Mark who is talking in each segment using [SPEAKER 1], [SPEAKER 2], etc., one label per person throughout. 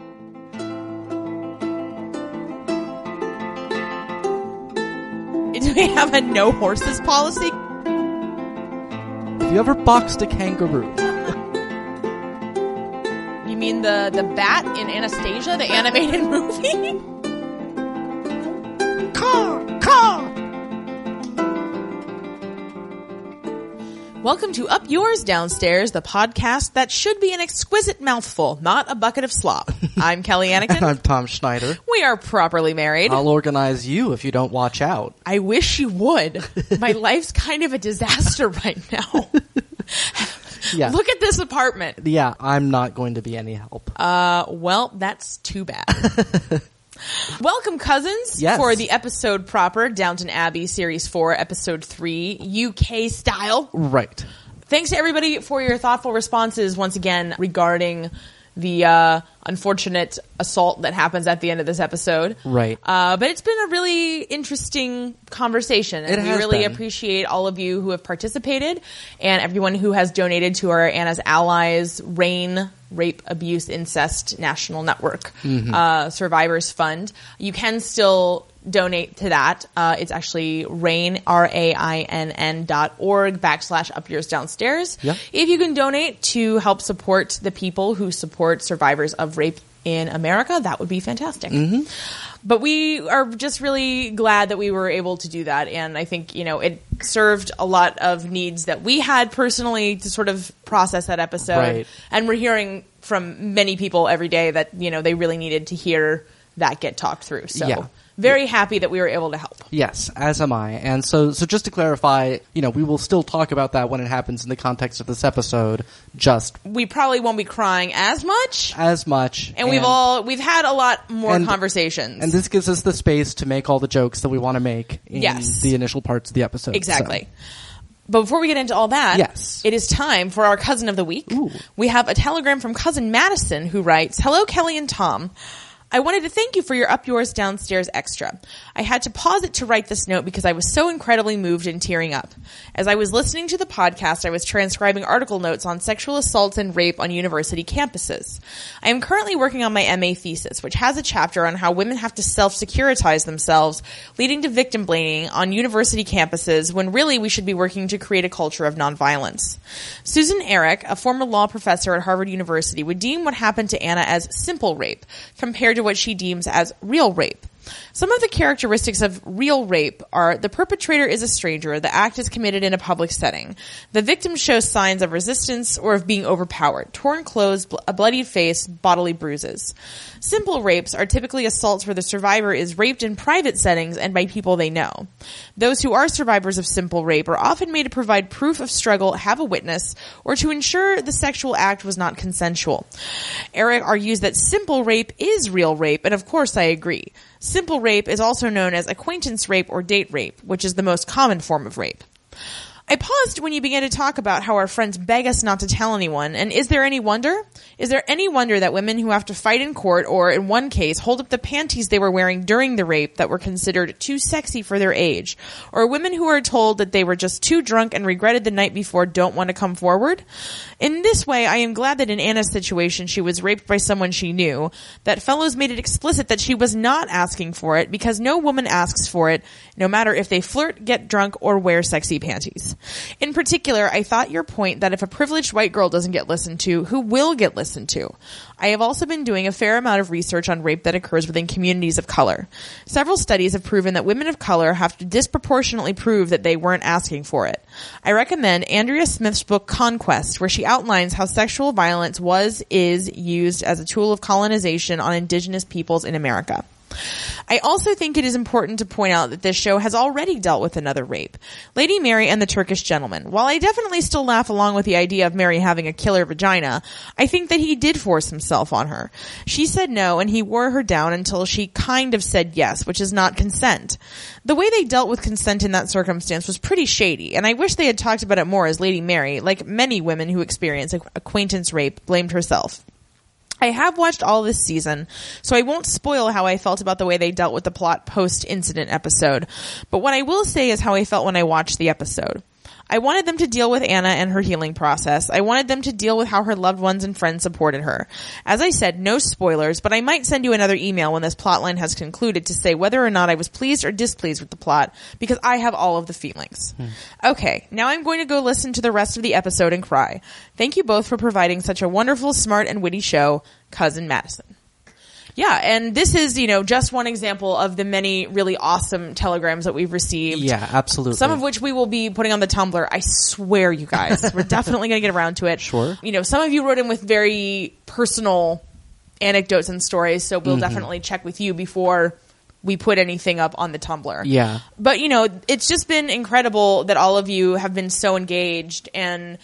[SPEAKER 1] Do we have a no horses policy?
[SPEAKER 2] Have you ever boxed a kangaroo?
[SPEAKER 1] You mean the the bat in Anastasia, the animated movie? Caw, caw. Welcome to Up Yours Downstairs, the podcast that should be an exquisite mouthful, not a bucket of slop. I'm Kelly
[SPEAKER 2] And
[SPEAKER 1] Anakin.
[SPEAKER 2] I'm Tom Schneider.
[SPEAKER 1] We are properly married.
[SPEAKER 2] I'll organize you if you don't watch out.
[SPEAKER 1] I wish you would. My life's kind of a disaster right now.
[SPEAKER 2] Yeah.
[SPEAKER 1] Look at this apartment.
[SPEAKER 2] Yeah, I'm not going to be any help.
[SPEAKER 1] Uh, well, that's too bad. Welcome, cousins,
[SPEAKER 2] Yes.
[SPEAKER 1] for the episode proper, Downton Abbey, Series 4, Episode 3, UK style.
[SPEAKER 2] right.
[SPEAKER 1] Thanks to everybody for your thoughtful responses once again regarding the uh, unfortunate assault that happens at the end of this episode.
[SPEAKER 2] Right.
[SPEAKER 1] Uh, but it's been a really interesting conversation. And
[SPEAKER 2] It
[SPEAKER 1] we
[SPEAKER 2] has
[SPEAKER 1] really
[SPEAKER 2] been.
[SPEAKER 1] appreciate all of you who have participated and everyone who has donated to our Anna's Allies RAIN Rape Abuse Incest National Network uh, Survivors Fund. You can still donate to that. Uh, it's actually RAIN, R-A-I-N-N dot org backslash up yours downstairs.
[SPEAKER 2] Yeah.
[SPEAKER 1] If you can donate to help support the people who support survivors of rape in America, that would be fantastic. But we are just really glad that we were able to do that. And I think, you know, it served a lot of needs that we had personally to sort of process that episode.
[SPEAKER 2] Right.
[SPEAKER 1] And we're hearing from many people every day that, you know, they really needed to hear that get talked through. So
[SPEAKER 2] Yeah.
[SPEAKER 1] very happy that we were able to help.
[SPEAKER 2] Yes, as am I. And so, so just to clarify, you know, we will still talk about that when it happens in the context of this episode, just
[SPEAKER 1] We probably won't be crying as much.
[SPEAKER 2] as much.
[SPEAKER 1] And, we've all we've had a lot more
[SPEAKER 2] and-
[SPEAKER 1] conversations.
[SPEAKER 2] And this gives us the space to make all the jokes that we want to make in
[SPEAKER 1] Yes.
[SPEAKER 2] the initial parts of the episode.
[SPEAKER 1] Exactly. But before we get into all that,
[SPEAKER 2] Yes.
[SPEAKER 1] it is time for our cousin of the week.
[SPEAKER 2] Ooh.
[SPEAKER 1] We have a telegram from cousin Madison who writes, "Hello Kelly and Tom. I wanted to thank you for your up yours downstairs extra. I had to pause it to write this note because I was so incredibly moved and tearing up. As I was listening to the podcast, I was transcribing article notes on sexual assaults and rape on university campuses. I am currently working on my MA thesis, which has a chapter on how women have to self-securitize themselves, leading to victim blaming on university campuses when really we should be working to create a culture of nonviolence. Susan Eric, a former law professor at Harvard University, would deem what happened to Anna as simple rape compared to what she deems as real rape. Some of the characteristics of real rape are the perpetrator is a stranger, the act is committed in a public setting, the victim shows signs of resistance or of being overpowered, torn clothes, bl- a bloodied face, bodily bruises. Simple rapes are typically assaults where the survivor is raped in private settings and by people they know. Those who are survivors of simple rape are often made to provide proof of struggle, have a witness, or to ensure the sexual act was not consensual. Eric argues that simple rape is real rape, and of course I agree. Simple rape is also known as acquaintance rape or date rape, which is the most common form of rape. I paused when you began to talk about how our friends beg us not to tell anyone, and is there any wonder? Is there any wonder that women who have to fight in court or, in one case, hold up the panties they were wearing during the rape that were considered too sexy for their age, or women who are told that they were just too drunk and regretted the night before don't want to come forward? In this way, I am glad that in Anna's situation she was raped by someone she knew, that fellows made it explicit that she was not asking for it because no woman asks for it, no matter if they flirt, get drunk, or wear sexy panties. In particular, I thought your point that if a privileged white girl doesn't get listened to, who will get listened to? I have also been doing a fair amount of research on rape that occurs within communities of color. Several studies have proven that women of color have to disproportionately prove that they weren't asking for it. I recommend Andrea Smith's book Conquest, where she outlines how sexual violence was, is used as a tool of colonization on indigenous peoples in America. I also think it is important to point out that this show has already dealt with another rape Lady Mary and the Turkish Gentleman. While I definitely still laugh along with the idea of Mary having a killer vagina, I think that he did force himself on her. She said no, and he wore her down until she kind of said yes, which is not consent. The way they dealt with consent in that circumstance was pretty shady, and I wish they had talked about it more as Lady Mary, like many women who experience ac- acquaintance rape, blamed herself. I have watched all this season, so I won't spoil how I felt about the way they dealt with the plot post incident episode, but what I will say is how I felt when I watched the episode. I wanted them to deal with Anna and her healing process. I wanted them to deal with how her loved ones and friends supported her. As I said, no spoilers, but I might send you another email when this plotline has concluded to say whether or not I was pleased or displeased with the plot because I have all of the feelings. Okay, now I'm going to go listen to the rest of the episode and cry. Thank you both for providing such a wonderful, smart, and witty show, Cousin Madison. Yeah, and this is, you know, just one example of the many really awesome telegrams that we've received.
[SPEAKER 2] Yeah, absolutely.
[SPEAKER 1] Some of which we will be putting on the Tumblr. I swear, you guys, we're definitely going to get around to it.
[SPEAKER 2] Sure.
[SPEAKER 1] You know, some of you wrote in with very personal anecdotes and stories, so
[SPEAKER 2] Mm-hmm.
[SPEAKER 1] we'll definitely check with you before we put anything up on the Tumblr.
[SPEAKER 2] Yeah.
[SPEAKER 1] But you know, it's just been incredible that all of you have been so engaged, and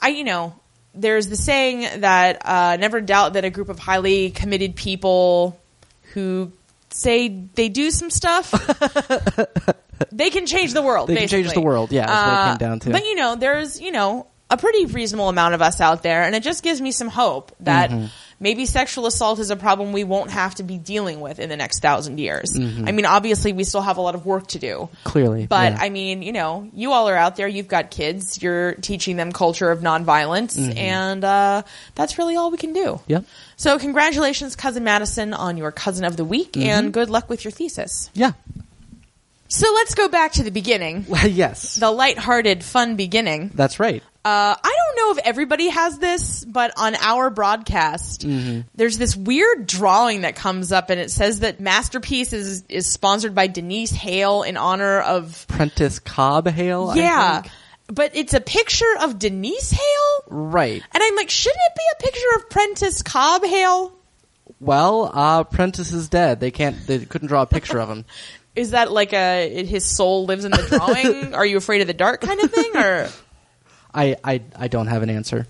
[SPEAKER 1] I, you know, there's the saying that uh, never doubt that a group of highly committed people who say they do some stuff. They can change the world.
[SPEAKER 2] They can change
[SPEAKER 1] basically.
[SPEAKER 2] the world, yeah, is what it
[SPEAKER 1] Uh,
[SPEAKER 2] came down to.
[SPEAKER 1] But you know, there's you know a pretty reasonable amount of us out there, and it just gives me some hope that
[SPEAKER 2] Mm-hmm.
[SPEAKER 1] maybe sexual assault is a problem we won't have to be dealing with in the next thousand years. I mean, obviously, we still have a lot of work to do.
[SPEAKER 2] Clearly,
[SPEAKER 1] But
[SPEAKER 2] Mm-hmm. yeah.
[SPEAKER 1] I mean, you know, you all are out there. You've got kids. You're teaching them culture of nonviolence, and uh, that's really all we can do.
[SPEAKER 2] Mm-hmm. Yep.
[SPEAKER 1] So, congratulations, cousin Madison, on your cousin of the week,
[SPEAKER 2] Mm-hmm.
[SPEAKER 1] and good luck with your thesis.
[SPEAKER 2] Yeah.
[SPEAKER 1] So let's go back to the beginning,
[SPEAKER 2] yes.
[SPEAKER 1] the lighthearted, fun beginning.
[SPEAKER 2] That's right.
[SPEAKER 1] Uh, I don't know if everybody has this, but on our broadcast,
[SPEAKER 2] Mm-hmm.
[SPEAKER 1] there's this weird drawing that comes up, and it says that Masterpiece is is sponsored by Denise Hale in honor of
[SPEAKER 2] Prentice Cobb Hale. I
[SPEAKER 1] yeah,
[SPEAKER 2] think.
[SPEAKER 1] but it's a picture of Denise Hale,
[SPEAKER 2] Right.
[SPEAKER 1] and I'm like, shouldn't it be a picture of Prentice Cobb Hale?
[SPEAKER 2] Well, uh, Prentice is dead. They can't. They couldn't draw a picture of him.
[SPEAKER 1] Is that like a his soul lives in the drawing? Are you afraid of the dark kind of thing, or?
[SPEAKER 2] I, I I don't have an answer.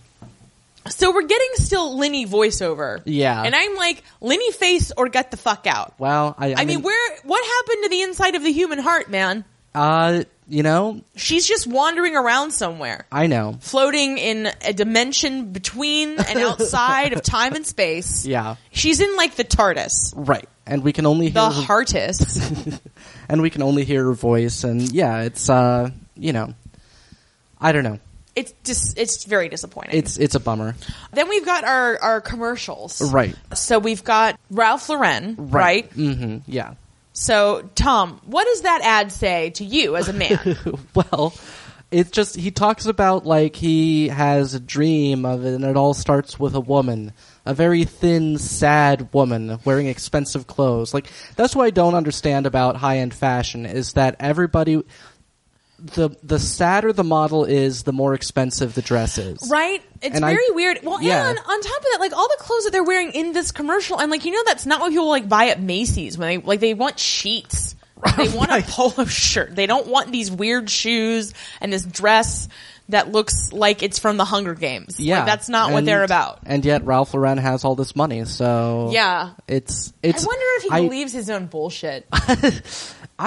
[SPEAKER 1] So we're getting still Lenny voiceover.
[SPEAKER 2] Yeah.
[SPEAKER 1] And I'm like, Lenny face or get the fuck out.
[SPEAKER 2] Well, I I,
[SPEAKER 1] I mean, where what happened to the inside of the human heart, man?
[SPEAKER 2] uh you know
[SPEAKER 1] She's just wandering around somewhere,
[SPEAKER 2] I know.
[SPEAKER 1] floating in a dimension between and outside of time and space.
[SPEAKER 2] Yeah.
[SPEAKER 1] She's in like the TARDIS,
[SPEAKER 2] Right. And we can only hear
[SPEAKER 1] the
[SPEAKER 2] her-
[SPEAKER 1] heartist.
[SPEAKER 2] and we can only hear her voice and yeah, it's uh you know I don't know.
[SPEAKER 1] It's just it's very disappointing.
[SPEAKER 2] It's it's a bummer.
[SPEAKER 1] then we've got our our commercials.
[SPEAKER 2] Right.
[SPEAKER 1] So we've got Ralph Lauren, right?
[SPEAKER 2] hmm Yeah.
[SPEAKER 1] So Tom, what does that ad say to you as a man?
[SPEAKER 2] well, it's just he talks about like he has a dream of it, and it all starts with a woman, a very thin, sad woman wearing expensive clothes. Like that's what I don't understand about high end fashion is that everybody. The the sadder the model is, the more expensive the dress is.
[SPEAKER 1] Right? It's
[SPEAKER 2] And I-
[SPEAKER 1] very weird. Well,
[SPEAKER 2] Yeah.
[SPEAKER 1] and on top of that, like all the clothes that they're wearing in this commercial, I'm like, you know, that's not what people like buy at Macy's when they like they want sheets. They want a polo shirt. They don't want these weird shoes and this dress that looks like it's from the Hunger Games. Like,
[SPEAKER 2] Yeah,
[SPEAKER 1] that's not what
[SPEAKER 2] and-
[SPEAKER 1] they're about.
[SPEAKER 2] And yet, Ralph Lauren has all this money, so
[SPEAKER 1] Yeah.
[SPEAKER 2] it's
[SPEAKER 1] I
[SPEAKER 2] it's.
[SPEAKER 1] wonder if he believes his own bullshit. I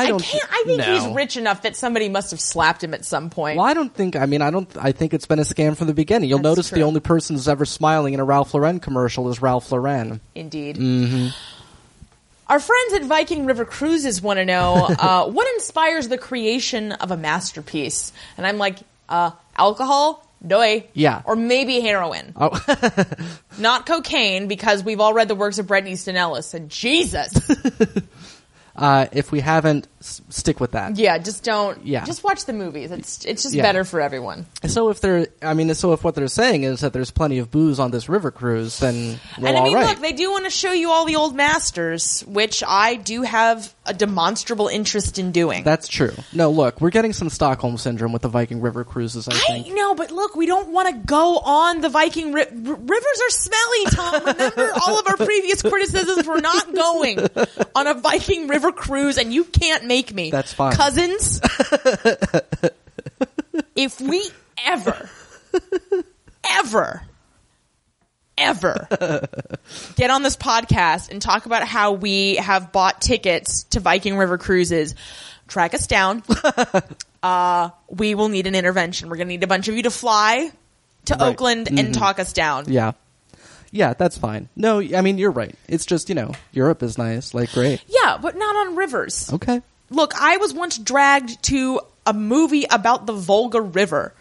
[SPEAKER 2] I don't.
[SPEAKER 1] can't. I think he's
[SPEAKER 2] no.
[SPEAKER 1] rich enough that somebody must have slapped him at some point.
[SPEAKER 2] Well, I don't think. I mean, I don't. I think it's been a scam from the beginning. You'll
[SPEAKER 1] That's
[SPEAKER 2] notice the
[SPEAKER 1] true.
[SPEAKER 2] only person who's ever smiling in a Ralph Lauren commercial is Ralph Lauren.
[SPEAKER 1] Indeed.
[SPEAKER 2] Mm-hmm.
[SPEAKER 1] Our friends at Viking River Cruises want to know uh, what inspires the creation of a masterpiece, and I'm like, uh, alcohol, doy,
[SPEAKER 2] Yeah.
[SPEAKER 1] or maybe heroin,
[SPEAKER 2] Oh,
[SPEAKER 1] not cocaine, because we've all read the works of Bret Easton Ellis, and Jesus,
[SPEAKER 2] uh, if we haven't, s- stick with that.
[SPEAKER 1] yeah, just don't,
[SPEAKER 2] Yeah.
[SPEAKER 1] just watch the movies. It's it's just
[SPEAKER 2] Yeah.
[SPEAKER 1] better for everyone.
[SPEAKER 2] So if they're, I mean, so if what they're saying is that there's plenty of booze on this river cruise, then we're
[SPEAKER 1] and I
[SPEAKER 2] all
[SPEAKER 1] mean,
[SPEAKER 2] right.
[SPEAKER 1] look, they do want to show you all the old masters, which I do have a demonstrable interest in doing.
[SPEAKER 2] That's true. No, look, we're getting some Stockholm syndrome with the Viking River cruises. I
[SPEAKER 1] I
[SPEAKER 2] think.
[SPEAKER 1] know, but look, we don't want to go on the Viking ri- r- rivers are smelly. Tom, remember all of our previous criticisms. We're not going on a Viking river cruise, and you can't make me.
[SPEAKER 2] That's fine.
[SPEAKER 1] cousins. if we ever, ever, ever get on this podcast and talk about how we have bought tickets to Viking River cruises, track us down Uh, we will need an intervention. We're going to need a bunch of you to fly to Oakland and talk us down.
[SPEAKER 2] Mm-hmm. yeah. Yeah, that's fine. No, I mean you're right. It's just you know Europe is nice, like great.
[SPEAKER 1] Yeah, but not on rivers.
[SPEAKER 2] Okay.
[SPEAKER 1] Look, I was once dragged to a movie about the Volga River.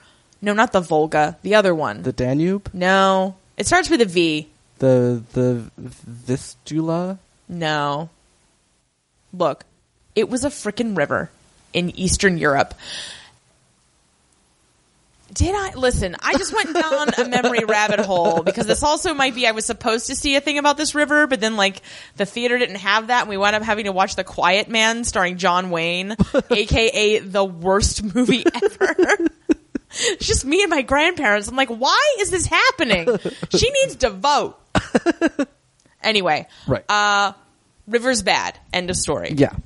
[SPEAKER 1] No, not the Volga, the other one.
[SPEAKER 2] The Danube,
[SPEAKER 1] no. It starts with a V.
[SPEAKER 2] the the Vistula.
[SPEAKER 1] No. Look, it was a frickin' river in Eastern Europe. Did I listen? I just went down a memory rabbit hole because this also might be I was supposed to see a thing about this river, but then like the theater didn't have that, and we wound up having to watch The Quiet Man starring John Wayne, aka the worst movie ever. It's just me and my grandparents. I'm like, why is this happening? She needs to vote. Anyway,
[SPEAKER 2] Right.
[SPEAKER 1] uh, River's bad. End of story.
[SPEAKER 2] yeah.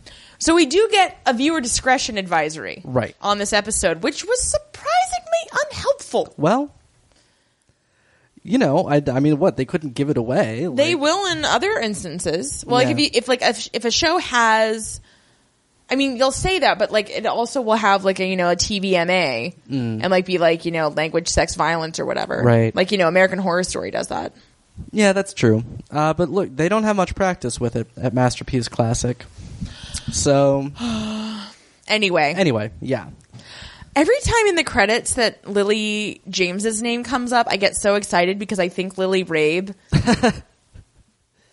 [SPEAKER 1] So we do get a viewer discretion advisory.
[SPEAKER 2] Right.
[SPEAKER 1] On this episode, which was surprisingly unhelpful.
[SPEAKER 2] Well, you know, I, I mean, what they couldn't give it away.
[SPEAKER 1] They
[SPEAKER 2] like-
[SPEAKER 1] will in other instances. Well, like
[SPEAKER 2] Yeah.
[SPEAKER 1] if you, if like if, if a show has, I mean, they'll say that, but like it also will have like a you know a TVMA and like be like you know language, sex, violence, or whatever.
[SPEAKER 2] Mm. Right.
[SPEAKER 1] Like you know American Horror Story does that.
[SPEAKER 2] Yeah, that's true. Uh, but look, they don't have much practice with it at Masterpiece Classic. So
[SPEAKER 1] Anyway,
[SPEAKER 2] anyway, yeah,
[SPEAKER 1] Every time in the credits that Lily James's name comes up, I get so excited because I think Lily Rabe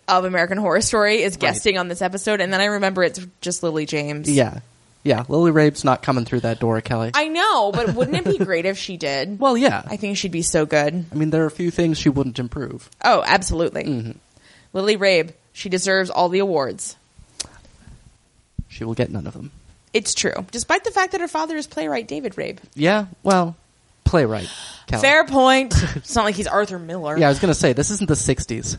[SPEAKER 1] of American Horror Story is guesting on this episode, and then I remember it's just Lily James.
[SPEAKER 2] yeah, yeah. Lily Rabe's not coming through that door, Kelly.
[SPEAKER 1] I know, but wouldn't it be great if she did?
[SPEAKER 2] well, yeah.
[SPEAKER 1] I
[SPEAKER 2] I,
[SPEAKER 1] think she'd be so good.
[SPEAKER 2] mean, there are a few things she wouldn't improve.
[SPEAKER 1] Oh, absolutely.
[SPEAKER 2] Mm-hmm.
[SPEAKER 1] Lily Rabe, she deserves all the awards.
[SPEAKER 2] She will get none of them.
[SPEAKER 1] It's true, despite the fact that her father is playwright David Rabe.
[SPEAKER 2] Yeah. Well, playwright. Kelly.
[SPEAKER 1] Fair point. it's not like he's Arthur Miller.
[SPEAKER 2] Yeah, I was gonna say this isn't the '60s.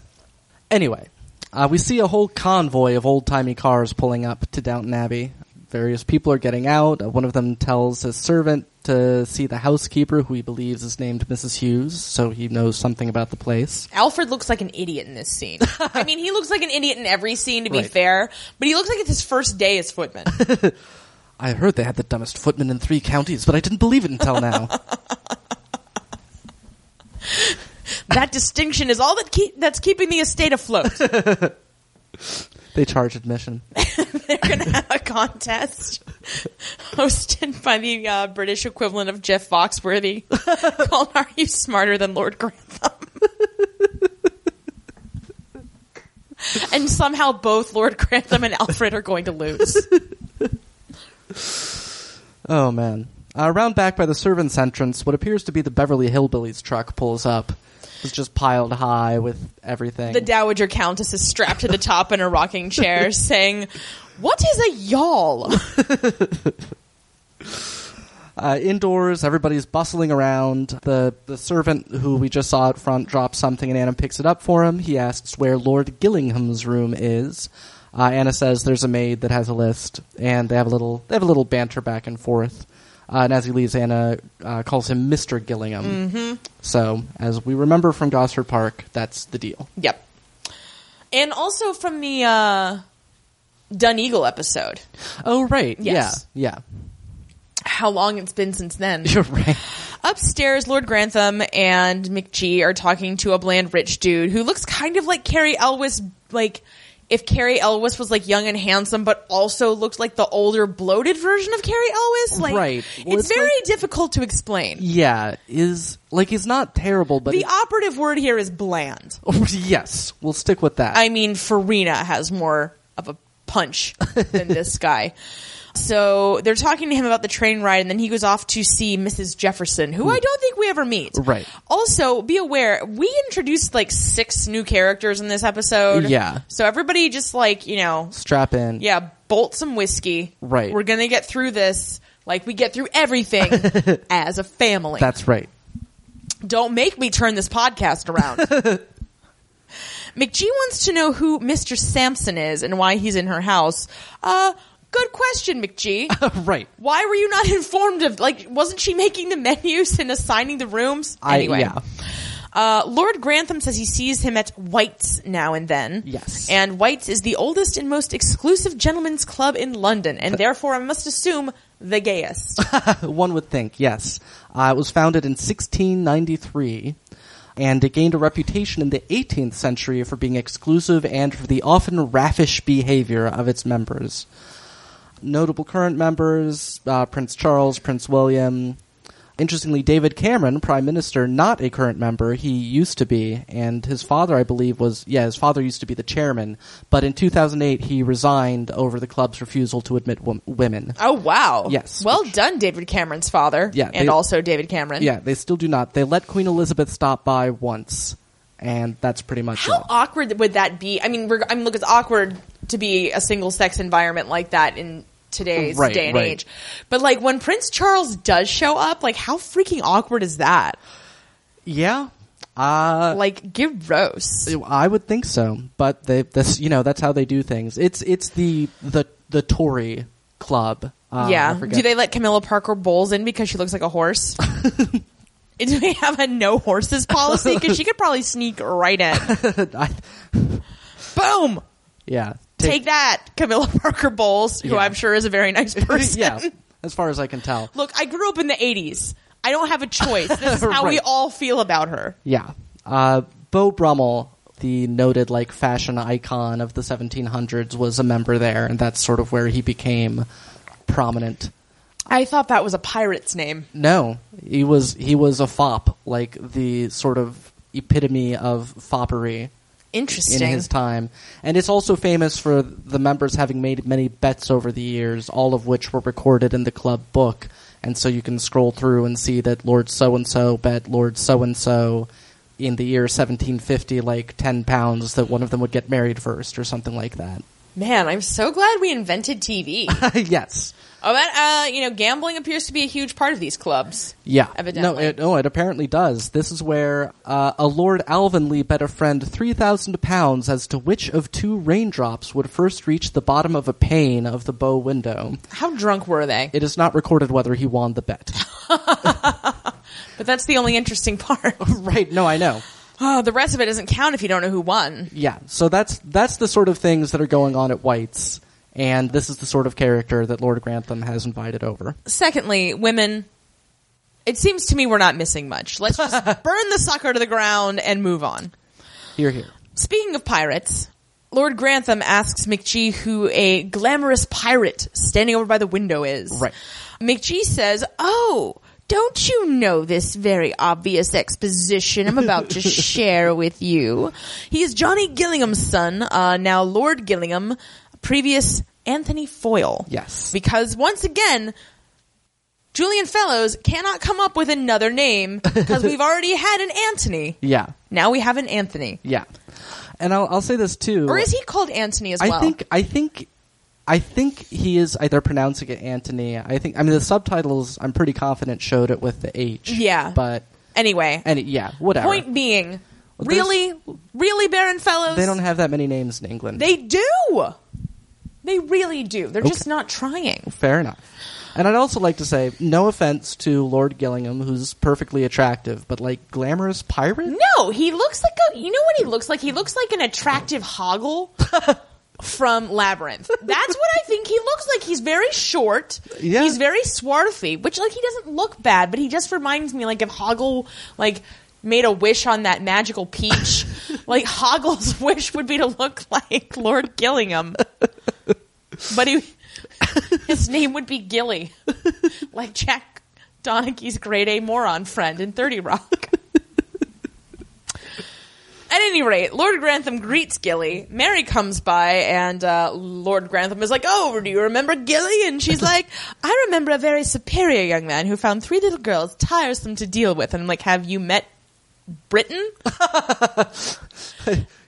[SPEAKER 2] Anyway, uh, we see a whole convoy of old-timey cars pulling up to Downton Abbey. Various people are getting out. Uh, One of them tells his servant to see the housekeeper, who he believes is named Mrs. Hughes, so he knows something about the place.
[SPEAKER 1] Alfred looks like an idiot in this scene. I mean, he looks like an idiot in every scene, to be
[SPEAKER 2] Right.
[SPEAKER 1] fair, but he looks like it's his first day as footman.
[SPEAKER 2] I heard they had the dumbest footman in three counties, but I didn't believe it until now.
[SPEAKER 1] that distinction is all that keep, that's keeping the estate afloat.
[SPEAKER 2] they charge admission.
[SPEAKER 1] They're going to have a contest hosted by the uh, British equivalent of Jeff Foxworthy called Are You Smarter Than Lord Grantham? and somehow both Lord Grantham and Alfred are going to lose.
[SPEAKER 2] Oh man! Uh, around back by the servants' entrance, what appears to be the Beverly Hillbillies truck pulls up. It's just piled high with everything.
[SPEAKER 1] The Dowager Countess is strapped to the top in a rocking chair saying, What is a y'all?
[SPEAKER 2] uh, indoors, everybody's bustling around. The the servant who we just saw out front drops something, and Anna picks it up for him. He asks where Lord Gillingham's room is. Uh, Anna says there's a maid that has a list, and they have a little they have a little banter back and forth. Uh, and as he leaves, Anna uh, calls him Mister Gillingham. Mm-hmm. So, as we remember from Gosford Park, that's the deal.
[SPEAKER 1] Yep. And also from the uh, Dun Eagle episode.
[SPEAKER 2] Oh, right.
[SPEAKER 1] Yes.
[SPEAKER 2] Yeah.
[SPEAKER 1] How long it's been since then.
[SPEAKER 2] Yeah. You're right.
[SPEAKER 1] Upstairs, Lord Grantham and McGee are talking to a bland rich dude who looks kind of like Carrie Elwes, like if Carrie Elwes was like young and handsome, but also looked like the older, bloated version of Carrie Elwes. Like,
[SPEAKER 2] Right. Well,
[SPEAKER 1] it's,
[SPEAKER 2] it's
[SPEAKER 1] very
[SPEAKER 2] like-
[SPEAKER 1] difficult to explain.
[SPEAKER 2] Yeah. Is like he's not terrible, but
[SPEAKER 1] The operative word here is bland.
[SPEAKER 2] yes, we'll stick with that.
[SPEAKER 1] I mean, Farina has more of a punch than this guy. So they're talking to him about the train ride, and then he goes off to see Mrs. Jefferson, who I don't think we ever meet.
[SPEAKER 2] Right.
[SPEAKER 1] Also, be aware, we introduced like six new characters in this episode.
[SPEAKER 2] Yeah.
[SPEAKER 1] So everybody just like, you know,
[SPEAKER 2] Strap in.
[SPEAKER 1] yeah, bolt some whiskey.
[SPEAKER 2] Right.
[SPEAKER 1] We're going to get through this like we get through everything as a family
[SPEAKER 2] That's right.
[SPEAKER 1] don't make me turn this podcast around. McGee wants to know who Mr. Sampson is and why he's in her house. Uh, good question, McGee.
[SPEAKER 2] right.
[SPEAKER 1] why were you not informed of, like, wasn't she making the menus and assigning the rooms?
[SPEAKER 2] I-
[SPEAKER 1] anyway.
[SPEAKER 2] yeah.
[SPEAKER 1] Uh, Lord Grantham says he sees him at White's now and then.
[SPEAKER 2] Yes.
[SPEAKER 1] And White's is the oldest and most exclusive gentleman's club in London, and therefore I must assume the gayest.
[SPEAKER 2] One would think, yes. Uh, it was founded in 1693, and it gained a reputation in the 18th century for being exclusive and for the often raffish behavior of its members. notable current members uh, Prince Charles, Prince William. Interestingly, David Cameron, Prime Minister, not a current member. He used to be, and his father, I believe, was yeah, his father used to be the chairman. But in 2008, he resigned over the club's refusal to admit wom- women.
[SPEAKER 1] Oh wow!
[SPEAKER 2] Yes.
[SPEAKER 1] Well done, David Cameron's father.
[SPEAKER 2] Yeah,
[SPEAKER 1] and
[SPEAKER 2] they-
[SPEAKER 1] also David Cameron.
[SPEAKER 2] Yeah, they still do not. They let Queen Elizabeth stop by once, and that's pretty much
[SPEAKER 1] How
[SPEAKER 2] it.
[SPEAKER 1] awkward would that be? I mean, reg- I mean, look, it's awkward to be a single sex environment like that in today's
[SPEAKER 2] Right,
[SPEAKER 1] day and
[SPEAKER 2] right.
[SPEAKER 1] age. But like when Prince Charles does show up, like how freaking awkward is that?
[SPEAKER 2] Yeah. Uh,
[SPEAKER 1] Like gross.
[SPEAKER 2] I would think so, but they that's you know that's how they do things. It's it's the the the Tory club. Uh,
[SPEAKER 1] yeah.
[SPEAKER 2] I forget.
[SPEAKER 1] Do they let Camilla Parker Bowles in because she looks like a horse? Do we have a no horses policy? Because she could probably sneak right in.
[SPEAKER 2] I-
[SPEAKER 1] Boom!
[SPEAKER 2] yeah.
[SPEAKER 1] Take, that, Camilla Parker Bowles, who
[SPEAKER 2] Yeah.
[SPEAKER 1] I'm sure is a very nice person.
[SPEAKER 2] yeah. As far as I can tell.
[SPEAKER 1] Look, I grew up in the 80s. I don't have a choice. This is how we
[SPEAKER 2] Right.
[SPEAKER 1] all feel about her.
[SPEAKER 2] Yeah. Uh, Beau Brummel, the noted like fashion icon of the 1700s, was a member there, and that's sort of where he became prominent.
[SPEAKER 1] I thought that was a pirate's name.
[SPEAKER 2] No, he was he was a fop, like the sort of epitome of foppery. in
[SPEAKER 1] Interesting.
[SPEAKER 2] his time. And it's also famous for the members having made many bets over the years, all of which were recorded in the club book. And so you can scroll through and see that Lord so and so bet Lord so and so in the year 1750 like 10 pounds that one of them would get married first or something like that.
[SPEAKER 1] Man, I'm so glad we invented TV.
[SPEAKER 2] yes.
[SPEAKER 1] oh, that, uh, you know, gambling appears to be a huge part of these clubs.
[SPEAKER 2] Yeah. No,
[SPEAKER 1] Evidently.
[SPEAKER 2] it, no, it apparently does. This is where uh, a Lord Alvanley bet a friend 3,000 pounds as to which of two raindrops would first reach the bottom of a pane of the bow window.
[SPEAKER 1] How drunk were they?
[SPEAKER 2] It is not recorded whether he won the bet.
[SPEAKER 1] But that's the only interesting part.
[SPEAKER 2] right? No, I know.
[SPEAKER 1] Oh, the rest of it doesn't count if you don't know who won.
[SPEAKER 2] Yeah. So that's that's the sort of things that are going on at White's, and this is the sort of character that Lord Grantham has invited over.
[SPEAKER 1] Secondly, women. It seems to me we're not missing much. Let's just burn the sucker to the ground and move on.
[SPEAKER 2] Here, here.
[SPEAKER 1] Speaking of pirates, Lord Grantham asks McGee who a glamorous pirate standing over by the window is.
[SPEAKER 2] Right.
[SPEAKER 1] McGee says, Oh, don't you know this very obvious exposition I'm about to share with you? He is Johnny Gillingham's son, uh, now Lord Gillingham, previous Anthony Foyle.
[SPEAKER 2] Yes.
[SPEAKER 1] Because once again, Julian Fellows cannot come up with another name because we've already had an Anthony.
[SPEAKER 2] Yeah,
[SPEAKER 1] Now we have an Anthony.
[SPEAKER 2] yeah. And I'll, I'll say this too.
[SPEAKER 1] Or is he called Antony as
[SPEAKER 2] I
[SPEAKER 1] well?
[SPEAKER 2] think I think I think he is either pronouncing it Antony. I think I mean the subtitles. I'm pretty confident showed it with the H.
[SPEAKER 1] Yeah.
[SPEAKER 2] But
[SPEAKER 1] Anyway,
[SPEAKER 2] and yeah, whatever.
[SPEAKER 1] point being,
[SPEAKER 2] there's-
[SPEAKER 1] really, really, Baron Fellows,
[SPEAKER 2] They don't have that many names in England.
[SPEAKER 1] They do. They really do. They're just not trying.
[SPEAKER 2] Fair enough. And I'd also like to say, no offense to Lord Gillingham, who's perfectly attractive, but like glamorous pirate?
[SPEAKER 1] No, he looks like a. You know what he looks like? He looks like an attractive hoggle from Labyrinth. That's what I think he looks like. He's very short.
[SPEAKER 2] Yeah.
[SPEAKER 1] He's very swarthy, which like he doesn't look bad, but he just reminds me like if Hoggle like made a wish on that magical peach, like Hoggle's wish would be to look like Lord Gillingham. But he his name would be Gilly. Like Jack Donaghy's grade A moron friend in 30 Rock. At any rate, Lord Grantham greets Gilly. Mary comes by, and uh, Lord Grantham is like, Oh, do you remember Gilly? And she's like, I remember a very superior young man who found three little girls tiresome to deal with. And I'm like, Have you met Britain?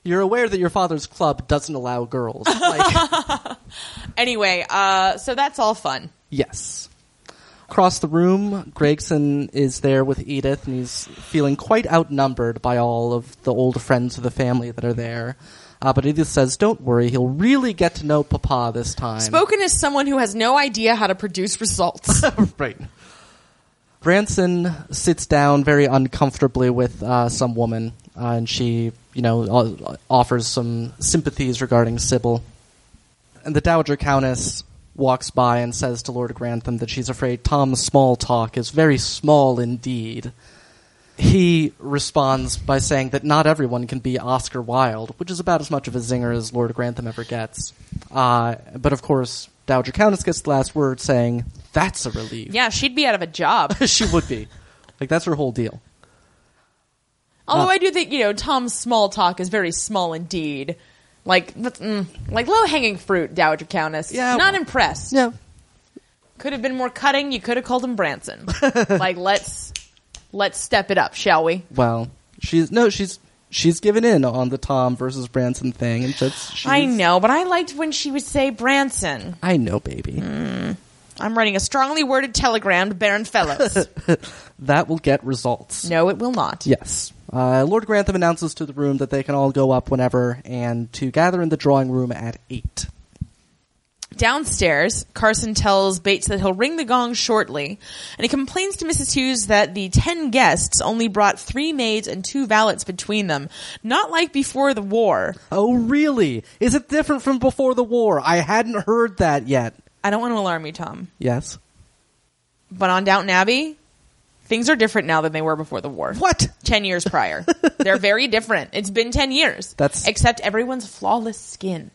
[SPEAKER 2] You're aware that your father's club doesn't allow girls. Like,
[SPEAKER 1] Anyway, uh, so that's all fun.
[SPEAKER 2] yes. Across the room, Gregson is there with Edith, and he's feeling quite outnumbered by all of the old friends of the family that are there. Uh, but Edith says, Don't worry, he'll really get to know Papa this time.
[SPEAKER 1] Spoken as someone who has no idea how to produce results.
[SPEAKER 2] right. Branson sits down very uncomfortably with uh, some woman, uh, and she, you know, o- offers some sympathies regarding Sybil. And the Dowager Countess walks by and says to Lord Grantham that she's afraid Tom's small talk is very small indeed. He responds by saying that not everyone can be Oscar Wilde, which is about as much of a zinger as Lord Grantham ever gets. Uh, but of course, Dowager Countess gets the last word, saying, "That's a relief."
[SPEAKER 1] Yeah, she'd be out of a job.
[SPEAKER 2] she would be. Like that's her whole deal.
[SPEAKER 1] Although
[SPEAKER 2] Uh,
[SPEAKER 1] I do think you know Tom's small talk is very small indeed. Like that's- mm, like low hanging fruit, Dowager Countess.
[SPEAKER 2] Yeah,
[SPEAKER 1] not
[SPEAKER 2] well-
[SPEAKER 1] impressed.
[SPEAKER 2] Yeah.
[SPEAKER 1] Could have been more cutting. You could have called him Branson. like let's let's step it up, shall we?
[SPEAKER 2] Well, she's no, she's she's given in on the Tom versus Branson thing, and just she's,
[SPEAKER 1] I know, but I liked when she would say Branson.
[SPEAKER 2] I know, baby.
[SPEAKER 1] I'm writing a strongly worded telegram to Baron Fellows.
[SPEAKER 2] That will get results.
[SPEAKER 1] no, it will not.
[SPEAKER 2] Yes. Uh, Lord Grantham announces to the room that they can all go up whenever and to gather in the drawing room at 8.
[SPEAKER 1] Downstairs, Carson tells Bates that he'll ring the gong shortly, and he complains to Mrs. Hughes that the ten guests only brought three maids and two valets between them, not like before the war.
[SPEAKER 2] Oh, really? Is it different from before the war? I hadn't heard that yet.
[SPEAKER 1] I don't want to alarm you, Tom,
[SPEAKER 2] Yes.
[SPEAKER 1] but on Downton Abbey, things are different now than they were before the war.
[SPEAKER 2] What?
[SPEAKER 1] Ten years prior. They're very different. It's been ten years.
[SPEAKER 2] That's-
[SPEAKER 1] except everyone's flawless skin.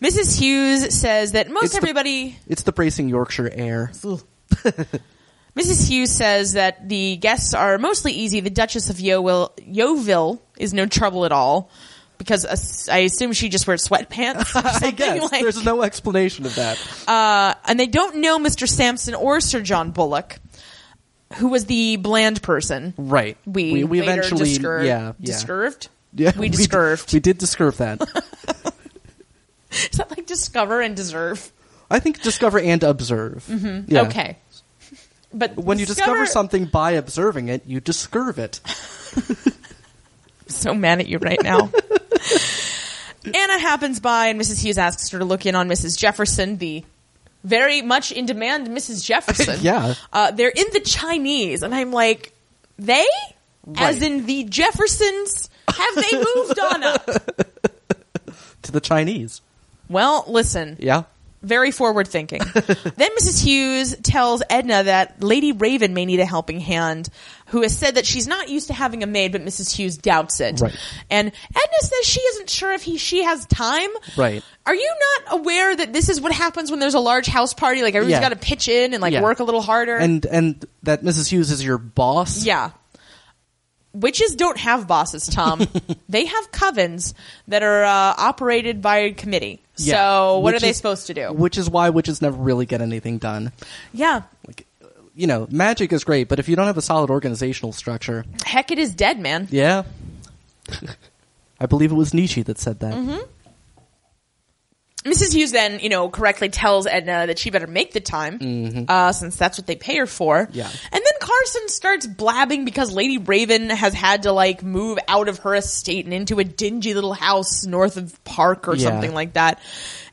[SPEAKER 1] Mrs. Hughes says that most
[SPEAKER 2] It's the-
[SPEAKER 1] everybody
[SPEAKER 2] It's the bracing Yorkshire air.
[SPEAKER 1] Mrs. Hughes says that the guests are mostly easy. The Duchess of Yeovil, Yeovil is no trouble at all because uh, s- I assume she just wears sweatpants. Or something
[SPEAKER 2] I guess.
[SPEAKER 1] like-
[SPEAKER 2] There's no explanation of that.
[SPEAKER 1] uh, and they don't know Mr. Sampson or Sir John Bullock, who was the bland person.
[SPEAKER 2] Right.
[SPEAKER 1] We,
[SPEAKER 2] we,
[SPEAKER 1] later
[SPEAKER 2] eventually.
[SPEAKER 1] discur-
[SPEAKER 2] yeah. Yeah.
[SPEAKER 1] discurved.
[SPEAKER 2] Yeah,
[SPEAKER 1] we
[SPEAKER 2] did-
[SPEAKER 1] discurved.
[SPEAKER 2] We did discurve that.
[SPEAKER 1] Is that like discover and deserve?
[SPEAKER 2] I think discover and observe. Yeah.
[SPEAKER 1] Mm-hmm. Okay, but
[SPEAKER 2] When you discover something by observing it, you discurve it.
[SPEAKER 1] so mad at you right now. Anna happens by, and Mrs. Hughes asks her to look in on Mrs. Jefferson, the very much in demand Mrs. Jefferson.
[SPEAKER 2] Yeah.
[SPEAKER 1] Uh, they're in the Chinese, and I'm like, they? As
[SPEAKER 2] Right.
[SPEAKER 1] in the Jeffersons? Have they moved on up?
[SPEAKER 2] To the Chinese.
[SPEAKER 1] Well, listen,
[SPEAKER 2] Yeah.
[SPEAKER 1] very forward thinking. then Mrs. Hughes tells Edna that Lady Raven may need a helping hand, who has said that she's not used to having a maid, but Mrs. Hughes doubts it.
[SPEAKER 2] Right.
[SPEAKER 1] And Edna says she isn't sure if he she has time.
[SPEAKER 2] Right.
[SPEAKER 1] Are you not aware that this is what happens when there's a large house party? Like everyone's
[SPEAKER 2] Yeah.
[SPEAKER 1] got to pitch in and like
[SPEAKER 2] Yeah.
[SPEAKER 1] work a little harder.
[SPEAKER 2] And and that Mrs. Hughes is your boss.
[SPEAKER 1] yeah. Witches don't have bosses, Tom. they have covens that are uh, operated by a committee.
[SPEAKER 2] Yeah.
[SPEAKER 1] So what
[SPEAKER 2] Which
[SPEAKER 1] are they
[SPEAKER 2] is-
[SPEAKER 1] supposed to do?
[SPEAKER 2] Which is why witches never really get anything done.
[SPEAKER 1] yeah.
[SPEAKER 2] Like, you know, magic is great, but if you don't have a solid organizational structure,
[SPEAKER 1] Heck, it is dead, man.
[SPEAKER 2] yeah. I believe it was Nietzsche that said that.
[SPEAKER 1] Mm-hmm. Mrs. Hughes then, you know, correctly tells Edna that she better make the time, uh, since that's what they pay her for.
[SPEAKER 2] Mm-hmm. Yeah.
[SPEAKER 1] And then Carson starts blabbing because Lady Raven has had to like move out of her estate and into a dingy little house north of Park or
[SPEAKER 2] Yeah.
[SPEAKER 1] something like that.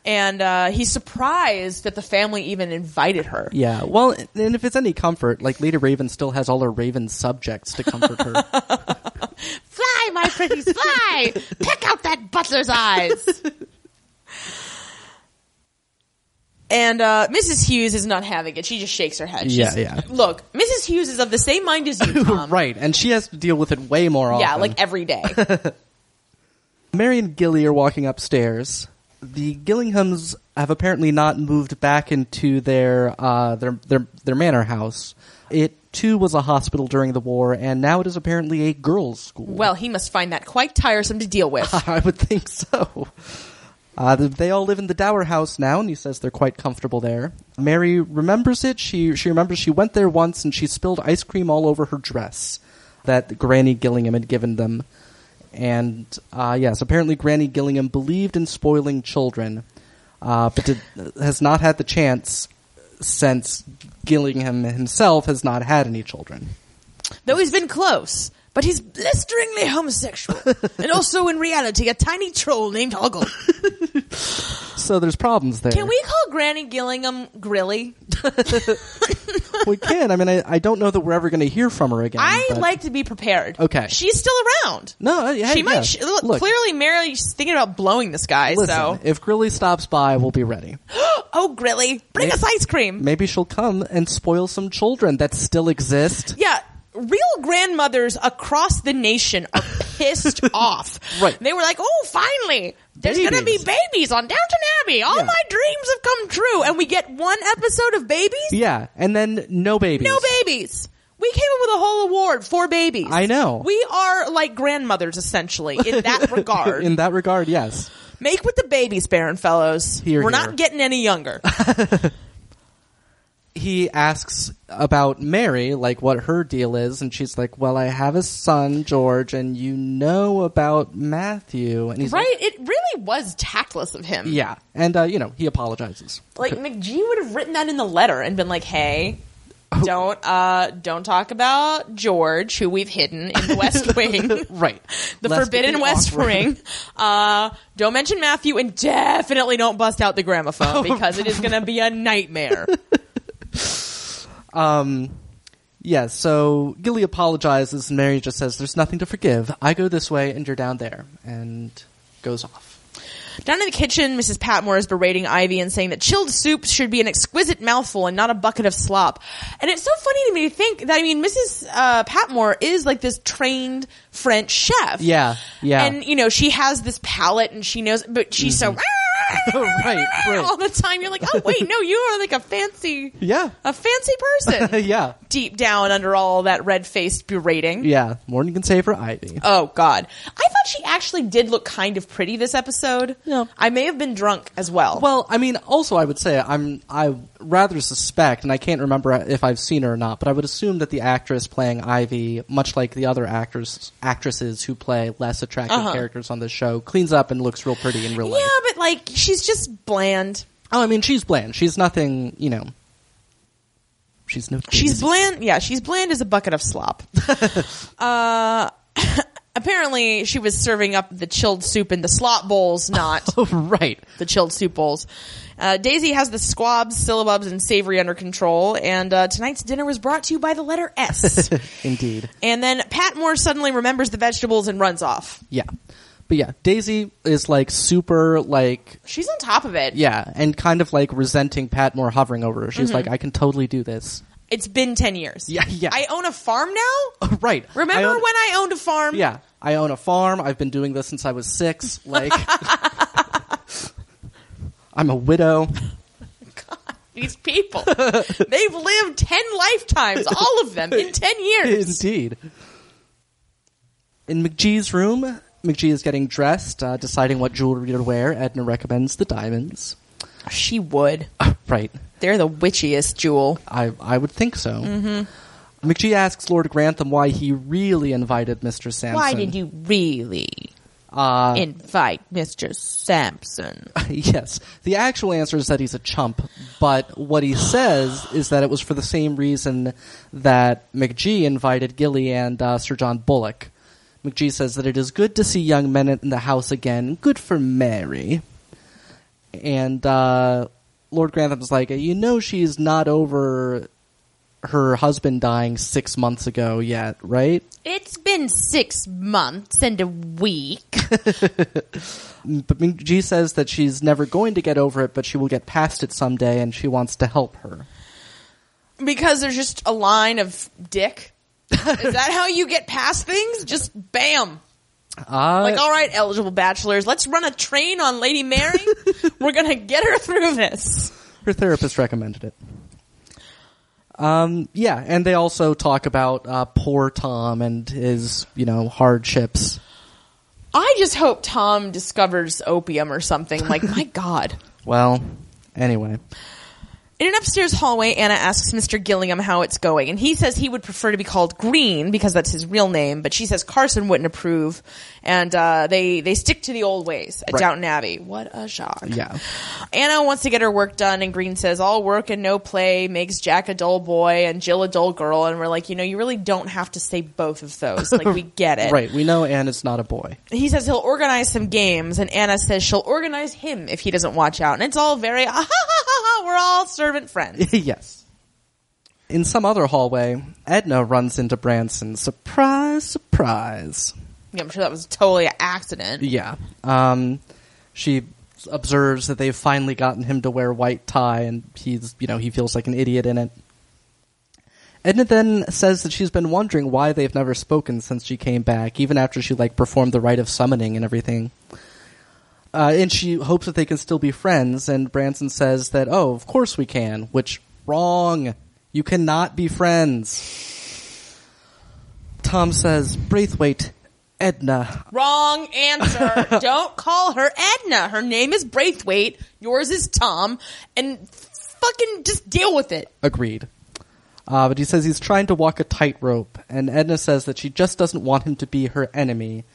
[SPEAKER 1] And uh, he's surprised that the family even invited her.
[SPEAKER 2] Yeah. Well, and if it's any comfort, like Lady Raven still has all her Raven subjects to comfort her.
[SPEAKER 1] Um, Fly, my pretties, fly! Pick out that butler's eyes! And uh, Mrs. Hughes is not having it. She just shakes her head. She's,
[SPEAKER 2] Yeah, yeah.
[SPEAKER 1] Look, Mrs. Hughes is of the same mind as you, Tom.
[SPEAKER 2] right, and she has to deal with it way more often.
[SPEAKER 1] Yeah, like every day.
[SPEAKER 2] Mary and Gilly are walking upstairs. The Gillinghams have apparently not moved back into their uh, their their their manor house. It too was a hospital during the war, and now it is apparently a girls' school.
[SPEAKER 1] well, he must find that quite tiresome to deal with.
[SPEAKER 2] I would think so. Uh, th- they all live in the Dower house now, and he says they're quite comfortable there. Mary remembers it. She she remembers she went there once, and she spilled ice cream all over her dress that Granny Gillingham had given them. And uh, yes, apparently Granny Gillingham believed in spoiling children, uh, but did, has not had the chance since Gillingham himself has not had any children.
[SPEAKER 1] Though he's been close. But he's blisteringly homosexual. and also, in reality, a tiny troll named Hoggle.
[SPEAKER 2] So there's problems there.
[SPEAKER 1] Can we call Granny Gillingham Grilly?
[SPEAKER 2] we can. I mean, I, I don't know that we're ever going to hear from her again.
[SPEAKER 1] I
[SPEAKER 2] but-
[SPEAKER 1] like to be prepared.
[SPEAKER 2] Okay.
[SPEAKER 1] She's still around.
[SPEAKER 2] No, hey,
[SPEAKER 1] she might.
[SPEAKER 2] yeah.
[SPEAKER 1] She, look,
[SPEAKER 2] Look,
[SPEAKER 1] clearly, Mary's thinking about blowing this guy.
[SPEAKER 2] listen,
[SPEAKER 1] so,
[SPEAKER 2] if Grilly stops by, we'll be ready.
[SPEAKER 1] oh, Grilly, bring
[SPEAKER 2] May-
[SPEAKER 1] us ice cream.
[SPEAKER 2] Maybe she'll come and spoil some children that still exist.
[SPEAKER 1] yeah, real grandmothers across the nation are pissed off.
[SPEAKER 2] Right.
[SPEAKER 1] They were like, oh, finally, there's going to be
[SPEAKER 2] Babies.
[SPEAKER 1] babies on Downton Abbey. All
[SPEAKER 2] Yeah.
[SPEAKER 1] my dreams have come true. And we get one episode of babies?
[SPEAKER 2] Yeah, and then no babies.
[SPEAKER 1] No babies. We came up with a whole award for babies.
[SPEAKER 2] I know.
[SPEAKER 1] We are like grandmothers, essentially, in that regard.
[SPEAKER 2] In that regard, yes.
[SPEAKER 1] Make with the babies, Baron Fellows.
[SPEAKER 2] Hear,
[SPEAKER 1] We're
[SPEAKER 2] hear.
[SPEAKER 1] not getting any younger.
[SPEAKER 2] He asks about Mary, like what her deal is, and she's like, "Well, I have a son, George, and you know about Matthew." And he's like,
[SPEAKER 1] right? It really was tactless of him.
[SPEAKER 2] "Yeah," and uh, you know, he apologizes.
[SPEAKER 1] Like McGee would have written that in the letter and been like, "Hey,
[SPEAKER 2] Oh.
[SPEAKER 1] don't uh don't talk about George, who we've hidden in the West Wing, the
[SPEAKER 2] Right. Lest it
[SPEAKER 1] Forbidden
[SPEAKER 2] be
[SPEAKER 1] West
[SPEAKER 2] awkward.
[SPEAKER 1] Wing. Uh, don't mention Matthew, and definitely don't bust out the
[SPEAKER 2] Oh,
[SPEAKER 1] gramophone because it is going to be a nightmare."
[SPEAKER 2] Um, yeah, so Gilly apologizes, and Mary just says, There's nothing to forgive. I go this way, and you're down there, and goes off.
[SPEAKER 1] Down in the kitchen, Mrs. Patmore is berating Ivy and saying that chilled soup should be an exquisite mouthful and not a bucket of slop. And it's so funny to me to think that, I mean, Mrs. Uh, Patmore is like this trained French chef.
[SPEAKER 2] Yeah, yeah.
[SPEAKER 1] And, you know, she has this palate and she knows, but she's so.
[SPEAKER 2] right,
[SPEAKER 1] All
[SPEAKER 2] Mm-hmm. right.
[SPEAKER 1] the time, you're like, oh wait, no, you are like a fancy,
[SPEAKER 2] Yeah.
[SPEAKER 1] a fancy person
[SPEAKER 2] yeah,
[SPEAKER 1] deep down under all that red faced berating.
[SPEAKER 2] yeah. More than you can say for Ivy.
[SPEAKER 1] Oh God, I thought she actually did look kind of pretty this episode.
[SPEAKER 2] No.
[SPEAKER 1] I may have been drunk as well.
[SPEAKER 2] Well, I mean, also, I would say I'm I rather suspect, and I can't remember if I've seen her or not, but I would assume that the actress playing Ivy, much like the other actors actresses who play less attractive characters on the show, cleans up and looks real pretty in real life.
[SPEAKER 1] Uh-huh. Yeah, but like she's just bland.
[SPEAKER 2] Oh, I mean, she's bland. She's nothing, you know. She's no.
[SPEAKER 1] She's bland. Yeah, she's bland as a bucket of slop. uh, apparently, she was serving up the chilled soup in the slop bowls, not
[SPEAKER 2] Oh, right.
[SPEAKER 1] the chilled soup bowls. Uh, Daisy has the squabs, syllabubs, and savory under control. And uh, tonight's dinner was brought to you by the letter S.
[SPEAKER 2] Indeed.
[SPEAKER 1] and then Patmore suddenly remembers the vegetables and runs off.
[SPEAKER 2] Yeah. But yeah, Daisy is like super like
[SPEAKER 1] She's on top of it.
[SPEAKER 2] yeah, and kind of like resenting Patmore hovering over her.
[SPEAKER 1] Mm-hmm.
[SPEAKER 2] She's like, I can totally do this.
[SPEAKER 1] It's been ten years.
[SPEAKER 2] Yeah, yeah.
[SPEAKER 1] I own a farm now.
[SPEAKER 2] right.
[SPEAKER 1] Remember
[SPEAKER 2] I own-
[SPEAKER 1] when I owned a farm?
[SPEAKER 2] Yeah. I own a farm. I've been doing this since I was six. Like I'm a widow.
[SPEAKER 1] these people. They've lived 10 lifetimes, all of them, in 10 years.
[SPEAKER 2] Indeed. In McGee's room, McGee is getting dressed, uh, deciding what jewelry to wear. Edna recommends the diamonds.
[SPEAKER 1] She would.
[SPEAKER 2] right.
[SPEAKER 1] They're the witchiest jewel.
[SPEAKER 2] I, I would think so. Mm-hmm. McGee asks Lord Grantham why he really invited Mr. Sampson.
[SPEAKER 1] Why did you really
[SPEAKER 2] Uh,
[SPEAKER 1] invite Mr. Sampson?
[SPEAKER 2] yes. The actual answer is that he's a chump, but what he says is that it was for the same reason that McGee invited Gilly and uh, Sir John Bullock. McGee says that it is good to see young men in the house again. Good for Mary. And uh, Lord Grantham's like, you know, she's not over her husband dying six months ago yet, right?
[SPEAKER 1] It's been six months and a week.
[SPEAKER 2] But McGee says that she's never going to get over it, but she will get past it someday, and she wants to help her.
[SPEAKER 1] because there's just a line of dick. Is that how you get past things? Just bam.
[SPEAKER 2] Uh,
[SPEAKER 1] Like, all right, eligible bachelors, let's run a train on Lady Mary. We're going to get her through this.
[SPEAKER 2] Her therapist recommended it. Um, yeah, and they also talk about uh, poor Tom and his, you know, hardships.
[SPEAKER 1] I just hope Tom discovers opium or something. Like, my God.
[SPEAKER 2] Well, anyway,
[SPEAKER 1] In an upstairs hallway, Anna asks Mr. Gillingham how it's going, and he says he would prefer to be called Green because that's his real name, but she says Carson wouldn't approve, and uh, they, they stick to the old ways at
[SPEAKER 2] Right.
[SPEAKER 1] Downton Abbey. What a shock.
[SPEAKER 2] yeah,
[SPEAKER 1] Anna wants to get her work done, and Green says, All work and no play makes Jack a dull boy and Jill a dull girl, and we're like, You know, you really don't have to say both of those. Like, we get it.
[SPEAKER 2] right. We know Anna's not a boy.
[SPEAKER 1] he says he'll organize some games, and Anna says she'll organize him if he doesn't watch out. And it's all very, ah, ha, ha, ha, ha, we're all servant friends.
[SPEAKER 2] yes. In some other hallway, Edna runs into Branson. Surprise, surprise.
[SPEAKER 1] Yeah, I'm sure that was totally an accident.
[SPEAKER 2] Yeah. Um, she observes that they've finally gotten him to wear white tie, and he's, you know, he feels like an idiot in it. Edna then says that she's been wondering why they've never spoken since she came back, even after she like performed the rite of summoning and everything. Uh, and she hopes that they can still be friends. And Branson says that, "Oh, of course we can." Which wrong. You cannot be friends. Tom says, "Braithwaite, Edna,
[SPEAKER 1] Wrong answer. Don't call her Edna. Her name is Braithwaite. Yours is Tom. And fucking just deal with it.
[SPEAKER 2] Agreed. Uh, but he says he's trying to walk a tightrope, and Edna says that she just doesn't want him to be her enemy.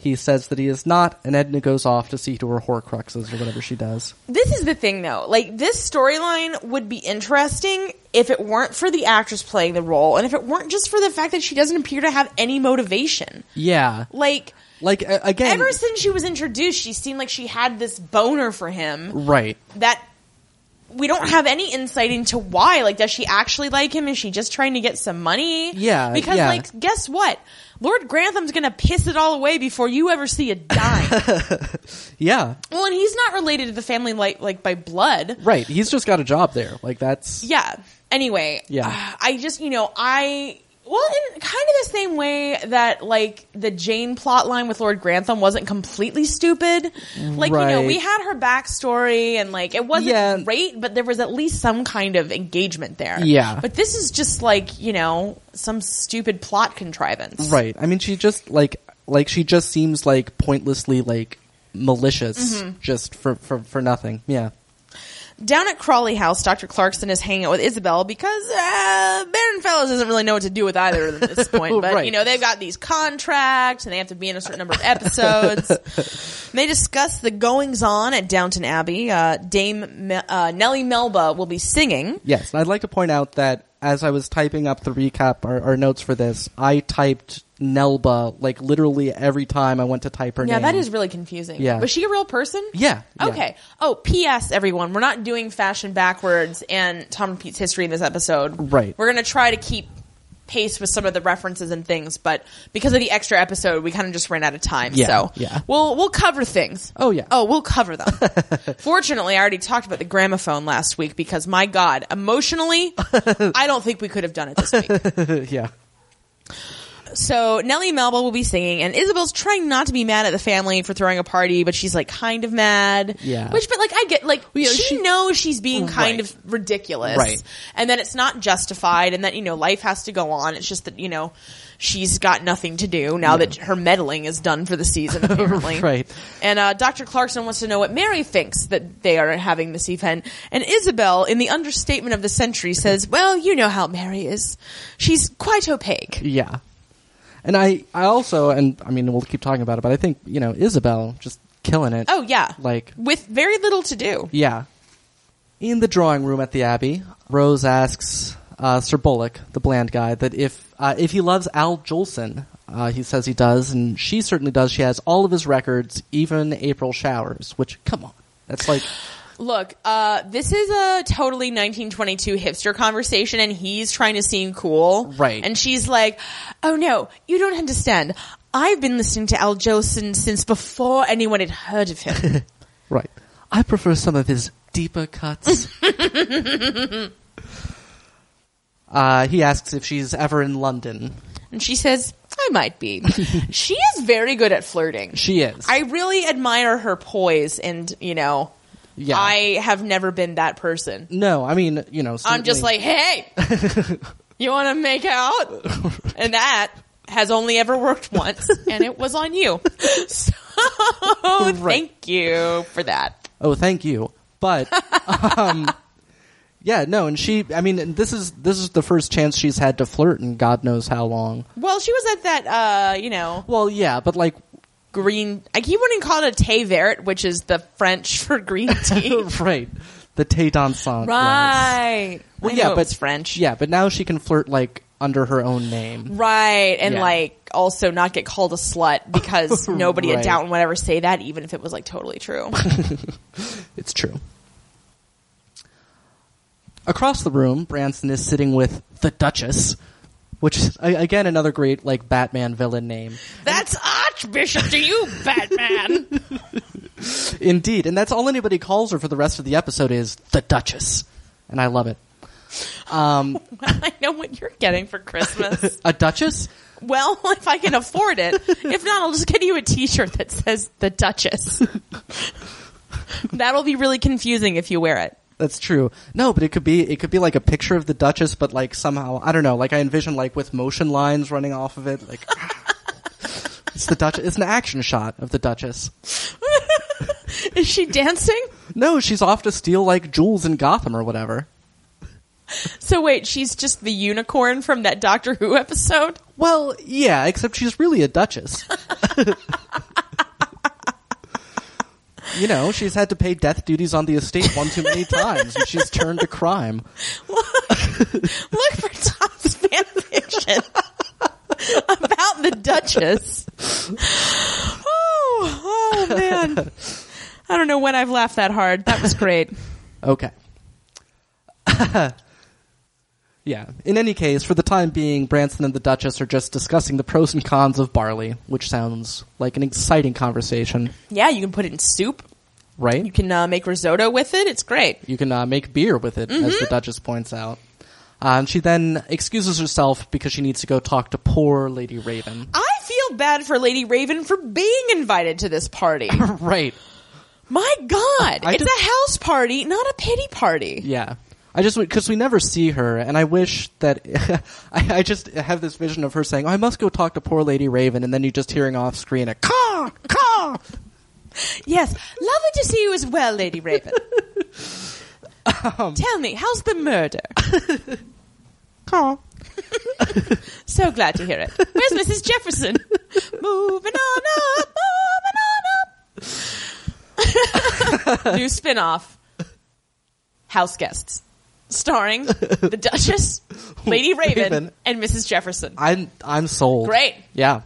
[SPEAKER 2] He says that he is not, and Edna goes off to see to her Horcruxes or whatever she does.
[SPEAKER 1] This is the thing though. Like this storyline would be interesting if it weren't for the actress playing the role and if it weren't just for the fact that she doesn't appear to have any motivation.
[SPEAKER 2] Yeah,
[SPEAKER 1] Like
[SPEAKER 2] like a- again,
[SPEAKER 1] ever since she was introduced, she seemed like she had this boner for him
[SPEAKER 2] right?
[SPEAKER 1] that we don't have any insight into why. Like, does she actually like him? Is she just trying to get some money?
[SPEAKER 2] Yeah,
[SPEAKER 1] Because,
[SPEAKER 2] yeah.
[SPEAKER 1] like, guess what? Lord Grantham's gonna piss it all away before you ever see a dime.
[SPEAKER 2] Yeah,
[SPEAKER 1] well, and he's not related to the family like like by blood.
[SPEAKER 2] right. He's just got a job there. Like that's
[SPEAKER 1] yeah. Anyway,
[SPEAKER 2] Yeah.
[SPEAKER 1] uh, I just you know I well in kind of the same way that like the Jane plot line with Lord Grantham wasn't completely stupid. Like you know
[SPEAKER 2] Right.
[SPEAKER 1] we had her backstory and like it wasn't
[SPEAKER 2] Yeah.
[SPEAKER 1] great, but there was at least some kind of engagement there.
[SPEAKER 2] Yeah.
[SPEAKER 1] But this is just like you know some stupid plot contrivance.
[SPEAKER 2] right. I mean, she just like like she just seems like pointlessly like malicious, just for for for nothing. Yeah.
[SPEAKER 1] Down at Crawley House, Dr. Clarkson is hanging out with Isabel because uh, Baron Fellows doesn't really know what to do with either of them at this point. But,
[SPEAKER 2] Right.
[SPEAKER 1] you know, they've got these contracts and they have to be in a certain number of episodes. And they discuss the goings on at Downton Abbey. Uh, Dame Me- uh, Nellie Melba will be singing.
[SPEAKER 2] Yes, and I'd like to point out that as I was typing up the recap or, or notes for this, I typed Nelba like literally every time I went to type her
[SPEAKER 1] Yeah,
[SPEAKER 2] name.
[SPEAKER 1] that is really confusing.
[SPEAKER 2] Yeah.
[SPEAKER 1] Was she a real person?
[SPEAKER 2] Yeah, yeah.
[SPEAKER 1] Okay. Oh, P.S. Everyone, we're not doing fashion backwards and Tom and Pete's history in this episode.
[SPEAKER 2] Right.
[SPEAKER 1] We're gonna try to keep pace with some of the references and things, but because of the extra episode, we kind of just ran out of time.
[SPEAKER 2] Yeah,
[SPEAKER 1] so
[SPEAKER 2] yeah.
[SPEAKER 1] we'll we'll cover things.
[SPEAKER 2] Oh, yeah.
[SPEAKER 1] Oh, we'll cover them. Fortunately, I already talked about the gramophone last week because my God, emotionally, I don't think we could have done it this week.
[SPEAKER 2] yeah.
[SPEAKER 1] So Nellie Melba will be singing, and Isabel's trying not to be mad at the family for throwing a party, but she's like kind of mad.
[SPEAKER 2] Yeah.
[SPEAKER 1] Which, but like I get, like
[SPEAKER 2] yeah,
[SPEAKER 1] she,
[SPEAKER 2] she-
[SPEAKER 1] knows she's being kind
[SPEAKER 2] Right.
[SPEAKER 1] of ridiculous,
[SPEAKER 2] Right.
[SPEAKER 1] And that it's not justified, and that you know life has to go on. It's just that you know she's got nothing to do now that her meddling is done for the season, apparently.
[SPEAKER 2] Right.
[SPEAKER 1] And uh, Dr. Clarkson wants to know what Mary thinks that they are having this event. And Isabel, in the understatement of the century, says, Well, you know how Mary is. She's quite opaque.
[SPEAKER 2] Yeah. And I, I also, and I mean, we'll keep talking about it, but I think, you know, Isabel just killing it.
[SPEAKER 1] Oh yeah.
[SPEAKER 2] Like-
[SPEAKER 1] with very little to do.
[SPEAKER 2] Yeah. In the drawing room at the Abbey, Rose asks uh, Sir Bullock, the bland guy, that if uh, if he loves Al Jolson. Uh, he says he does, and she certainly does. She has all of his records, even April Showers, which, come on. That's like,
[SPEAKER 1] Look, uh, this is a totally 1922 hipster conversation, and he's trying to seem cool,
[SPEAKER 2] Right.
[SPEAKER 1] And she's like, "Oh no, you don't understand. I've been listening to Al Jolson since before anyone had heard of him."
[SPEAKER 2] right. I prefer some of his deeper cuts. uh, he asks if she's ever in London.
[SPEAKER 1] and she says, "I might be." she is very good at flirting.
[SPEAKER 2] She is.
[SPEAKER 1] I really admire her poise, and you know,
[SPEAKER 2] Yeah.
[SPEAKER 1] I have never been that person.
[SPEAKER 2] no, I mean, you know,
[SPEAKER 1] I'm just
[SPEAKER 2] certainly-
[SPEAKER 1] like, hey, you want to make out? And that has only ever worked once, and it was on you. So thank you for that.
[SPEAKER 2] Oh, thank you. But um, yeah, no, and she. I mean, and this is this is the first chance she's had to flirt in God knows how long.
[SPEAKER 1] Well, she was at that, uh, you know,
[SPEAKER 2] Well, yeah, but like,
[SPEAKER 1] green. I keep wanting to call it a thé vert, which is the French for green tea.
[SPEAKER 2] right, the Tay dansant.
[SPEAKER 1] right.
[SPEAKER 2] Well,
[SPEAKER 1] I
[SPEAKER 2] yeah,
[SPEAKER 1] know it
[SPEAKER 2] but
[SPEAKER 1] was French.
[SPEAKER 2] Yeah, but now she can flirt like under her own name.
[SPEAKER 1] Right, and
[SPEAKER 2] Yeah.
[SPEAKER 1] like also not get called a slut because nobody at
[SPEAKER 2] Right.
[SPEAKER 1] Downton would ever say that, even if it was like totally true. Mm.
[SPEAKER 2] It's true. Across the room, Branson is sitting with the Duchess, which is a- again another great like Batman villain name.
[SPEAKER 1] That's Archbishop to you, Batman.
[SPEAKER 2] Indeed, and that's all anybody calls her for the rest of the episode is the Duchess, and I love it. Um,
[SPEAKER 1] Well, I know what you're getting for Christmas.
[SPEAKER 2] a duchess?
[SPEAKER 1] well, if I can afford it. If not, I'll just get you a T-shirt that says the Duchess. That'll be really confusing if you wear it.
[SPEAKER 2] That's true. No, but it could be it could be like a picture of the Duchess, but like somehow I don't know. Like I envision like with motion lines running off of it. Like it's the Duchess. It's an action shot of the Duchess.
[SPEAKER 1] Is she dancing?
[SPEAKER 2] No, she's off to steal like jewels in Gotham or whatever.
[SPEAKER 1] So wait, she's just the unicorn from that Doctor Who episode.
[SPEAKER 2] Well, yeah, except she's really a duchess. you know, she's had to pay death duties on the estate one too many times, and she's turned to crime.
[SPEAKER 1] Look for Tom's fan fiction about the Duchess. Oh, oh man! I don't know when I've laughed that hard. That was great.
[SPEAKER 2] Okay. yeah. In any case, for the time being, Branson and the Duchess are just discussing the pros and cons of barley, which sounds like an exciting conversation,
[SPEAKER 1] Yeah, you can put it in soup.
[SPEAKER 2] right?
[SPEAKER 1] You can uh, make risotto with it. It's great.
[SPEAKER 2] You can uh, make beer with it, as the Duchess points out. Uh, and she then excuses herself because she needs to go talk to poor Lady Raven.
[SPEAKER 1] I feel bad for Lady Raven for being invited to this party.
[SPEAKER 2] right.
[SPEAKER 1] My God,
[SPEAKER 2] I
[SPEAKER 1] it's
[SPEAKER 2] just-
[SPEAKER 1] a house party, not a pity party.
[SPEAKER 2] Yeah. I just because we never see her, and I wish that I, I just have this vision of her saying, oh, "I must go talk to poor Lady Raven," and then you just hearing off screen a caw caw.
[SPEAKER 1] Yes, lovely to see you as well, Lady Raven. Tell me, how's the murder? so glad to hear it. Where's Mrs. Jefferson? Moving on up, moving on up. New spin off House Guests, starring the Duchess, Lady Raven,
[SPEAKER 2] Raven.
[SPEAKER 1] and Mrs. Jefferson.
[SPEAKER 2] I'm I'm sold.
[SPEAKER 1] Great.
[SPEAKER 2] Yeah.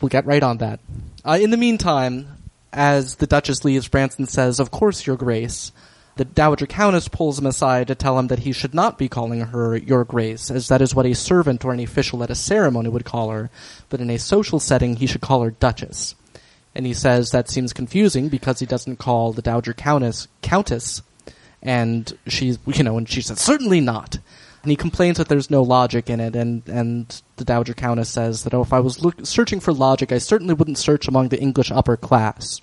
[SPEAKER 2] We'll get right on that. Uh, in the meantime, as the Duchess leaves, Branson says, "Of course, Your Grace." The Dowager Countess pulls him aside to tell him that he should not be calling her Your Grace, as that is what a servant or an official at a ceremony would call her, but in a social setting he should call her Duchess. And he says that seems confusing because he doesn't call the Dowager Countess Countess. And she's, you know, and she says, certainly not. And he complains that there's no logic in it, and, and the Dowager Countess says that, oh, if I was look, searching for logic, I certainly wouldn't search among the English upper class.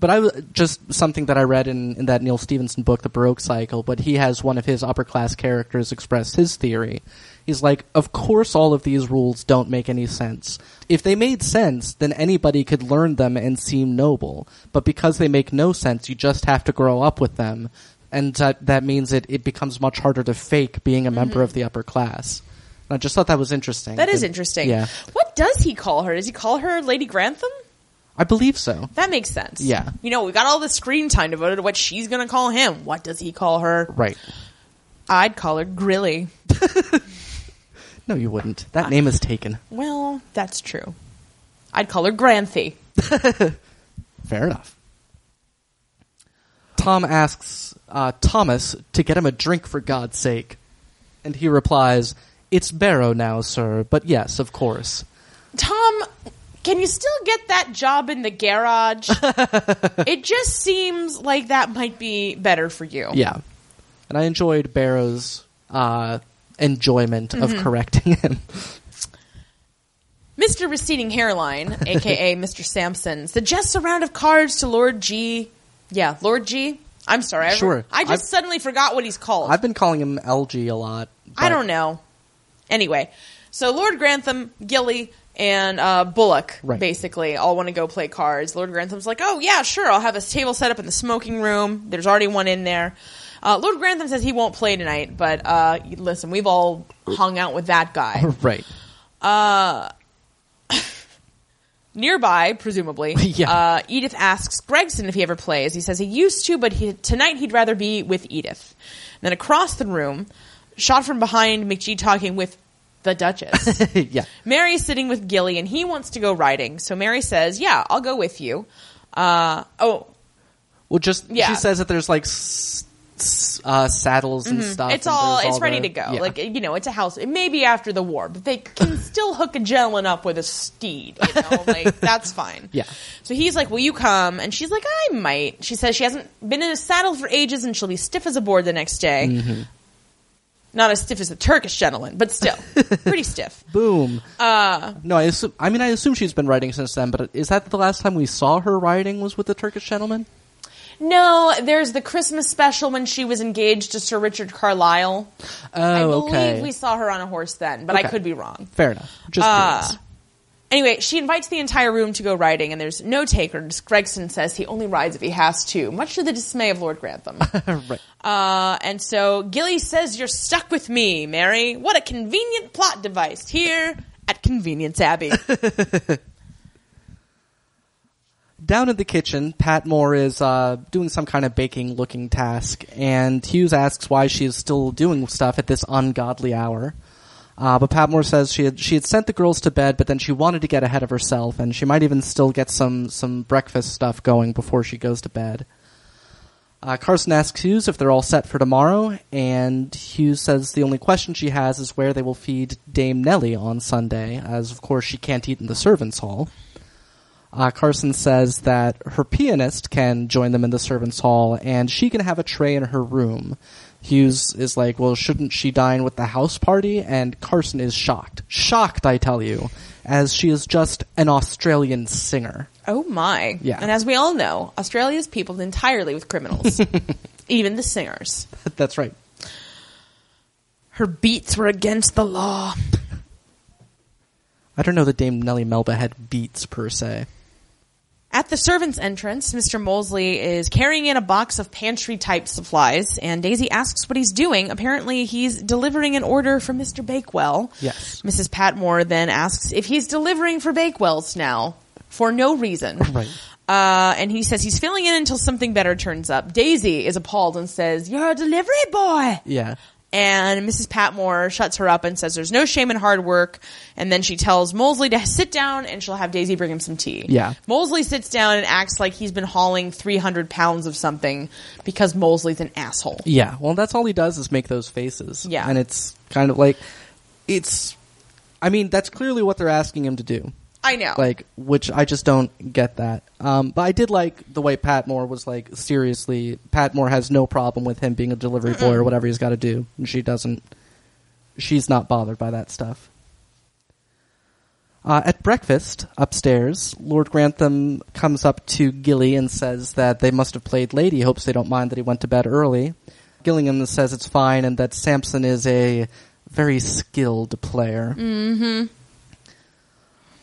[SPEAKER 2] But I w- just something that I read in, in that Neil Stevenson book, The Baroque Cycle. But he has one of his upper class characters express his theory. He's like, of course, all of these rules don't make any sense. If they made sense, then anybody could learn them and seem noble. But because they make no sense, you just have to grow up with them, and that that means it it becomes much harder to fake being a member of the upper class. And I just thought that was interesting.
[SPEAKER 1] Mm-hmm. That is
[SPEAKER 2] But-
[SPEAKER 1] interesting.
[SPEAKER 2] Yeah,
[SPEAKER 1] What does he call her? Does he call her Lady Grantham?
[SPEAKER 2] I believe so.
[SPEAKER 1] That makes sense.
[SPEAKER 2] Yeah.
[SPEAKER 1] You know, we got all the screen time devoted to what she's going to call him. What does he call her?
[SPEAKER 2] Right.
[SPEAKER 1] I'd call her Grilly.
[SPEAKER 2] No, you wouldn't. That name is taken.
[SPEAKER 1] Well, that's true. I'd call her Granthy.
[SPEAKER 2] Fair enough. Tom asks uh, Thomas to get him a drink for God's sake. And he replies, It's Barrow now, sir, but yes, of course.
[SPEAKER 1] Tom, can you still get that job in the garage? it just seems like that might be better for you.
[SPEAKER 2] Yeah. And I enjoyed Barrow's uh, enjoyment
[SPEAKER 1] Mm-hmm.
[SPEAKER 2] of correcting him.
[SPEAKER 1] Mr. Receding Hairline, aka Mr. Sampson, suggests a round of cards to Lord G. Yeah, Lord G. I'm sorry. I,
[SPEAKER 2] Sure.
[SPEAKER 1] I just
[SPEAKER 2] I've-
[SPEAKER 1] suddenly forgot what he's called.
[SPEAKER 2] I've been calling him LG a lot.
[SPEAKER 1] I
[SPEAKER 2] but-
[SPEAKER 1] don't know. Anyway, so Lord Grantham, Gilly, and uh, Bullock
[SPEAKER 2] Right.
[SPEAKER 1] basically all want to go play cards. Lord Grantham's like, "Oh yeah, sure, I'll have a table set up in the smoking room. There's already one in there." Uh, Lord Grantham says he won't play tonight, but uh, listen, we've all hung out with that guy.
[SPEAKER 2] Right.
[SPEAKER 1] Nearby, presumably,
[SPEAKER 2] Yeah.
[SPEAKER 1] uh, Edith asks Gregson if he ever plays. He says he used to, but he, tonight he'd rather be with Edith. And then across the room, shot from behind, McGee talking with the Duchess.
[SPEAKER 2] yeah.
[SPEAKER 1] Mary is sitting with Gilly, and he wants to go riding. So Mary says, "Yeah, I'll go with you." Uh, oh,
[SPEAKER 2] Well, just
[SPEAKER 1] Yeah.
[SPEAKER 2] she says that there's like s- s- uh, saddles and stuff.
[SPEAKER 1] Mm-hmm. It's
[SPEAKER 2] and
[SPEAKER 1] all
[SPEAKER 2] there's
[SPEAKER 1] it's
[SPEAKER 2] all
[SPEAKER 1] ready to
[SPEAKER 2] the-
[SPEAKER 1] go.
[SPEAKER 2] yeah.
[SPEAKER 1] Like you know, it's a house. It may be after the war, but they can still hook a gentleman up with a steed. You know, like that's fine.
[SPEAKER 2] Yeah.
[SPEAKER 1] So he's like, "Will you come?" And she's like, "I might." She says she hasn't been in a saddle for ages, and she'll be stiff as a board the next day.
[SPEAKER 2] Mm-hmm.
[SPEAKER 1] Not as stiff as the Turkish gentleman, but still pretty stiff.
[SPEAKER 2] boom.
[SPEAKER 1] Uh.
[SPEAKER 2] no, I, assume, I mean, I assume she's been writing since then. But is that the last time we saw her writing was with the Turkish gentleman?
[SPEAKER 1] No, there's the Christmas special when she was engaged to Sir Richard Carlyle.
[SPEAKER 2] Oh,
[SPEAKER 1] I believe
[SPEAKER 2] okay.
[SPEAKER 1] we saw her on a horse then, but I
[SPEAKER 2] Okay.
[SPEAKER 1] could be wrong.
[SPEAKER 2] Fair enough. Just
[SPEAKER 1] Uh,
[SPEAKER 2] curious.
[SPEAKER 1] Anyway, she invites the entire room to go riding, and there's no takers. Gregson says he only rides if he has to, much to the dismay of Lord Grantham.
[SPEAKER 2] right.
[SPEAKER 1] uh, and so Gilly says, You're stuck with me, Mary. What a convenient plot device here at Convenience Abbey.
[SPEAKER 2] Down in the kitchen, Pat Moore is uh, doing some kind of baking looking task, and Hughes asks why she is still doing stuff at this ungodly hour. Uh, but Pat Moore says she had, she had sent the girls to bed, but then she wanted to get ahead of herself, and she might even still get some, some breakfast stuff going before she goes to bed. Uh, Carson asks Hughes if they're all set for tomorrow, and Hughes says the only question she has is where they will feed Dame Nellie on Sunday, as of course she can't eat in the servants' hall. Uh, Carson says that her pianist can join them in the servants' hall, and she can have a tray in her room. Hughes is like, "Well, shouldn't she dine with the house party?" And Carson is shocked, shocked, I tell you, as she is just an Australian singer.
[SPEAKER 1] oh my.
[SPEAKER 2] Yeah.
[SPEAKER 1] And as we all know, Australia is peopled entirely with criminals, even the singers.
[SPEAKER 2] That's right.
[SPEAKER 1] Her beats were against the law.
[SPEAKER 2] I don't know that Dame Nellie Melba had beats per se.
[SPEAKER 1] At the servants' entrance, Mr. Molesley is carrying in a box of pantry type supplies, and Daisy asks what he's doing. Apparently, he's delivering an order for Mr. Bakewell.
[SPEAKER 2] Yes.
[SPEAKER 1] Mrs. Patmore then asks if he's delivering for Bakewell's now for no reason.
[SPEAKER 2] Right.
[SPEAKER 1] Uh, and he says he's filling in until something better turns up. Daisy is appalled and says, You're a delivery boy.
[SPEAKER 2] Yeah.
[SPEAKER 1] And Mrs. Patmore shuts her up and says there's no shame in hard work. And then she tells Molesley to sit down and she'll have Daisy bring him some tea.
[SPEAKER 2] Yeah.
[SPEAKER 1] Molesley sits down and acts like he's been hauling 300 pounds of something because Molesley's an asshole.
[SPEAKER 2] Yeah. Well, that's all he does is make those faces.
[SPEAKER 1] Yeah.
[SPEAKER 2] And it's kind of like, it's, I mean, that's clearly what they're asking him to do.
[SPEAKER 1] I know.
[SPEAKER 2] Like, which I just don't get that. Um, but I did like the way Pat Moore was like, seriously, Pat Moore has no problem with him being a delivery boy or whatever he's got to do. And she doesn't, she's not bothered by that stuff. Uh, at breakfast upstairs, Lord Grantham comes up to Gilly and says that they must have played Lady, hopes they don't mind that he went to bed early. Gillingham says it's fine and that Samson is a very skilled player. Mm-hmm.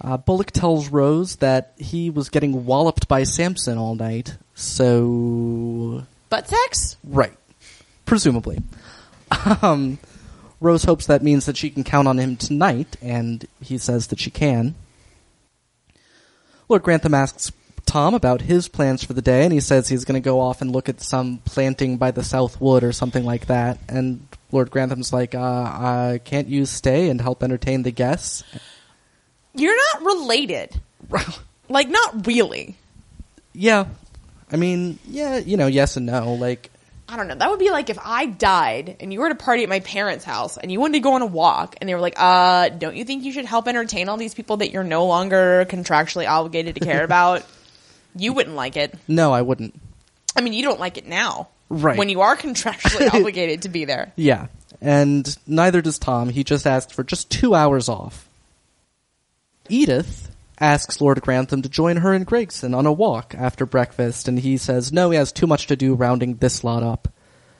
[SPEAKER 2] Uh, Bullock tells Rose that he was getting walloped by Samson all night, so
[SPEAKER 1] Butt sex?
[SPEAKER 2] Right. Presumably. Um, Rose hopes that means that she can count on him tonight, and he says that she can. Lord Grantham asks Tom about his plans for the day, and he says he's going to go off and look at some planting by the South Wood or something like that. And Lord Grantham's like, uh, uh, can't you stay and help entertain the guests?
[SPEAKER 1] You're not related. Like, not really.
[SPEAKER 2] yeah. I mean, yeah, you know, yes and no. Like,
[SPEAKER 1] I don't know. That would be like if I died and you were at a party at my parents' house and you wanted to go on a walk and they were like, uh, don't you think you should help entertain all these people that you're no longer contractually obligated to care about? you wouldn't like it.
[SPEAKER 2] no, I wouldn't.
[SPEAKER 1] I mean, you don't like it now.
[SPEAKER 2] Right.
[SPEAKER 1] When you are contractually obligated to be there.
[SPEAKER 2] Yeah, and neither does Tom. He just asked for just two hours off. Edith asks Lord Grantham to join her and Gregson on a walk after breakfast, and he says no, he has too much to do rounding this lot up.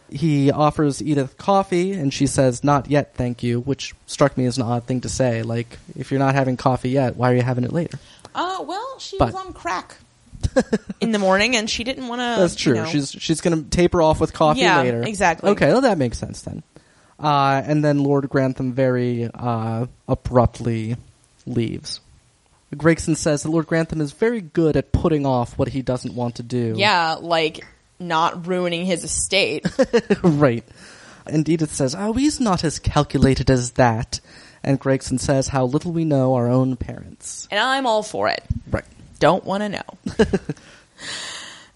[SPEAKER 2] He offers Edith coffee, and she says, Not yet, thank you, which struck me as an odd thing to say. Like, if you're not having coffee yet, why are you having it later?
[SPEAKER 1] Uh, well, she
[SPEAKER 2] But-
[SPEAKER 1] was on crack in the morning and she didn't want to.
[SPEAKER 2] That's true. She's she's going to taper off with coffee
[SPEAKER 1] Yeah,
[SPEAKER 2] later.
[SPEAKER 1] exactly.
[SPEAKER 2] Okay, well, that makes sense then. Uh, and then Lord Grantham very uh, abruptly leaves. Gregson says that Lord Grantham is very good at putting off what he doesn't want to do.
[SPEAKER 1] Yeah, like not ruining his estate.
[SPEAKER 2] right. And Edith says, Oh, he's not as calculated as that. And Gregson says, How little we know our own parents.
[SPEAKER 1] and I'm all for it.
[SPEAKER 2] Right.
[SPEAKER 1] Don't want to know.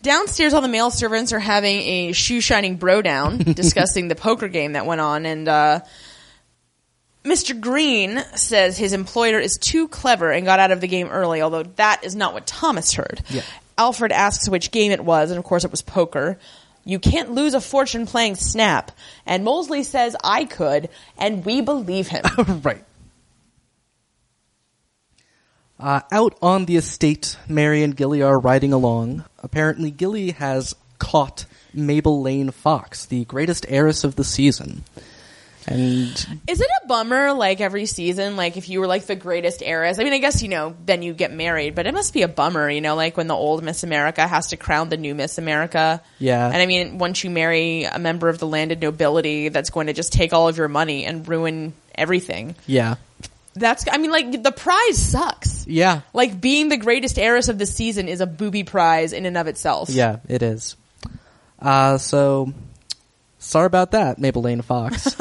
[SPEAKER 1] Downstairs, all the male servants are having a shoe shining bro down, discussing the poker game that went on, and uh, Mr. Green says his employer is too clever and got out of the game early, although that is not what Thomas heard.
[SPEAKER 2] Yeah.
[SPEAKER 1] Alfred asks which game it was, and of course it was poker. You can't lose a fortune playing snap. And Molesley says, I could, and we believe him.
[SPEAKER 2] right. Uh, out on the estate, Mary and Gilly are riding along. Apparently, Gilly has caught Mabel Lane Fox, the greatest heiress of the season. And
[SPEAKER 1] Is it a bummer, like every season, like if you were like the greatest heiress? I mean, I guess you know, then you get married, but it must be a bummer, you know, like when the old Miss America has to crown the new Miss America.
[SPEAKER 2] Yeah.
[SPEAKER 1] And I mean, once you marry a member of the landed nobility, that's going to just take all of your money and ruin everything.
[SPEAKER 2] yeah,
[SPEAKER 1] That's, I mean, like the prize sucks.
[SPEAKER 2] yeah,
[SPEAKER 1] Like being the greatest heiress of the season is a booby prize in and of itself.
[SPEAKER 2] yeah, it is. Uh, so sorry about that, Mabel Lane Fox.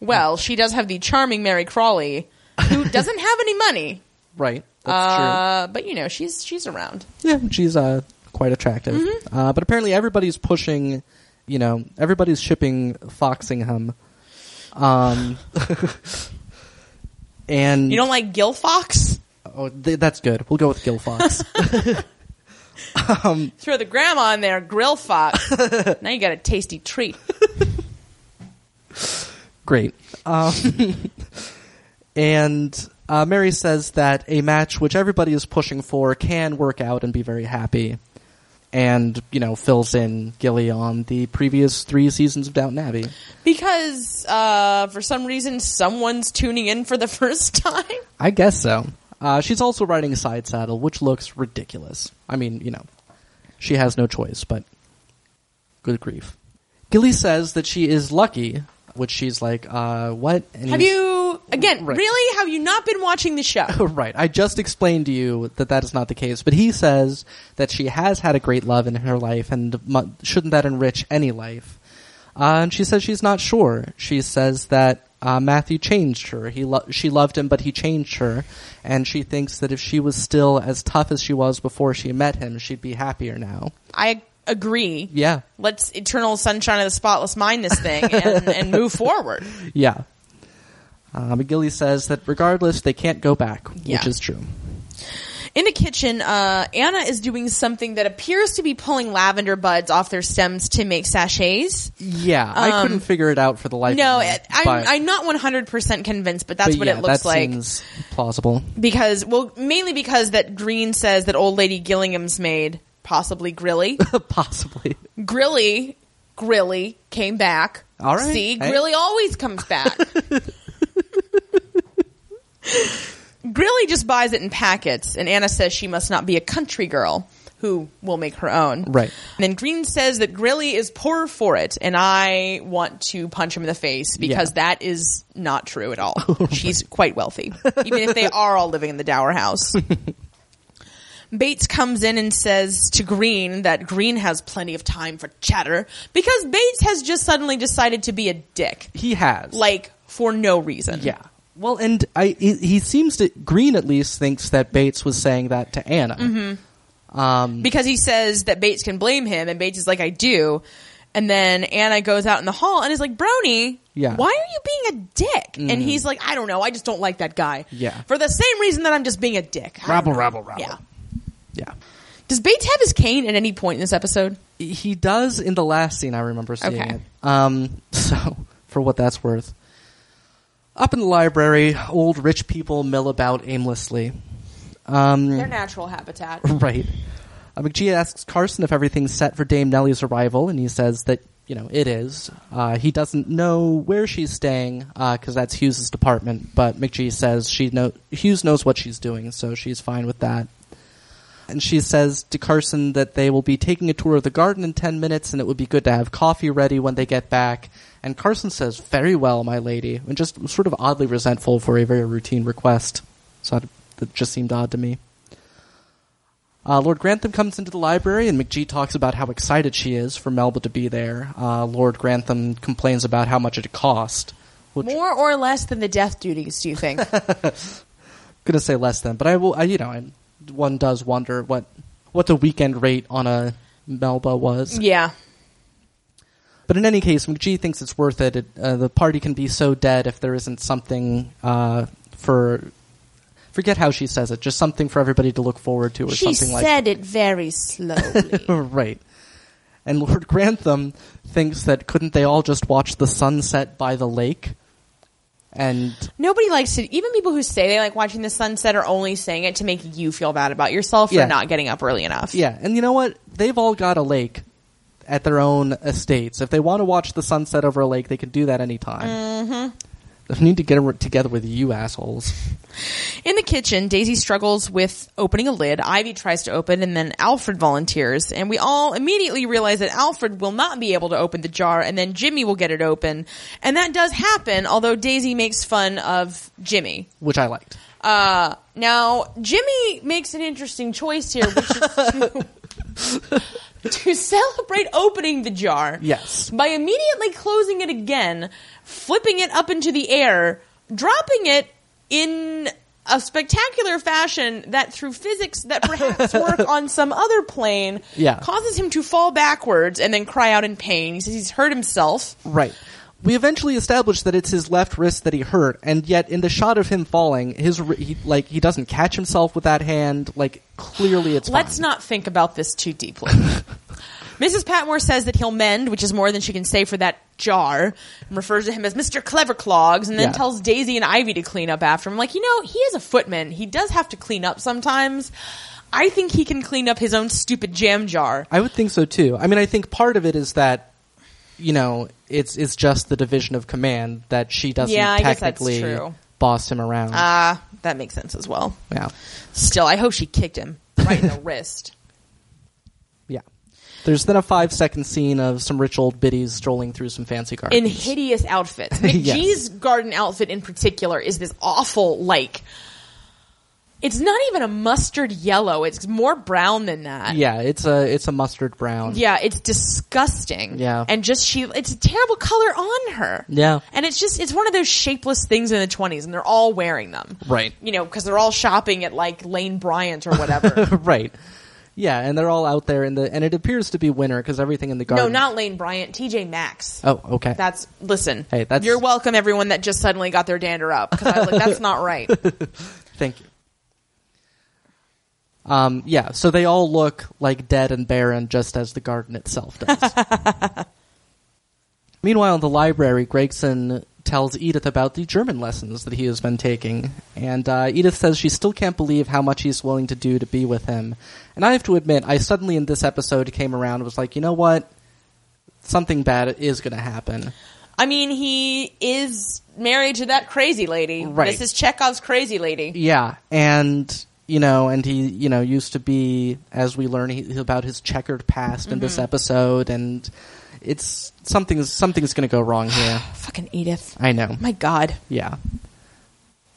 [SPEAKER 1] Well, she does have the charming Mary Crawley, who doesn't have any money.
[SPEAKER 2] right, that's true.
[SPEAKER 1] Uh, but you know, she's she's around.
[SPEAKER 2] Yeah, she's uh, quite attractive. Uh, but apparently, everybody's pushing. You know, everybody's shipping Foxingham. Um, and
[SPEAKER 1] You don't like Gil Fox?
[SPEAKER 2] oh, th- that's good. We'll go with Gil Fox.
[SPEAKER 1] Throw the grandma in there, grill fox. now you got a tasty treat.
[SPEAKER 2] Great. Um, and uh, Mary says that a match which everybody is pushing for can work out and be very happy. And you know, fills in Gilly on the previous three seasons of Downton Abbey.
[SPEAKER 1] Because uh, for some reason, someone's tuning in for the first time.
[SPEAKER 2] I guess so. Uh, she's also riding a side saddle, which looks ridiculous. I mean, you know, she has no choice, but good grief. Gilly says that she is lucky, which she's like, uh, what? And
[SPEAKER 1] Have
[SPEAKER 2] he's-
[SPEAKER 1] you, again,
[SPEAKER 2] Right.
[SPEAKER 1] really? Have you not been watching the show?
[SPEAKER 2] Right. I just explained to you that that is not the case, but he says that she has had a great love in her life, and mu- shouldn't that enrich any life? Uh, and she says she's not sure. She says that uh, Matthew changed her. He lo- she loved him, but he changed her, and she thinks that if she was still as tough as she was before she met him, she'd be happier now.
[SPEAKER 1] I agree.
[SPEAKER 2] Yeah.
[SPEAKER 1] Let's eternal sunshine of the spotless mind this thing and, and move forward.
[SPEAKER 2] Yeah. Uh, McGilly says that regardless, they can't go back, which
[SPEAKER 1] Yeah.
[SPEAKER 2] is true.
[SPEAKER 1] In the kitchen, uh, Anna is doing something that appears to be pulling lavender buds off their stems to make sachets.
[SPEAKER 2] Yeah, I couldn't figure it out for the life
[SPEAKER 1] Um, No,
[SPEAKER 2] of me.
[SPEAKER 1] it- I'm,
[SPEAKER 2] but-
[SPEAKER 1] I'm not 100% convinced, but that's
[SPEAKER 2] But
[SPEAKER 1] what
[SPEAKER 2] yeah,
[SPEAKER 1] it looks
[SPEAKER 2] that
[SPEAKER 1] like.
[SPEAKER 2] Seems plausible.
[SPEAKER 1] because, well, mainly because that Green says that old lady Gillingham's maid, possibly Grilly,
[SPEAKER 2] Possibly.
[SPEAKER 1] Grilly, Grilly came back.
[SPEAKER 2] All right.
[SPEAKER 1] See,
[SPEAKER 2] Hey.
[SPEAKER 1] Grilly always comes back. Grilly just buys it in packets, and Anna says she must not be a country girl who will make her own.
[SPEAKER 2] Right.
[SPEAKER 1] And then Green says that Grilly is poor for it, and I want to punch him in the face because that is not true at all. She's quite wealthy, even if they are all living in the Dower house. Bates comes in and says to Green that Green has plenty of time for chatter because Bates has just suddenly decided to be a dick,
[SPEAKER 2] He has.
[SPEAKER 1] like for no reason.
[SPEAKER 2] yeah. Well, and I he, he seems to Green at least thinks that Bates was saying that to Anna.
[SPEAKER 1] Mm-hmm.
[SPEAKER 2] Um,
[SPEAKER 1] because he says that Bates can blame him, and Bates is like, "I do." And then Anna goes out in the hall and is like, "Brony,
[SPEAKER 2] Yeah. Mm.
[SPEAKER 1] why are you being a dick?" And he's like, "I don't know. I just don't like that guy.
[SPEAKER 2] Yeah.
[SPEAKER 1] for the same reason that I'm just being a dick." I
[SPEAKER 2] rabble,
[SPEAKER 1] don't know.
[SPEAKER 2] rabble, rabble.
[SPEAKER 1] Yeah.
[SPEAKER 2] Yeah.
[SPEAKER 1] Does Bates have his cane at any point in this episode?
[SPEAKER 2] He does in the last scene. I remember seeing
[SPEAKER 1] Okay.
[SPEAKER 2] it. Um, so for what that's worth, up in the library, old rich people mill about aimlessly. Um,
[SPEAKER 1] Their natural habitat.
[SPEAKER 2] Right. Uh, McGee asks Carson if everything's set for Dame Nellie's arrival, and he says that, you know, it is. Uh, he doesn't know where she's staying, because that's Hughes' department, but McGee says she know- Hughes knows what she's doing, so she's fine with that. And she says to Carson that they will be taking a tour of the garden in 10 minutes, and it would be good to have coffee ready when they get back. And Carson says, very well, my lady, and just was sort of oddly resentful for a very routine request. So I- that just seemed odd to me. Uh, Lord Grantham comes into the library, and McGee talks about how excited she is for Melba to be there. Uh, Lord Grantham complains about how much it cost. Which
[SPEAKER 1] More or less than the death duties, do you think?
[SPEAKER 2] I'm gonna say less than, but I will. I, you know, I, one does wonder what what the weekend rate on a Melba was.
[SPEAKER 1] Yeah.
[SPEAKER 2] But in any case, McGee thinks it's worth it. it uh, the party can be so dead if there isn't something uh, for. Forget how she says it. Just something for everybody to look forward to, or
[SPEAKER 1] She
[SPEAKER 2] something like.
[SPEAKER 1] said it very slowly.
[SPEAKER 2] right. And Lord Grantham thinks that couldn't they all just watch the sunset by the lake? And
[SPEAKER 1] Nobody likes to. Even people who say they like watching the sunset are only saying it to make you feel bad about yourself for
[SPEAKER 2] Yeah.
[SPEAKER 1] not getting up early enough.
[SPEAKER 2] yeah, and you know what? They've all got a lake at their own estates. If they want to watch the sunset over a lake, they can do that anytime. Mm-hmm. They need to get a- together with you assholes.
[SPEAKER 1] In the kitchen, Daisy struggles with opening a lid. Ivy tries to open, and then Alfred volunteers. And we all immediately realize that Alfred will not be able to open the jar, and then Jimmy will get it open. And that does happen, although Daisy makes fun of Jimmy.
[SPEAKER 2] which I liked.
[SPEAKER 1] Uh, now, Jimmy makes an interesting choice here, which is to, to celebrate opening the jar.
[SPEAKER 2] Yes.
[SPEAKER 1] By immediately closing it again, flipping it up into the air, dropping it in a spectacular fashion that through physics that perhaps work on some other plane
[SPEAKER 2] Yeah.
[SPEAKER 1] causes him to fall backwards and then cry out in pain. He says he's hurt himself.
[SPEAKER 2] Right. We eventually establish that it's his left wrist that he hurt, and yet in the shot of him falling, his r- he, like he doesn't catch himself with that hand. Like clearly, it's
[SPEAKER 1] Let's
[SPEAKER 2] fine.
[SPEAKER 1] not think about this too deeply. Mrs. Patmore says that he'll mend, which is more than she can say for that jar, and refers to him as Mr. Clever Clogs, and then
[SPEAKER 2] Yeah.
[SPEAKER 1] tells Daisy and Ivy to clean up after him. Like, you know, he is a footman. He does have to clean up sometimes. I think he can clean up his own stupid jam jar.
[SPEAKER 2] I would think so too. I mean, I think part of it is that you know it's it's just the division of command that she doesn't
[SPEAKER 1] Yeah, I guess that's
[SPEAKER 2] technically
[SPEAKER 1] true.
[SPEAKER 2] boss him around.
[SPEAKER 1] Ah, that makes sense as well.
[SPEAKER 2] yeah,
[SPEAKER 1] Still, I hope she kicked him right in the wrist.
[SPEAKER 2] yeah. There's then a five second scene of some rich old biddies strolling through some fancy gardens.
[SPEAKER 1] in hideous outfits. McGee's garden outfit in particular is this awful, like, it's not even a mustard yellow. It's more brown than that.
[SPEAKER 2] yeah, it's a it's a mustard brown.
[SPEAKER 1] Yeah, it's disgusting.
[SPEAKER 2] Yeah.
[SPEAKER 1] And just she, it's a terrible color on her.
[SPEAKER 2] Yeah.
[SPEAKER 1] And it's just, it's one of those shapeless things in the 20s, and they're all wearing them.
[SPEAKER 2] Right.
[SPEAKER 1] You know, because they're all shopping at like Lane Bryant or whatever.
[SPEAKER 2] right. Yeah, and they're all out there in the and it appears to be winter because everything in the
[SPEAKER 1] no,
[SPEAKER 2] garden.
[SPEAKER 1] not Lane Bryant, TJ Maxx.
[SPEAKER 2] Oh, okay.
[SPEAKER 1] That's listen.
[SPEAKER 2] Hey, that's-
[SPEAKER 1] you're welcome, everyone that just suddenly got their dander up because I was like, that's not right.
[SPEAKER 2] Thank you. Um, yeah, so they all look like dead and barren, just as the garden itself does. Meanwhile, in the library, Gregson tells Edith about the German lessons that he has been taking, and uh, Edith says she still can't believe how much he's willing to do to be with him. And I have to admit, I suddenly in this episode came around and was like, you know what? Something bad is going to happen.
[SPEAKER 1] I mean, he is married to that crazy lady.
[SPEAKER 2] Right.
[SPEAKER 1] This is Chekhov's crazy lady.
[SPEAKER 2] Yeah, and you know, and he you know used to be, as we learn he, about his checkered past in this episode, and it's something's something's going to go wrong here.
[SPEAKER 1] Fucking Edith.
[SPEAKER 2] I know.
[SPEAKER 1] My God.
[SPEAKER 2] Yeah,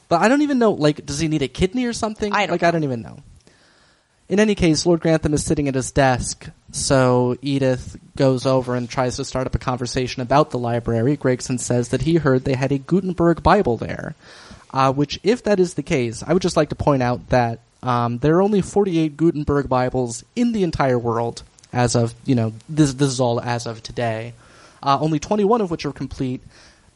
[SPEAKER 2] but I don't even know. Like, does he need a kidney or something?
[SPEAKER 1] I don't
[SPEAKER 2] like, I don't even know. In any case, Lord Grantham is sitting at his desk, so Edith goes over and tries to start up a conversation about the library. Gregson says that he heard they had a Gutenberg Bible there, uh, which, if that is the case, I would just like to point out that um, there are only 48 Gutenberg Bibles in the entire world as of, you know, this, this is all as of today, uh, only 21 of which are complete.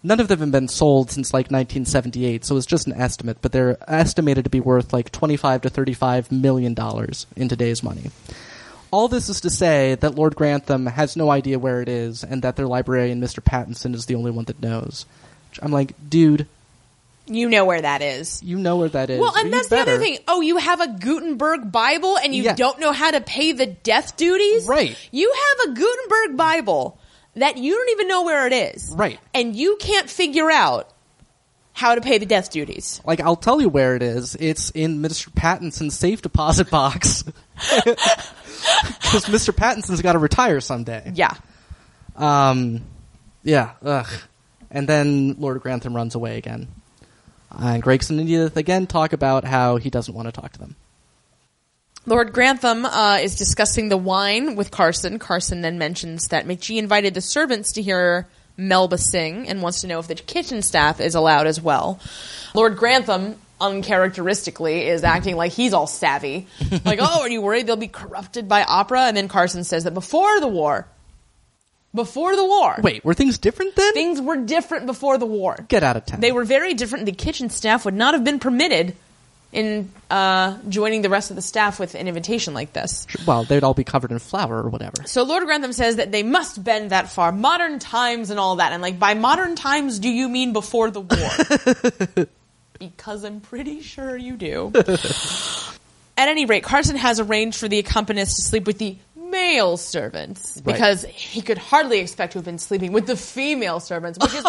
[SPEAKER 2] None of them have been sold since like 1978, so it's just an estimate, but they're estimated to be worth like 25 to 35 million dollars in today's money. All this is to say that Lord Grantham has no idea where it is, and that their librarian, Mr. Pattinson, is the only one that knows. Which I'm like, dude,
[SPEAKER 1] You know where that is.
[SPEAKER 2] you know where that is.
[SPEAKER 1] Well,
[SPEAKER 2] You
[SPEAKER 1] and that's the
[SPEAKER 2] better-
[SPEAKER 1] other thing. Oh, you have a Gutenberg Bible and you
[SPEAKER 2] Yeah.
[SPEAKER 1] don't know how to pay the death duties?
[SPEAKER 2] Right.
[SPEAKER 1] You have a Gutenberg Bible that you don't even know where it is.
[SPEAKER 2] Right.
[SPEAKER 1] And you can't figure out how to pay the death duties.
[SPEAKER 2] Like, I'll tell you where it is. It's in Mr. Pattinson's safe deposit box. Because Mr. Pattinson's got to retire someday.
[SPEAKER 1] Yeah.
[SPEAKER 2] Um, yeah, ugh. And then Lord Grantham runs away again. And Gregson and Edith again talk about how he doesn't want to talk to them.
[SPEAKER 1] Lord Grantham uh, is discussing the wine with Carson. Carson then mentions that McGee invited the servants to hear Melba sing and wants to know if the kitchen staff is allowed as well. Lord Grantham uncharacteristically is acting like he's all savvy. like, oh, are you worried they'll be corrupted by opera? And then Carson says that before the war, before the war,
[SPEAKER 2] Wait, were things different then?
[SPEAKER 1] things were different before the war.
[SPEAKER 2] Get out of town.
[SPEAKER 1] They were very different. The kitchen staff would not have been permitted in uh, joining the rest of the staff with an invitation like this.
[SPEAKER 2] well, they'd all be covered in flour or whatever.
[SPEAKER 1] So Lord Grantham says that they must bend that far. Modern times and all that. And like by modern times do you mean before the war? because I'm pretty sure you do. At any rate, Carson has arranged for the accompanist to sleep with the male servants
[SPEAKER 2] Right.
[SPEAKER 1] because he could hardly expect to have been sleeping with the female servants, which is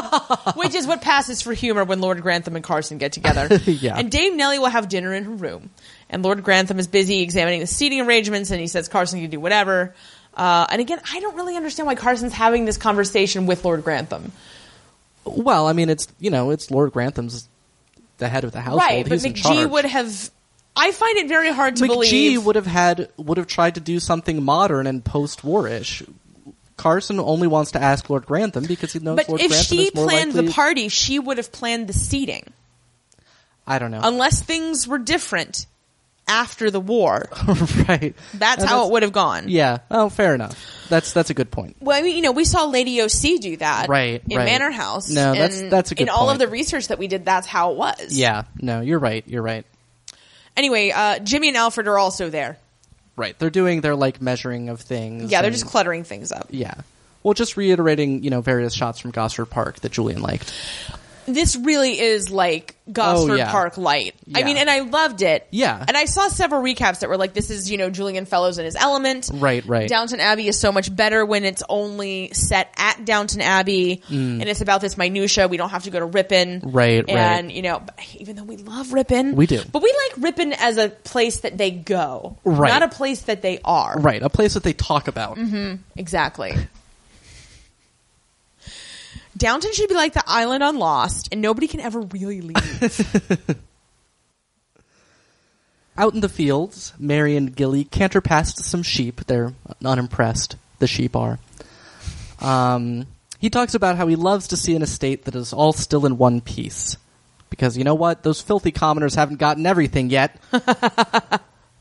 [SPEAKER 1] which is what passes for humor when Lord Grantham and Carson get together.
[SPEAKER 2] Yeah.
[SPEAKER 1] And Dame Nellie will have dinner in her room, and Lord Grantham is busy examining the seating arrangements, and he says Carson can do whatever. Uh, and again, I don't really understand why Carson's having this conversation with Lord Grantham.
[SPEAKER 2] Well, I mean, it's you know, it's Lord Grantham's the head of the household.
[SPEAKER 1] Right, but
[SPEAKER 2] He's in charge.
[SPEAKER 1] McGee would have. I find it very hard to
[SPEAKER 2] McGee
[SPEAKER 1] believe.
[SPEAKER 2] would have had would have tried to do something modern and post-warish. Carson only wants to ask Lord Grantham because he knows
[SPEAKER 1] but
[SPEAKER 2] Lord
[SPEAKER 1] if
[SPEAKER 2] Grantham
[SPEAKER 1] she
[SPEAKER 2] is more
[SPEAKER 1] planned
[SPEAKER 2] likely.
[SPEAKER 1] the party, she would have planned the seating.
[SPEAKER 2] I don't know.
[SPEAKER 1] Unless things were different after the war,
[SPEAKER 2] right.
[SPEAKER 1] that's
[SPEAKER 2] Uh,
[SPEAKER 1] how it would have gone.
[SPEAKER 2] Yeah. Oh, fair enough. That's that's a good point.
[SPEAKER 1] Well, I mean, you know, we saw Lady OC do that
[SPEAKER 2] Right,
[SPEAKER 1] in
[SPEAKER 2] right.
[SPEAKER 1] Manor House.
[SPEAKER 2] No, that's-
[SPEAKER 1] and
[SPEAKER 2] that's a good
[SPEAKER 1] In all of
[SPEAKER 2] point.
[SPEAKER 1] the research that we did, that's how it was.
[SPEAKER 2] Yeah. No, you're right. You're right.
[SPEAKER 1] Anyway, uh, Jimmy and Alfred are also there.
[SPEAKER 2] Right. They're doing their like measuring of things.
[SPEAKER 1] Yeah, they're
[SPEAKER 2] and-
[SPEAKER 1] just cluttering things up.
[SPEAKER 2] yeah. Well, just reiterating, you know, various shots from Gosford Park that Julian liked.
[SPEAKER 1] This really is like Gosford
[SPEAKER 2] Oh, yeah.
[SPEAKER 1] Park light. I
[SPEAKER 2] Yeah.
[SPEAKER 1] mean, and I loved it.
[SPEAKER 2] Yeah.
[SPEAKER 1] And I saw several recaps that were like, this is, you know, Julian Fellows in his element.
[SPEAKER 2] Right, right.
[SPEAKER 1] Downton Abbey is so much better when it's only set at Downton Abbey and it's about this minutia. We don't have to go to Ripon.
[SPEAKER 2] Mm. Right, right.
[SPEAKER 1] And, you know, even though we love Ripon.
[SPEAKER 2] We do.
[SPEAKER 1] But we like Ripon as a place that they go.
[SPEAKER 2] Right.
[SPEAKER 1] Not a place that they are.
[SPEAKER 2] Right. A place that they talk about.
[SPEAKER 1] Exactly. Downton should be like the island on Lost, and nobody can ever really leave.
[SPEAKER 2] Out in the fields, Mary and Gilly canter past some sheep. They're unimpressed. The sheep are. Um, he talks about how he loves to see an estate that is all still in one piece. Because you know what? Those filthy commoners haven't gotten everything yet.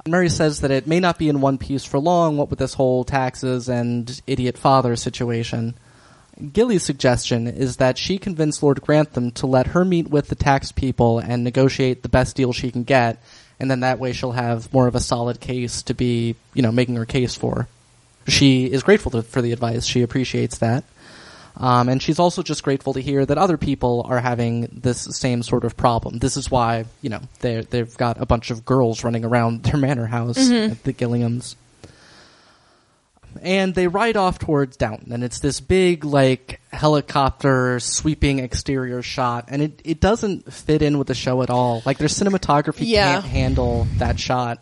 [SPEAKER 2] Murray says that it may not be in one piece for long, what with this whole taxes and idiot father situation. Gilly's suggestion is that she convince Lord Grantham to let her meet with the tax people and negotiate the best deal she can get, and then that way she'll have more of a solid case to be, you know, making her case for. She is grateful to, for the advice. She appreciates that. Um, and she's also just grateful to hear that other people are having this same sort of problem. This is why, you know, they they've got a bunch of girls running around their manor house
[SPEAKER 1] Mm-hmm.
[SPEAKER 2] at the Gilliams. And they ride off towards Downton, and it's this big, like, helicopter sweeping exterior shot, and it, it doesn't fit in with the show at all. Like, their cinematography
[SPEAKER 1] Yeah.
[SPEAKER 2] can't handle that shot.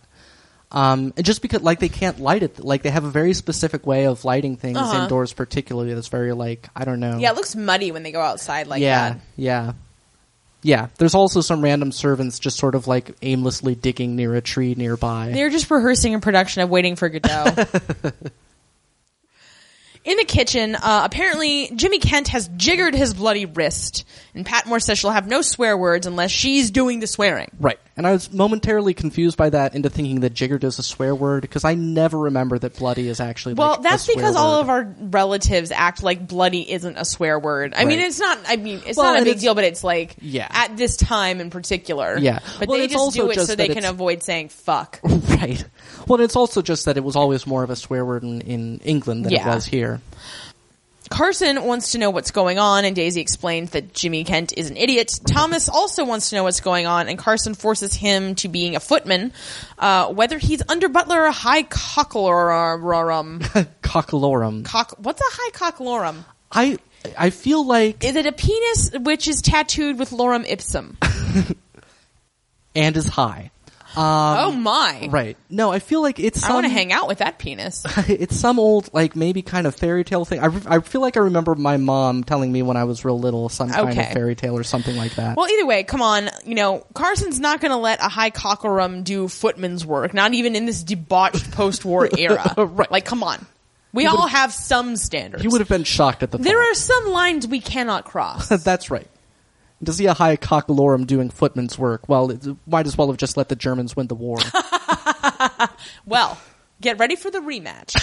[SPEAKER 2] Um, and just because, like, they can't light it, like, they have a very specific way of lighting things
[SPEAKER 1] Uh-huh.
[SPEAKER 2] indoors, particularly, that's very, like, I don't know
[SPEAKER 1] yeah, it looks muddy when they go outside like
[SPEAKER 2] yeah,
[SPEAKER 1] that.
[SPEAKER 2] Yeah. Yeah. There's also some random servants just sort of like aimlessly digging near a tree nearby.
[SPEAKER 1] They're just rehearsing a production of Waiting for Godot. In the kitchen, uh, apparently Jimmy Kent has jiggered his bloody wrist, and Patmore says she'll have no swear words unless she's doing the swearing.
[SPEAKER 2] right. And I was momentarily confused by that into thinking that jiggered is a swear word because I never remember that bloody is actually
[SPEAKER 1] Well,
[SPEAKER 2] like, a
[SPEAKER 1] that's
[SPEAKER 2] swear
[SPEAKER 1] because all
[SPEAKER 2] word.
[SPEAKER 1] of our relatives act like bloody isn't a swear word. I mean,
[SPEAKER 2] Right.
[SPEAKER 1] it's not. I mean, it's
[SPEAKER 2] Well,
[SPEAKER 1] not a
[SPEAKER 2] and
[SPEAKER 1] big
[SPEAKER 2] it's-
[SPEAKER 1] deal, but it's like
[SPEAKER 2] Yeah.
[SPEAKER 1] at this time in particular.
[SPEAKER 2] Yeah.
[SPEAKER 1] but
[SPEAKER 2] Well,
[SPEAKER 1] they
[SPEAKER 2] it's
[SPEAKER 1] just
[SPEAKER 2] also
[SPEAKER 1] do it
[SPEAKER 2] just
[SPEAKER 1] so they
[SPEAKER 2] that
[SPEAKER 1] can
[SPEAKER 2] it's-
[SPEAKER 1] avoid saying fuck.
[SPEAKER 2] Right. Well, it's also just that it was always more of a swear word in, in England than
[SPEAKER 1] Yeah.
[SPEAKER 2] it was here.
[SPEAKER 1] Carson wants to know what's going on, and Daisy explains that Jimmy Kent is an idiot. Thomas also wants to know what's going on, and Carson forces him to being a footman, uh, whether he's under butler or high cockalorum.
[SPEAKER 2] Cockalorum.
[SPEAKER 1] Cock, what's a high cockalorum?
[SPEAKER 2] I I feel like
[SPEAKER 1] Is it a penis which is tattooed with lorem ipsum?
[SPEAKER 2] and is high.
[SPEAKER 1] oh my!
[SPEAKER 2] Um, Right. Um, No, I feel like it's
[SPEAKER 1] I want to
[SPEAKER 2] some-
[SPEAKER 1] hang out with that penis.
[SPEAKER 2] it's some old like maybe kind of fairy tale thing. I, re- I feel like I remember my mom telling me when I was real little some kind
[SPEAKER 1] Okay.
[SPEAKER 2] of fairy tale or something like that.
[SPEAKER 1] Well, either way, come on. You know, Carson's not going to let a high cockerum do footman's work, not even in this debauched post-war era.
[SPEAKER 2] Right.
[SPEAKER 1] Like, come on. We all have some standards.
[SPEAKER 2] you would have been shocked at the
[SPEAKER 1] there
[SPEAKER 2] thought.
[SPEAKER 1] are some lines we cannot cross.
[SPEAKER 2] That's right. To see a high cock lorem doing footman's work, well, it might as well have just let the Germans win the war.
[SPEAKER 1] Well, get ready for the rematch.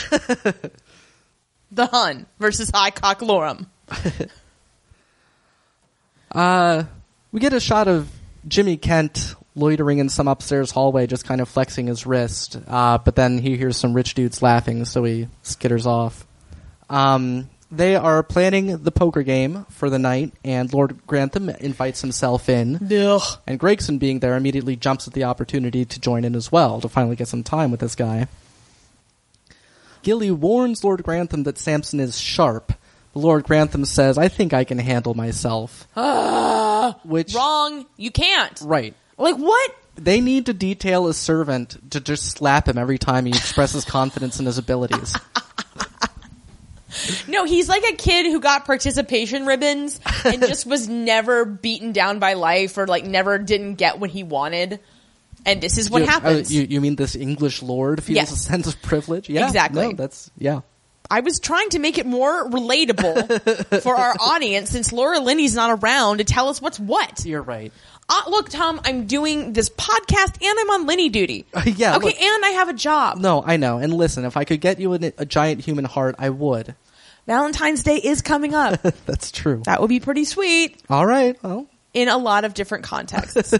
[SPEAKER 1] the Hun versus High Cock Lorem.
[SPEAKER 2] we get a shot of Jimmy Kent loitering in some upstairs hallway, just kind of flexing his wrist. Uh, but then he hears some rich dudes laughing, so he skitters off. Um, they are planning the poker game for the night, and Lord Grantham invites himself in.
[SPEAKER 1] Ugh.
[SPEAKER 2] And Gregson, being there, immediately jumps at the opportunity to join in as well to finally get some time with this guy. Gilly warns Lord Grantham that Samson is sharp. But Lord Grantham says, "I think I can handle myself." Which
[SPEAKER 1] Wrong. You can't.
[SPEAKER 2] right?
[SPEAKER 1] Like what?
[SPEAKER 2] They need to detail a servant to just slap him every time he expresses confidence in his abilities.
[SPEAKER 1] No, he's like a kid who got participation ribbons and just was never beaten down by life or like never didn't get what he wanted. And this is what
[SPEAKER 2] you,
[SPEAKER 1] happens.
[SPEAKER 2] oh, you, you mean this English lord feels
[SPEAKER 1] Yes.
[SPEAKER 2] a sense of privilege? Yeah,
[SPEAKER 1] Exactly.
[SPEAKER 2] no, that's yeah.
[SPEAKER 1] I was trying to make it more relatable for our audience since Laura Linney's not around to tell us what's what.
[SPEAKER 2] You're right.
[SPEAKER 1] Uh, look, Tom, I'm doing this podcast and I'm on Lenny duty.
[SPEAKER 2] Yeah,
[SPEAKER 1] Okay,
[SPEAKER 2] look-
[SPEAKER 1] and I have a job.
[SPEAKER 2] No, I know. And listen, if I could get you an, a giant human heart, I would.
[SPEAKER 1] Valentine's Day is coming up.
[SPEAKER 2] That's true.
[SPEAKER 1] that would be pretty sweet
[SPEAKER 2] All right. Well,
[SPEAKER 1] in a lot of different contexts.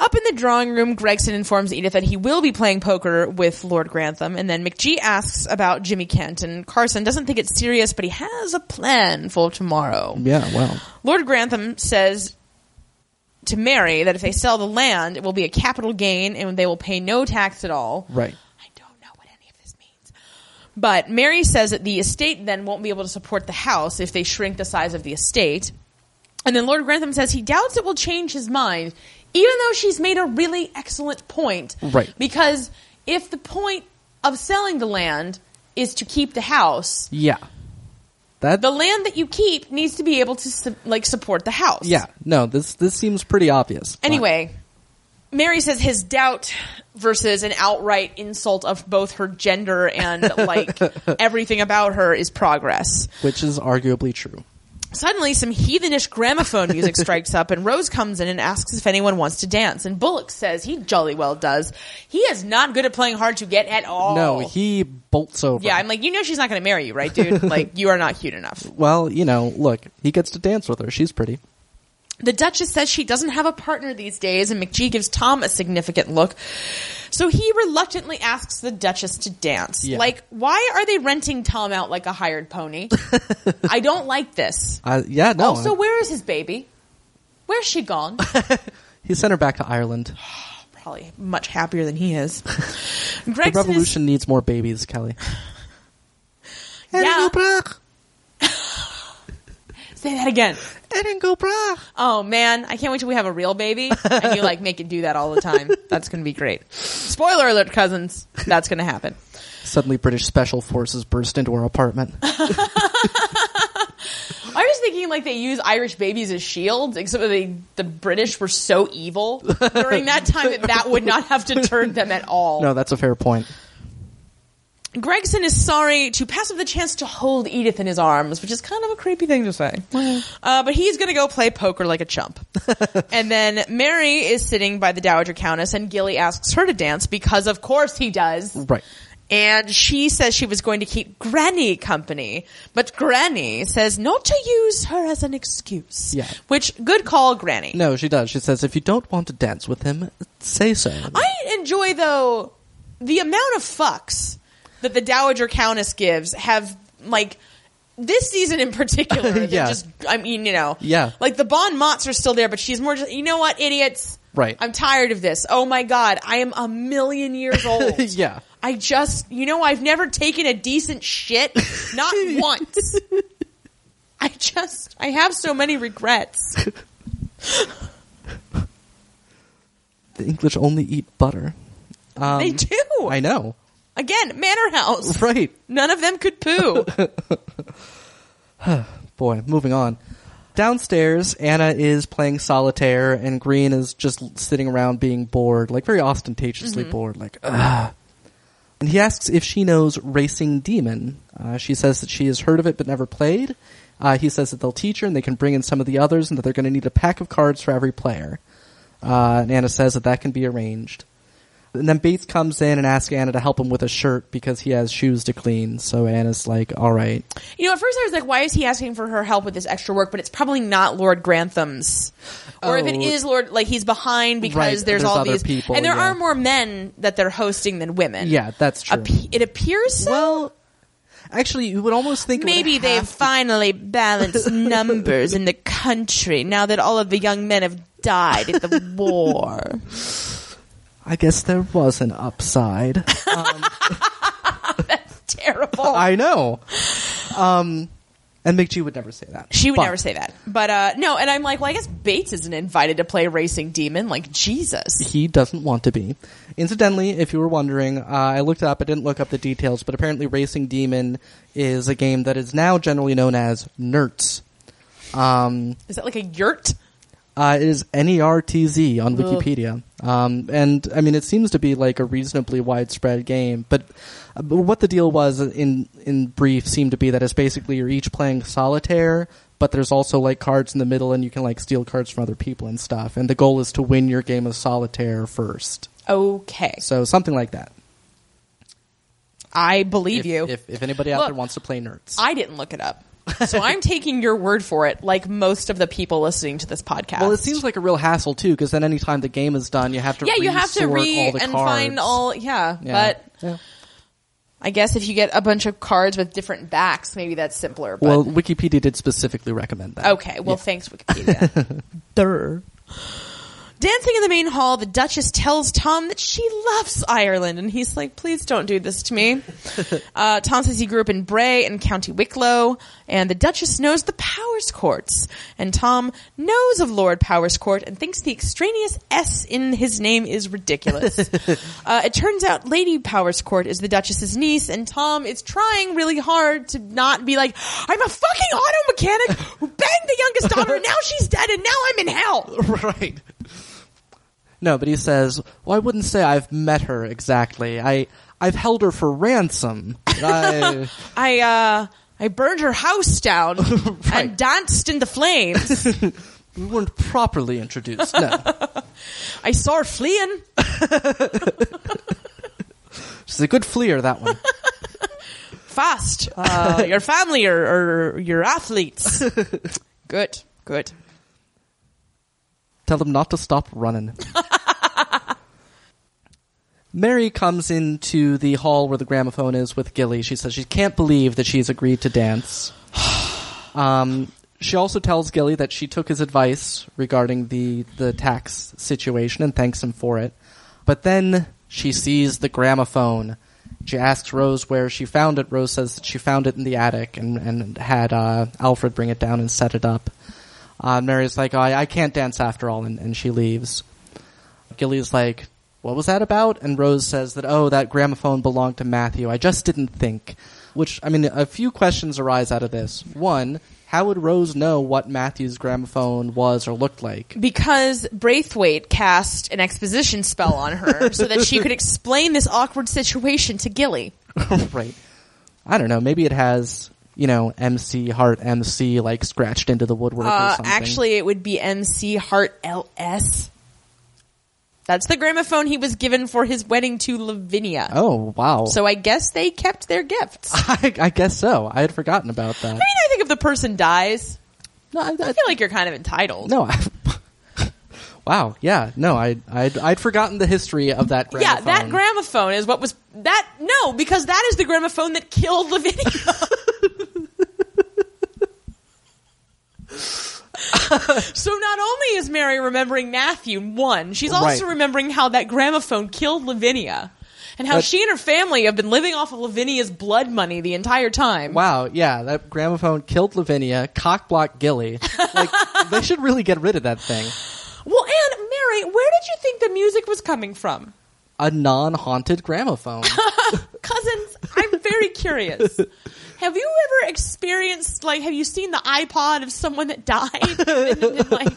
[SPEAKER 1] Up in the drawing room, Gregson informs Edith that he will be playing poker with Lord Grantham, and then McGee asks about Jimmy Kent, and Carson doesn't think it's serious, but he has a plan for tomorrow.
[SPEAKER 2] yeah. Well,
[SPEAKER 1] Lord Grantham says to Mary that if they sell the land, it will be a capital gain and they will pay no tax at all.
[SPEAKER 2] right.
[SPEAKER 1] I don't know what any of this means. But Mary says that the estate then won't be able to support the house if they shrink the size of the estate. And then Lord Grantham says he doubts it will change his mind, even though she's made a really excellent point.
[SPEAKER 2] Right.
[SPEAKER 1] Because if the point of selling the land is to keep the house,
[SPEAKER 2] Yeah. That.
[SPEAKER 1] the land that you keep needs to be able to su- like support the house.
[SPEAKER 2] yeah. No. This this seems pretty obvious. but-
[SPEAKER 1] Anyway, Mary says his doubt versus an outright insult of both her gender and like everything about her is progress.
[SPEAKER 2] which is arguably true.
[SPEAKER 1] Suddenly, some heathenish gramophone music strikes up, and Rose comes in and asks if anyone wants to dance. And Bullock says he jolly well does. He is not good at playing hard to get at all.
[SPEAKER 2] No, he bolts over.
[SPEAKER 1] Oh. Yeah, I'm like, you know, she's not going to marry you, right, dude? Like, you are not cute enough.
[SPEAKER 2] well, you know, look, he gets to dance with her. She's pretty.
[SPEAKER 1] The Duchess says she doesn't have a partner these days, and McGee gives Tom a significant look. So he reluctantly asks the Duchess to dance.
[SPEAKER 2] Yeah.
[SPEAKER 1] Like, why are they renting Tom out like a hired pony? I don't like this.
[SPEAKER 2] Uh, yeah, no.
[SPEAKER 1] Also, where is his baby? Where's she gone?
[SPEAKER 2] he sent her back to Ireland.
[SPEAKER 1] Probably much happier than he is.
[SPEAKER 2] The
[SPEAKER 1] Gregson is,
[SPEAKER 2] revolution needs more babies, Kelly.
[SPEAKER 1] Yeah. say that again. Oh man, I can't wait till we have a real baby and you like make it do that all the time. That's gonna be great. Spoiler alert, cousins. That's gonna happen.
[SPEAKER 2] Suddenly, British special forces burst into her apartment.
[SPEAKER 1] I was thinking like they use Irish babies as shields, except they, the British were so evil during that time that that would not have deterred them at all.
[SPEAKER 2] No, that's a fair point.
[SPEAKER 1] Gregson is sorry to pass up the chance to hold Edith in his arms, which is kind of a creepy thing to say. Uh, but he's going to go play poker like a chump. and then Mary is sitting by the Dowager Countess, and Gilly asks her to dance because, of course, he does.
[SPEAKER 2] Right.
[SPEAKER 1] And she says she was going to keep Granny company, but Granny says not to use her as an excuse.
[SPEAKER 2] Yeah.
[SPEAKER 1] Which, good call, Granny.
[SPEAKER 2] No, she does. She says, if you don't want to dance with him, say so.
[SPEAKER 1] I enjoy, though, the amount of fucks that the Dowager Countess gives have, like, this season in particular. they're
[SPEAKER 2] Yeah.
[SPEAKER 1] Just, I mean, you know.
[SPEAKER 2] Yeah.
[SPEAKER 1] Like, the Bon Mots are still there, but she's more just, you know what, idiots?
[SPEAKER 2] Right.
[SPEAKER 1] I'm tired of this. Oh my God. I am a million years old.
[SPEAKER 2] yeah.
[SPEAKER 1] I just, you know, I've never taken a decent shit, not once. I just, I have so many regrets.
[SPEAKER 2] The English only eat butter. Um,
[SPEAKER 1] they do.
[SPEAKER 2] I know.
[SPEAKER 1] Again, Manor House.
[SPEAKER 2] Right.
[SPEAKER 1] None of them could poo.
[SPEAKER 2] Boy, moving on. Downstairs, Anna is playing solitaire, and Green is just sitting around being bored, like very ostentatiously bored, like, ugh. And he asks if she knows Racing Demon. Uh, she says that she has heard of it but never played. Uh, he says that they'll teach her and they can bring in some of the others and that they're going to need a pack of cards for every player. Uh, and Anna says that that can be arranged. And then Bates comes in and asks Anna to help him with a shirt because he has shoes to clean. So Anna's like, all right.
[SPEAKER 1] You know, at first I was like, why is he asking for her help with this extra work? But it's probably not Lord Grantham's. Or if it
[SPEAKER 2] Oh.
[SPEAKER 1] is Lord, like he's behind because
[SPEAKER 2] Right,
[SPEAKER 1] there's,
[SPEAKER 2] there's
[SPEAKER 1] all
[SPEAKER 2] other
[SPEAKER 1] these
[SPEAKER 2] people,
[SPEAKER 1] and there
[SPEAKER 2] yeah.
[SPEAKER 1] are more men that they're hosting than women.
[SPEAKER 2] Yeah, that's true.
[SPEAKER 1] Appe- it appears so.
[SPEAKER 2] Well, actually, you would almost think it would
[SPEAKER 1] Maybe they've
[SPEAKER 2] have to-
[SPEAKER 1] finally balanced numbers in the country now that all of the young men have died in the war.
[SPEAKER 2] I guess there was an upside.
[SPEAKER 1] Terrible.
[SPEAKER 2] I know. Um, and McGee would never say that.
[SPEAKER 1] she would
[SPEAKER 2] But-
[SPEAKER 1] never say that. But uh, no, and I'm like, well, I guess Bates isn't invited to play Racing Demon. Like, Jesus.
[SPEAKER 2] He doesn't want to be. Incidentally, if you were wondering, uh, I looked it up. I didn't look up the details, but apparently, Racing Demon is a game that is now generally known as Nerds. Um,
[SPEAKER 1] Is that like a yurt?
[SPEAKER 2] Uh, it is N-E-R-T-Z on Wikipedia. Um, and I mean, it seems to be like a reasonably widespread game, but, uh, but what the deal was in, in brief seemed to be that it's basically you're each playing solitaire, but there's also like cards in the middle and you can like steal cards from other people and stuff. And the goal is to win your game of solitaire first.
[SPEAKER 1] Okay.
[SPEAKER 2] So something like that.
[SPEAKER 1] I believe
[SPEAKER 2] If,
[SPEAKER 1] you.
[SPEAKER 2] if, if anybody out
[SPEAKER 1] Look,
[SPEAKER 2] there wants to play nerds.
[SPEAKER 1] I didn't look it up. So I'm taking your word for it, like most of the people listening to this podcast.
[SPEAKER 2] well, it seems like a real hassle too, because then anytime the game is done, you have to
[SPEAKER 1] yeah, you have to
[SPEAKER 2] resort
[SPEAKER 1] re
[SPEAKER 2] all the
[SPEAKER 1] and
[SPEAKER 2] cards.
[SPEAKER 1] find all. Yeah,
[SPEAKER 2] Yeah.
[SPEAKER 1] but
[SPEAKER 2] Yeah.
[SPEAKER 1] I guess if you get a bunch of cards with different backs, maybe that's simpler. But
[SPEAKER 2] Well, Wikipedia did specifically recommend that.
[SPEAKER 1] Okay. Well, thanks, Wikipedia. Dancing in the main hall, the Duchess tells Tom that she loves Ireland, and he's like, "Please don't do this to me." uh, Tom says he grew up in Bray in County Wicklow, and the Duchess knows the Powers Courts, and Tom knows of Lord Powers Court and thinks the extraneous S in his name is ridiculous. uh, it turns out Lady Powers Court is the Duchess's niece, and Tom is trying really hard to not be like, "I'm a fucking auto mechanic who banged the youngest daughter, and now she's dead, and now I'm in hell."
[SPEAKER 2] right. No, but he says, "Well, I wouldn't say I've met her exactly. I I've held her for ransom. but I,
[SPEAKER 1] I uh I burned her house down and
[SPEAKER 2] Right.
[SPEAKER 1] danced in the flames.
[SPEAKER 2] we weren't properly introduced. No,
[SPEAKER 1] I saw her fleeing.
[SPEAKER 2] she's a good fleer that one.
[SPEAKER 1] Fast. Uh, your family or, or your athletes. Good. Good.
[SPEAKER 2] Tell them not to stop running." Mary comes into the hall where the gramophone is with Gilly. She says she can't believe that she's agreed to dance. Um, she also tells Gilly that she took his advice regarding the, the tax situation and thanks him for it. But then she sees the gramophone. She asks Rose where she found it. Rose says that she found it in the attic and, and had uh, Alfred bring it down and set it up. Uh, Mary's like, oh, I, I can't dance after all, and, and she leaves. Gilly's like, What was that about? And Rose says that, Oh, that gramophone belonged to Matthew. I just didn't think. Which, I mean, a few questions arise out of this. One, how would Rose know what Matthew's gramophone was or looked like?
[SPEAKER 1] Because Braithwaite cast an exposition spell on her so that she could explain this awkward situation to Gilly.
[SPEAKER 2] right. I don't know. Maybe it has, you know, MC Heart MC like scratched into the woodwork or
[SPEAKER 1] Uh,
[SPEAKER 2] something.
[SPEAKER 1] actually, it would be MC Hart LS. That's the gramophone he was given for his wedding to Lavinia.
[SPEAKER 2] Oh, wow.
[SPEAKER 1] So I guess they kept their gifts. I
[SPEAKER 2] I, I guess so. I had forgotten about that.
[SPEAKER 1] mean, I think if the person dies,
[SPEAKER 2] No,
[SPEAKER 1] I
[SPEAKER 2] I, I,
[SPEAKER 1] feel like you're kind of entitled.
[SPEAKER 2] no. I, wow. Yeah. No, I, I'd, I'd forgotten the history of that gramophone.
[SPEAKER 1] Yeah, that gramophone is what was that. No, because that is the gramophone that killed Lavinia. so not only is Mary remembering Matthew one, she's also
[SPEAKER 2] Right.
[SPEAKER 1] remembering how that gramophone killed Lavinia, and how
[SPEAKER 2] That-
[SPEAKER 1] she and her family have been living off of Lavinia's blood money the entire time.
[SPEAKER 2] Wow, yeah, that gramophone killed Lavinia, cockblocked Gilly. Like, they should really get rid of that thing.
[SPEAKER 1] Well, and Mary, where did you think the music was coming from?
[SPEAKER 2] A non haunted gramophone.
[SPEAKER 1] cousins, I'm very curious. Have you ever experienced like have you seen the iPod of someone that died? And then, like,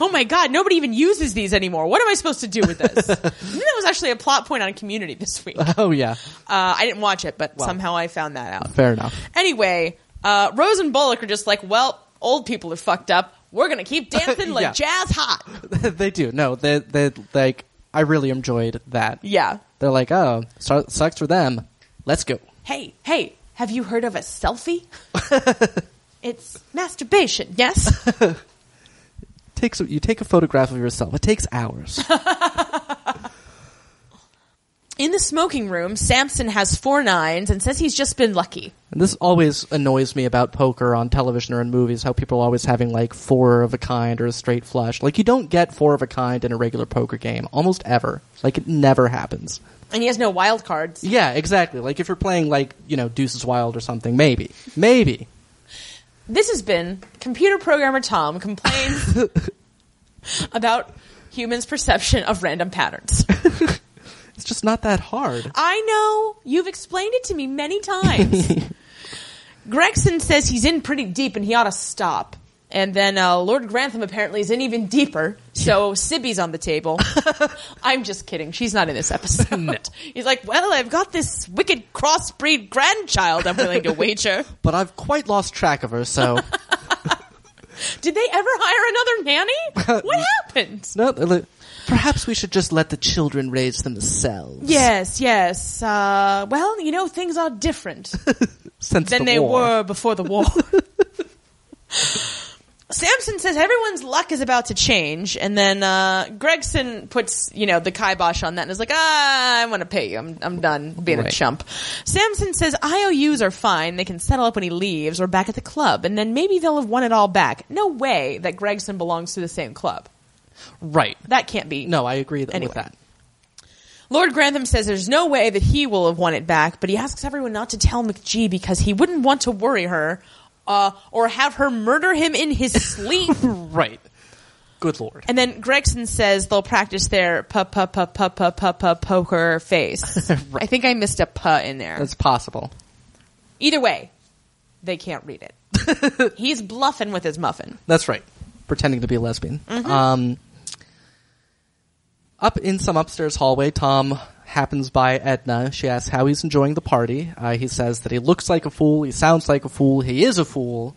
[SPEAKER 1] oh my god, nobody even uses these anymore. What am I supposed to do with this? I think that was actually a plot point on Community this week. Uh,
[SPEAKER 2] oh, yeah,
[SPEAKER 1] I didn't watch it, but somehow I found that out.
[SPEAKER 2] fair enough.
[SPEAKER 1] Anyway, Uh, Rose and Bullock are just like, well, old people are fucked up. We're gonna keep dancing like
[SPEAKER 2] Yeah.
[SPEAKER 1] jazz hot.
[SPEAKER 2] they do. No, they they like. I really enjoyed that.
[SPEAKER 1] Yeah.
[SPEAKER 2] They're like, oh, so- sucks for them. Let's go.
[SPEAKER 1] Hey, hey, have you heard of a selfie? it's masturbation. Yes.
[SPEAKER 2] Takes you take a photograph of yourself. It takes hours.
[SPEAKER 1] In the smoking room, Samson has four nines and says he's just been lucky.
[SPEAKER 2] And this always annoys me about poker on television or in movies, how people are always having like four of a kind or a straight flush. Like you don't get four of a kind in a regular poker game, almost ever. Like it never happens.
[SPEAKER 1] And he has no wild cards.
[SPEAKER 2] Yeah, exactly. Like if you're playing like, you know, Deuces Wild or something, maybe. Maybe.
[SPEAKER 1] This has been computer programmer Tom complains about humans' perception of random patterns.
[SPEAKER 2] It's just not that hard.
[SPEAKER 1] I know. You've explained it to me many times. Gregson says he's in pretty deep and he ought to stop. And then uh, Lord Grantham apparently is in even deeper. So Sibby's on the table. I'm just kidding. She's not in this episode. He's like, well, I've got this wicked crossbreed grandchild I'm willing to wager.
[SPEAKER 2] But I've quite lost track of her, so
[SPEAKER 1] Did they ever hire another nanny? What happened?
[SPEAKER 2] no, li- perhaps we should just let the children raise themselves.
[SPEAKER 1] Yes, yes. Uh, well, you know, things are different.
[SPEAKER 2] Since
[SPEAKER 1] than
[SPEAKER 2] the
[SPEAKER 1] they
[SPEAKER 2] war.
[SPEAKER 1] were before the war. Samson says everyone's luck is about to change, and then uh, Gregson puts you know the kibosh on that and is like, ah, I want to pay you. I'm, I'm done being a
[SPEAKER 2] Right.
[SPEAKER 1] chump. Samson says IOUs are fine; they can settle up when he leaves or back at the club, and then maybe they'll have won it all back. No way that Gregson belongs to the same club.
[SPEAKER 2] Right.
[SPEAKER 1] That can't be.
[SPEAKER 2] No, I agree th-
[SPEAKER 1] Anyway.
[SPEAKER 2] with that.
[SPEAKER 1] Lord Grantham says there's no way that he will have won it back, but he asks everyone not to tell McGee because he wouldn't want to worry her uh, or have her murder him in his sleep.
[SPEAKER 2] Right. Good lord.
[SPEAKER 1] and then Gregson says they'll practice their pu pu pu pu pu pu pu poker face. I think I missed a puh in there.
[SPEAKER 2] That's possible.
[SPEAKER 1] Either way, they can't read it. He's bluffing with his muffin.
[SPEAKER 2] That's right. Pretending to be a lesbian. Um, up in some upstairs hallway, Tom happens by Edna. She asks how he's enjoying the party. Uh, he says that he looks like a fool, he sounds like a fool, he is a fool.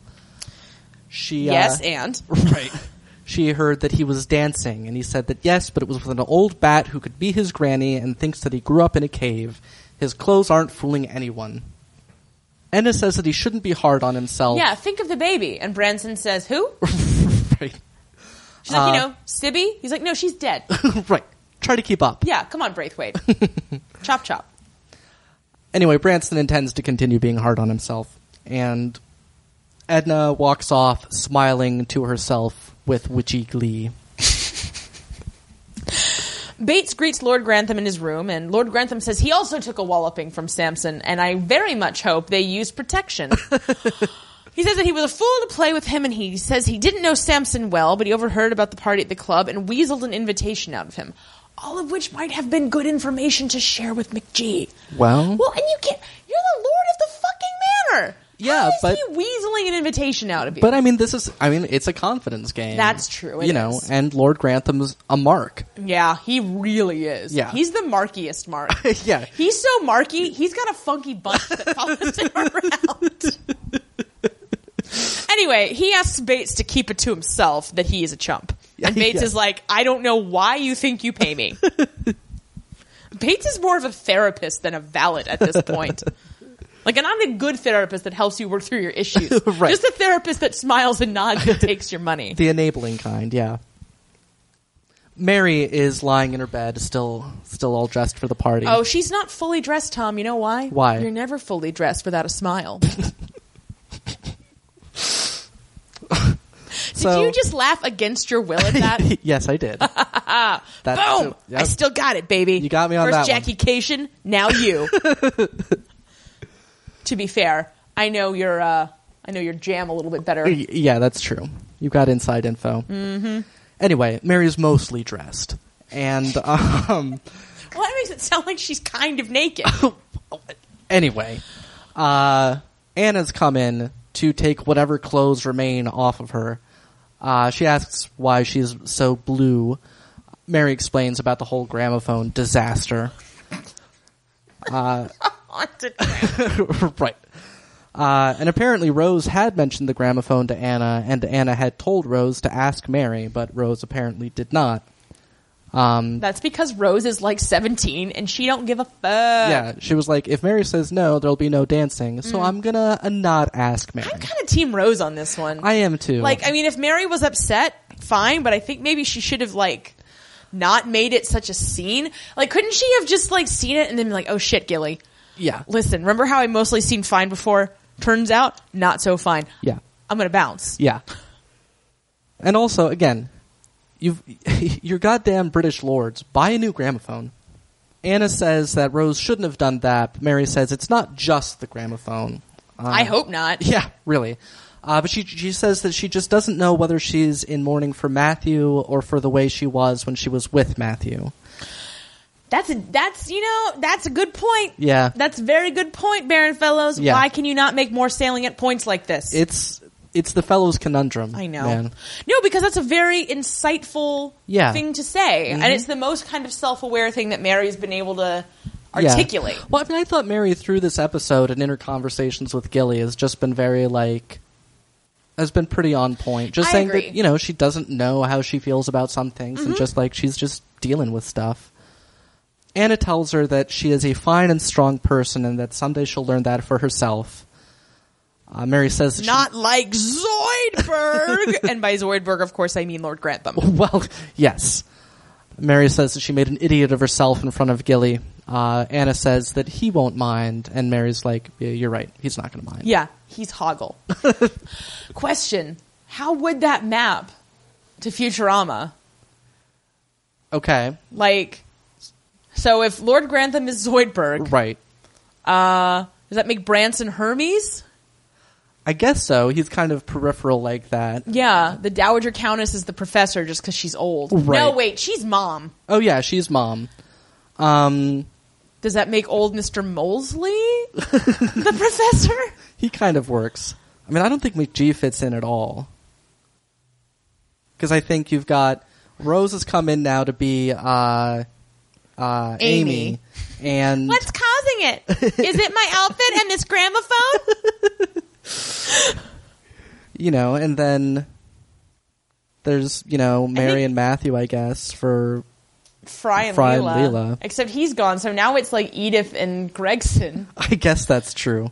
[SPEAKER 2] She
[SPEAKER 1] Yes,
[SPEAKER 2] uh,
[SPEAKER 1] and
[SPEAKER 2] right. She heard that he was dancing, and he said that yes, but it was with an old bat who could be his granny and thinks that he grew up in a cave. His clothes aren't fooling anyone. Edna says that he shouldn't be hard on himself.
[SPEAKER 1] yeah, think of the baby. And Branson says, "Who?"
[SPEAKER 2] Right.
[SPEAKER 1] She's like, "You know, Sibby." He's like, "No, she's dead."
[SPEAKER 2] right. Try to keep up.
[SPEAKER 1] yeah, come on, Braithwaite. chop chop.
[SPEAKER 2] Anyway, Branson intends to continue being hard on himself, and Edna walks off smiling to herself with witchy glee.
[SPEAKER 1] Bates greets Lord Grantham in his room, and Lord Grantham says he also took a walloping from Samson, and I very much hope they used protection. he says that he was a fool to play with him, and he says he didn't know Samson well, but he overheard about the party at the club and weaseled an invitation out of him. All of which might have been good information to share with McGee.
[SPEAKER 2] Well-
[SPEAKER 1] well, and you can't. You're the lord of the fucking manor.
[SPEAKER 2] Yeah,
[SPEAKER 1] How is
[SPEAKER 2] but-
[SPEAKER 1] he weaseling an invitation out of you.
[SPEAKER 2] But I mean, this is—I mean, it's a confidence game.
[SPEAKER 1] That's true, it
[SPEAKER 2] you know,
[SPEAKER 1] is.
[SPEAKER 2] and Lord Grantham's a mark.
[SPEAKER 1] Yeah, he really is.
[SPEAKER 2] Yeah.
[SPEAKER 1] He's the markiest mark.
[SPEAKER 2] Yeah.
[SPEAKER 1] He's so marky, he's got a funky bunch that follows him around. anyway, he asks Bates to keep it to himself that he is a chump. And Bates
[SPEAKER 2] Yeah.
[SPEAKER 1] is like, I don't know why you think you pay me. Bates is more of a therapist than a valet at this point. Like, and I'm a good therapist that helps you work through your issues.
[SPEAKER 2] Right.
[SPEAKER 1] Just a therapist that smiles and nods and takes your money.
[SPEAKER 2] The enabling kind, yeah. Mary is lying in her bed, still, still all dressed for the party.
[SPEAKER 1] Oh, she's not fully dressed, Tom. You know why?
[SPEAKER 2] Why?
[SPEAKER 1] You're never fully dressed without a smile.
[SPEAKER 2] So-
[SPEAKER 1] Did you just laugh against your will at that?
[SPEAKER 2] yes, I did. That's
[SPEAKER 1] Boom!
[SPEAKER 2] yep.
[SPEAKER 1] I still got it, baby.
[SPEAKER 2] You got me on
[SPEAKER 1] First
[SPEAKER 2] that one.
[SPEAKER 1] Jackie Cation, now you. to be fair, I know your uh, I know your jam a little bit better.
[SPEAKER 2] Y- Yeah, that's true. You got inside info. Mm-hmm. Anyway, Mary's mostly dressed, and um,
[SPEAKER 1] Well, that makes it sound like she's kind of naked.
[SPEAKER 2] anyway, uh, Anna's come in to take whatever clothes remain off of her. Uh, she asks why she's so blue. Mary explains about the whole gramophone disaster.
[SPEAKER 1] Haunted.
[SPEAKER 2] right. Uh, and apparently, Rose had mentioned the gramophone to Anna, and Anna had told Rose to ask Mary, but Rose apparently did not. Um,
[SPEAKER 1] That's because Rose is like 17 and she don't give a fuck. Mm.
[SPEAKER 2] yeah, she was like, if Mary says no, there'll be no dancing, so I'm gonna uh, not ask Mary.
[SPEAKER 1] I'm kind of team Rose on this one.
[SPEAKER 2] I am too.
[SPEAKER 1] like, I mean, if Mary was upset, fine, but I think maybe she should have like not made it such a scene. Like, couldn't she have just like seen it and then been like, oh shit, Gilly,
[SPEAKER 2] yeah,
[SPEAKER 1] listen, remember how I mostly seen fine before? Turns out, not so fine.
[SPEAKER 2] yeah.
[SPEAKER 1] I'm gonna bounce.
[SPEAKER 2] Yeah. And also, again, you've your goddamn British lords buy a new gramophone. Anna says that Rose shouldn't have done that. Mary says it's not just the gramophone. Uh,
[SPEAKER 1] I hope not.
[SPEAKER 2] Yeah, really. Uh, but she she says that she just doesn't know whether she's in mourning for Matthew or for the way she was when she was with Matthew.
[SPEAKER 1] That's a, that's you know that's a good point.
[SPEAKER 2] Yeah.
[SPEAKER 1] that's a very good point, Baron Fellows.
[SPEAKER 2] Yeah.
[SPEAKER 1] Why can you not make more salient points like this?
[SPEAKER 2] It's it's the fellow's conundrum.
[SPEAKER 1] I know.
[SPEAKER 2] man.
[SPEAKER 1] No, because that's a very insightful
[SPEAKER 2] Yeah. Mm-hmm.
[SPEAKER 1] thing to say, and it's the most kind of self-aware thing that Mary's been able to articulate.
[SPEAKER 2] Yeah. Well, I mean, I thought Mary through this episode and in her conversations with Gilly has just been very like has been pretty on point. Just
[SPEAKER 1] I
[SPEAKER 2] saying
[SPEAKER 1] agree. Mm-hmm.
[SPEAKER 2] that you know she doesn't know how she feels about some things and just like she's just dealing with stuff. Anna tells her that she is a fine and strong person and that someday she'll learn that for herself. Uh, Mary says that she-
[SPEAKER 1] Not like Zoidberg, and by Zoidberg, of course, I mean Lord Grantham.
[SPEAKER 2] well, yes. Mary says that she made an idiot of herself in front of Gilly. Uh, Anna says that he won't mind, and Mary's like, yeah, "You're right. He's not going to mind."
[SPEAKER 1] Yeah, he's Hoggle. Question: How would that map to Futurama?
[SPEAKER 2] Okay.
[SPEAKER 1] Like, so if Lord Grantham is Zoidberg,
[SPEAKER 2] Right.
[SPEAKER 1] uh, does that make Branson Hermes?
[SPEAKER 2] I guess so. He's kind of peripheral like that.
[SPEAKER 1] Yeah, the Dowager Countess is the professor just because she's old. No,
[SPEAKER 2] Right.
[SPEAKER 1] wait, she's mom.
[SPEAKER 2] Oh yeah, she's mom. Um,
[SPEAKER 1] Does that make old Mr. Molesley the professor?
[SPEAKER 2] he kind of works. I mean, I don't think McGee fits in at all. Because I think you've got Rose has come in now to be uh, uh,
[SPEAKER 1] Amy.
[SPEAKER 2] Amy. and
[SPEAKER 1] What's causing it? Is it my outfit and this gramophone?
[SPEAKER 2] you know, and then there's you know Mary
[SPEAKER 1] think-
[SPEAKER 2] and Matthew, I guess, for
[SPEAKER 1] Fry and
[SPEAKER 2] Fry and
[SPEAKER 1] Leela.
[SPEAKER 2] Leela.
[SPEAKER 1] Except he's gone, so now it's like Edith and Gregson.
[SPEAKER 2] I guess that's true.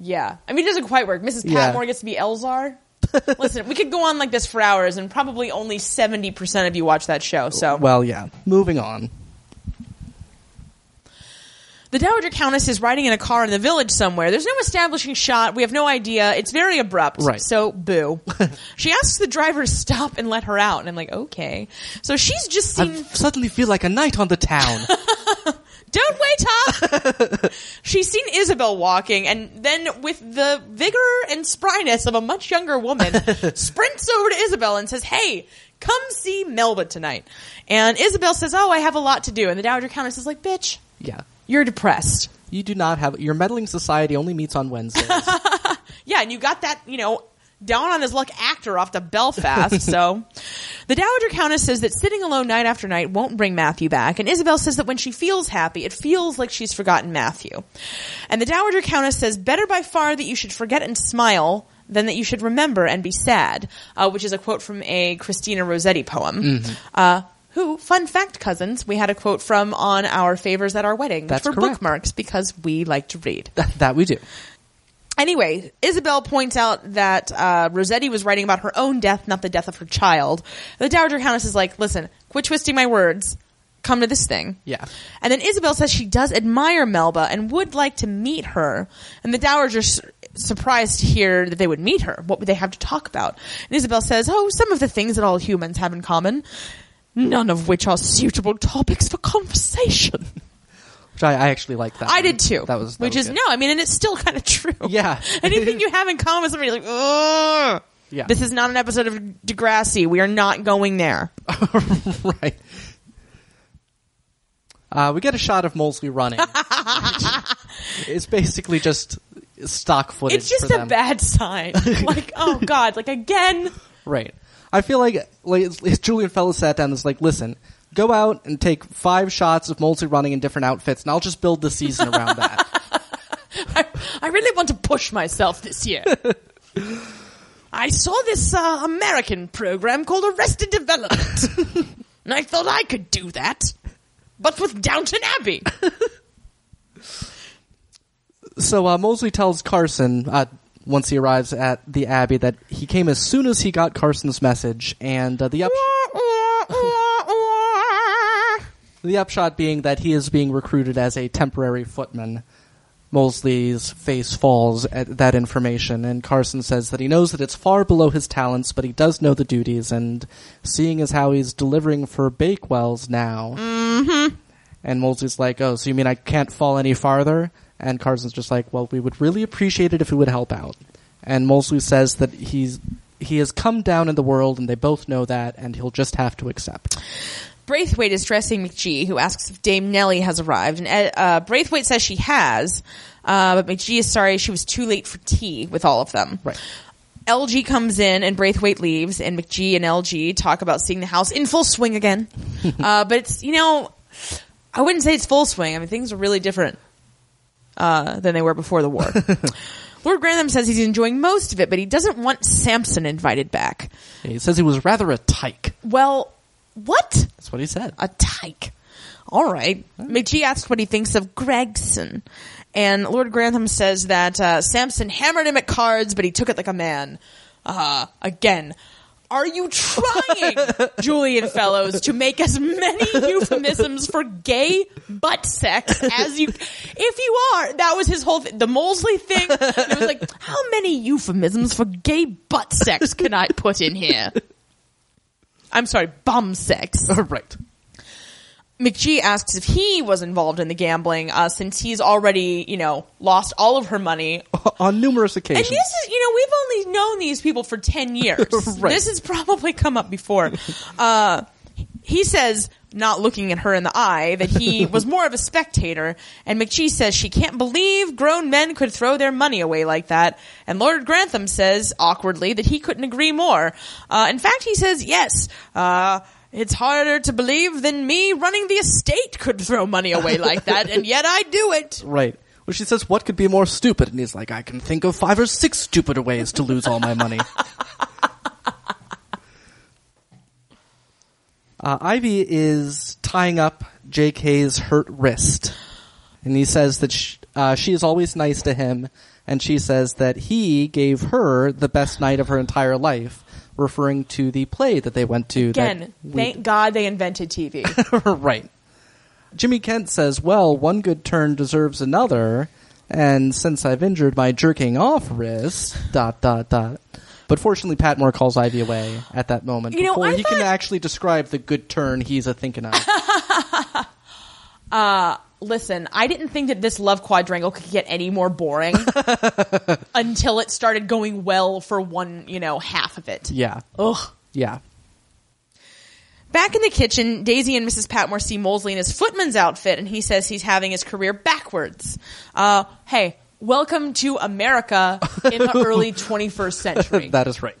[SPEAKER 1] Yeah. I mean, it doesn't quite work. Mrs.
[SPEAKER 2] Yeah.
[SPEAKER 1] Patmore gets to be Elzar. Listen, we could go on like this for hours, and probably only 70% of you watch that show, so.
[SPEAKER 2] Uh, Well, yeah. Moving on.
[SPEAKER 1] The Dowager Countess is riding in a car in the village somewhere. There's no establishing shot. We have no idea. It's very abrupt.
[SPEAKER 2] Right.
[SPEAKER 1] So, boo. she asks the driver to stop and let her out. And I'm like, okay. So she's just
[SPEAKER 2] I
[SPEAKER 1] seen.
[SPEAKER 2] suddenly feel like a knight on the town.
[SPEAKER 1] Don't wait up! she's seen Isabel walking and then, with the vigor and spryness of a much younger woman, sprints over to Isabel and says, hey, come see Melba tonight. And Isabel says, oh, I have a lot to do. And the Dowager Countess is like, bitch,
[SPEAKER 2] yeah.
[SPEAKER 1] you're depressed.
[SPEAKER 2] You do not have your meddling society only meets on Wednesdays.
[SPEAKER 1] Yeah, and you got that, you know, down on his luck actor off to Belfast. so the Dowager Countess says that sitting alone night after night won't bring Matthew back. And Isabel says that when she feels happy, it feels like she's forgotten Matthew. And the Dowager Countess says, better by far that you should forget and smile than that you should remember and be sad, uh, which is a quote from a Christina Rossetti poem.
[SPEAKER 2] Mm-hmm.
[SPEAKER 1] Uh, who, fun fact, cousins, we had a quote from on our favors at our wedding, which
[SPEAKER 2] That's
[SPEAKER 1] were
[SPEAKER 2] correct.
[SPEAKER 1] bookmarks because we like to read.
[SPEAKER 2] that, that we do.
[SPEAKER 1] Anyway, Isabel points out that uh, Rossetti was writing about her own death, not the death of her child. The Dowager Countess is like, listen, quit twisting my words. Come to this thing.
[SPEAKER 2] Yeah.
[SPEAKER 1] And then Isabel says she does admire Melba and would like to meet her. And the Dowager's surprised to hear that they would meet her. What would they have to talk about? And Isabel says, oh, some of the things that all humans have in common, none of which are suitable topics for conversation.
[SPEAKER 2] Which I, I actually like that.
[SPEAKER 1] I
[SPEAKER 2] one.
[SPEAKER 1] did too.
[SPEAKER 2] Um, That was that
[SPEAKER 1] which
[SPEAKER 2] was
[SPEAKER 1] is
[SPEAKER 2] good.
[SPEAKER 1] no, I mean, and it's still kind of true.
[SPEAKER 2] Yeah.
[SPEAKER 1] anything you have in common with somebody, you're like, ugh.
[SPEAKER 2] Yeah.
[SPEAKER 1] This is not an episode of Degrassi. We are not going there.
[SPEAKER 2] right. Uh, we get a shot of Molesley running. it's basically just stock footage.
[SPEAKER 1] It's just
[SPEAKER 2] for
[SPEAKER 1] a
[SPEAKER 2] them.
[SPEAKER 1] bad sign. like, oh god, like again.
[SPEAKER 2] Right. I feel like like it's- it's Julian Fellows sat down and was like, "Listen, go out and take five shots of Molesley running in different outfits, and I'll just build the season around that."
[SPEAKER 1] I, I really want to push myself this year. I saw this uh, American program called Arrested Development, and I thought I could do that, but with Downton Abbey.
[SPEAKER 2] So uh, Mosley tells Carson uh, once he arrives at the Abbey that he came as soon as he got Carson's message, and uh, the up- the upshot being that he is being recruited as a temporary footman. Mosley's face falls at that information, and Carson says that he knows that it's far below his talents, but he does know the duties, and seeing as how he's delivering for Bakewell's now. Mm-hmm. And Mosley's like, Oh, so you mean I can't fall any farther? And Carson's just like, Well, we would really appreciate it if you would help out. And Mosley says that he's he has come down in the world, and they both know that, and he'll just have to accept.
[SPEAKER 1] Braithwaite is dressing McGee, who asks if Dame Nellie has arrived, and Ed- uh, Braithwaite says she has, uh, but McGee is sorry she was too late for tea with all of them.
[SPEAKER 2] Right.
[SPEAKER 1] LG comes in and Braithwaite leaves, and McGee and LG talk about seeing the house in full swing again. uh, but it's you know, I wouldn't say it's full swing. I mean, things are really different uh, than they were before the war. Lord Grantham says he's enjoying most of it, but he doesn't want Samson invited back.
[SPEAKER 2] He says he was rather a tyke.
[SPEAKER 1] Well, what?
[SPEAKER 2] That's what he said.
[SPEAKER 1] a tyke. All right. McGee asks what he thinks of Gregson. And Lord Grantham says that uh, Samson hammered him at cards, but he took it like a man. Uh, again, are you trying, Julian Fellows, to make as many euphemisms for gay butt sex as you? If you are, that was his whole thing. The Molesley thing. It was like, how many euphemisms for gay butt sex can I put in here? I'm sorry, bum sex.
[SPEAKER 2] right.
[SPEAKER 1] McGee asks if he was involved in the gambling, uh, since he's already, you know, lost all of her money.
[SPEAKER 2] On numerous
[SPEAKER 1] And
[SPEAKER 2] occasions.
[SPEAKER 1] this is, you know, we've only known these people for 10 years.
[SPEAKER 2] Right.
[SPEAKER 1] This has probably come up before. Uh, he says, not looking at her in the eye, that he was more of a spectator. And McGee says she can't believe grown men could throw their money away like that. And Lord Grantham says, awkwardly, that he couldn't agree more. Uh, in fact, he says, yes, uh, it's harder to believe than me running the estate could throw money away like that, and yet I do it.
[SPEAKER 2] Right. Well, she says, what could be more stupid? And he's like, I can think of five or six stupider ways to lose all my money. uh, Ivy is tying up JK's hurt wrist. And he says that sh uh, she is always nice to him. And she says that he gave her the best night of her entire life, referring to the play that they went to. that
[SPEAKER 1] Again,
[SPEAKER 2] week.
[SPEAKER 1] thank God they invented TV.
[SPEAKER 2] right. Jimmy Kent says, "Well, one good turn deserves another, and since I've injured my jerking off wrist, dot dot dot." But fortunately, Patmore calls Ivy away at that moment
[SPEAKER 1] You know,
[SPEAKER 2] before
[SPEAKER 1] I
[SPEAKER 2] he can actually describe the good turn he's a thinking of.
[SPEAKER 1] Listen, I didn't think that this love quadrangle could get any more boring until it started going well for one, you know, half of it.
[SPEAKER 2] yeah,
[SPEAKER 1] Ugh.
[SPEAKER 2] yeah.
[SPEAKER 1] Back in the kitchen, Daisy and Mrs. Patmore see Molesley in his footman's outfit, and he says he's having his career backwards. Uh, hey, welcome to America in the early 21st century.
[SPEAKER 2] That is right.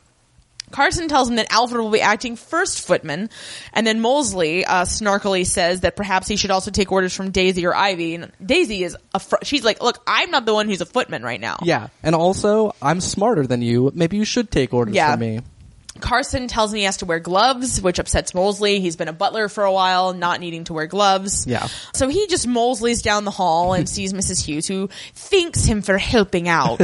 [SPEAKER 1] Carson tells him that Alfred will be acting first footman, and then Molesley uh, snarkily says that perhaps he should also take orders from Daisy or Ivy. And Daisy is a fr- she's like, look, I'm not the one who's a footman right now.
[SPEAKER 2] Yeah, and also I'm smarter than you. Maybe you should take orders
[SPEAKER 1] Yeah.
[SPEAKER 2] from me.
[SPEAKER 1] Carson tells him he has to wear gloves, which upsets Molesley. He's been a butler for a while, not needing to wear gloves.
[SPEAKER 2] Yeah.
[SPEAKER 1] So he just Molesley's down the hall and sees Mrs. Hughes, who thanks him for helping out.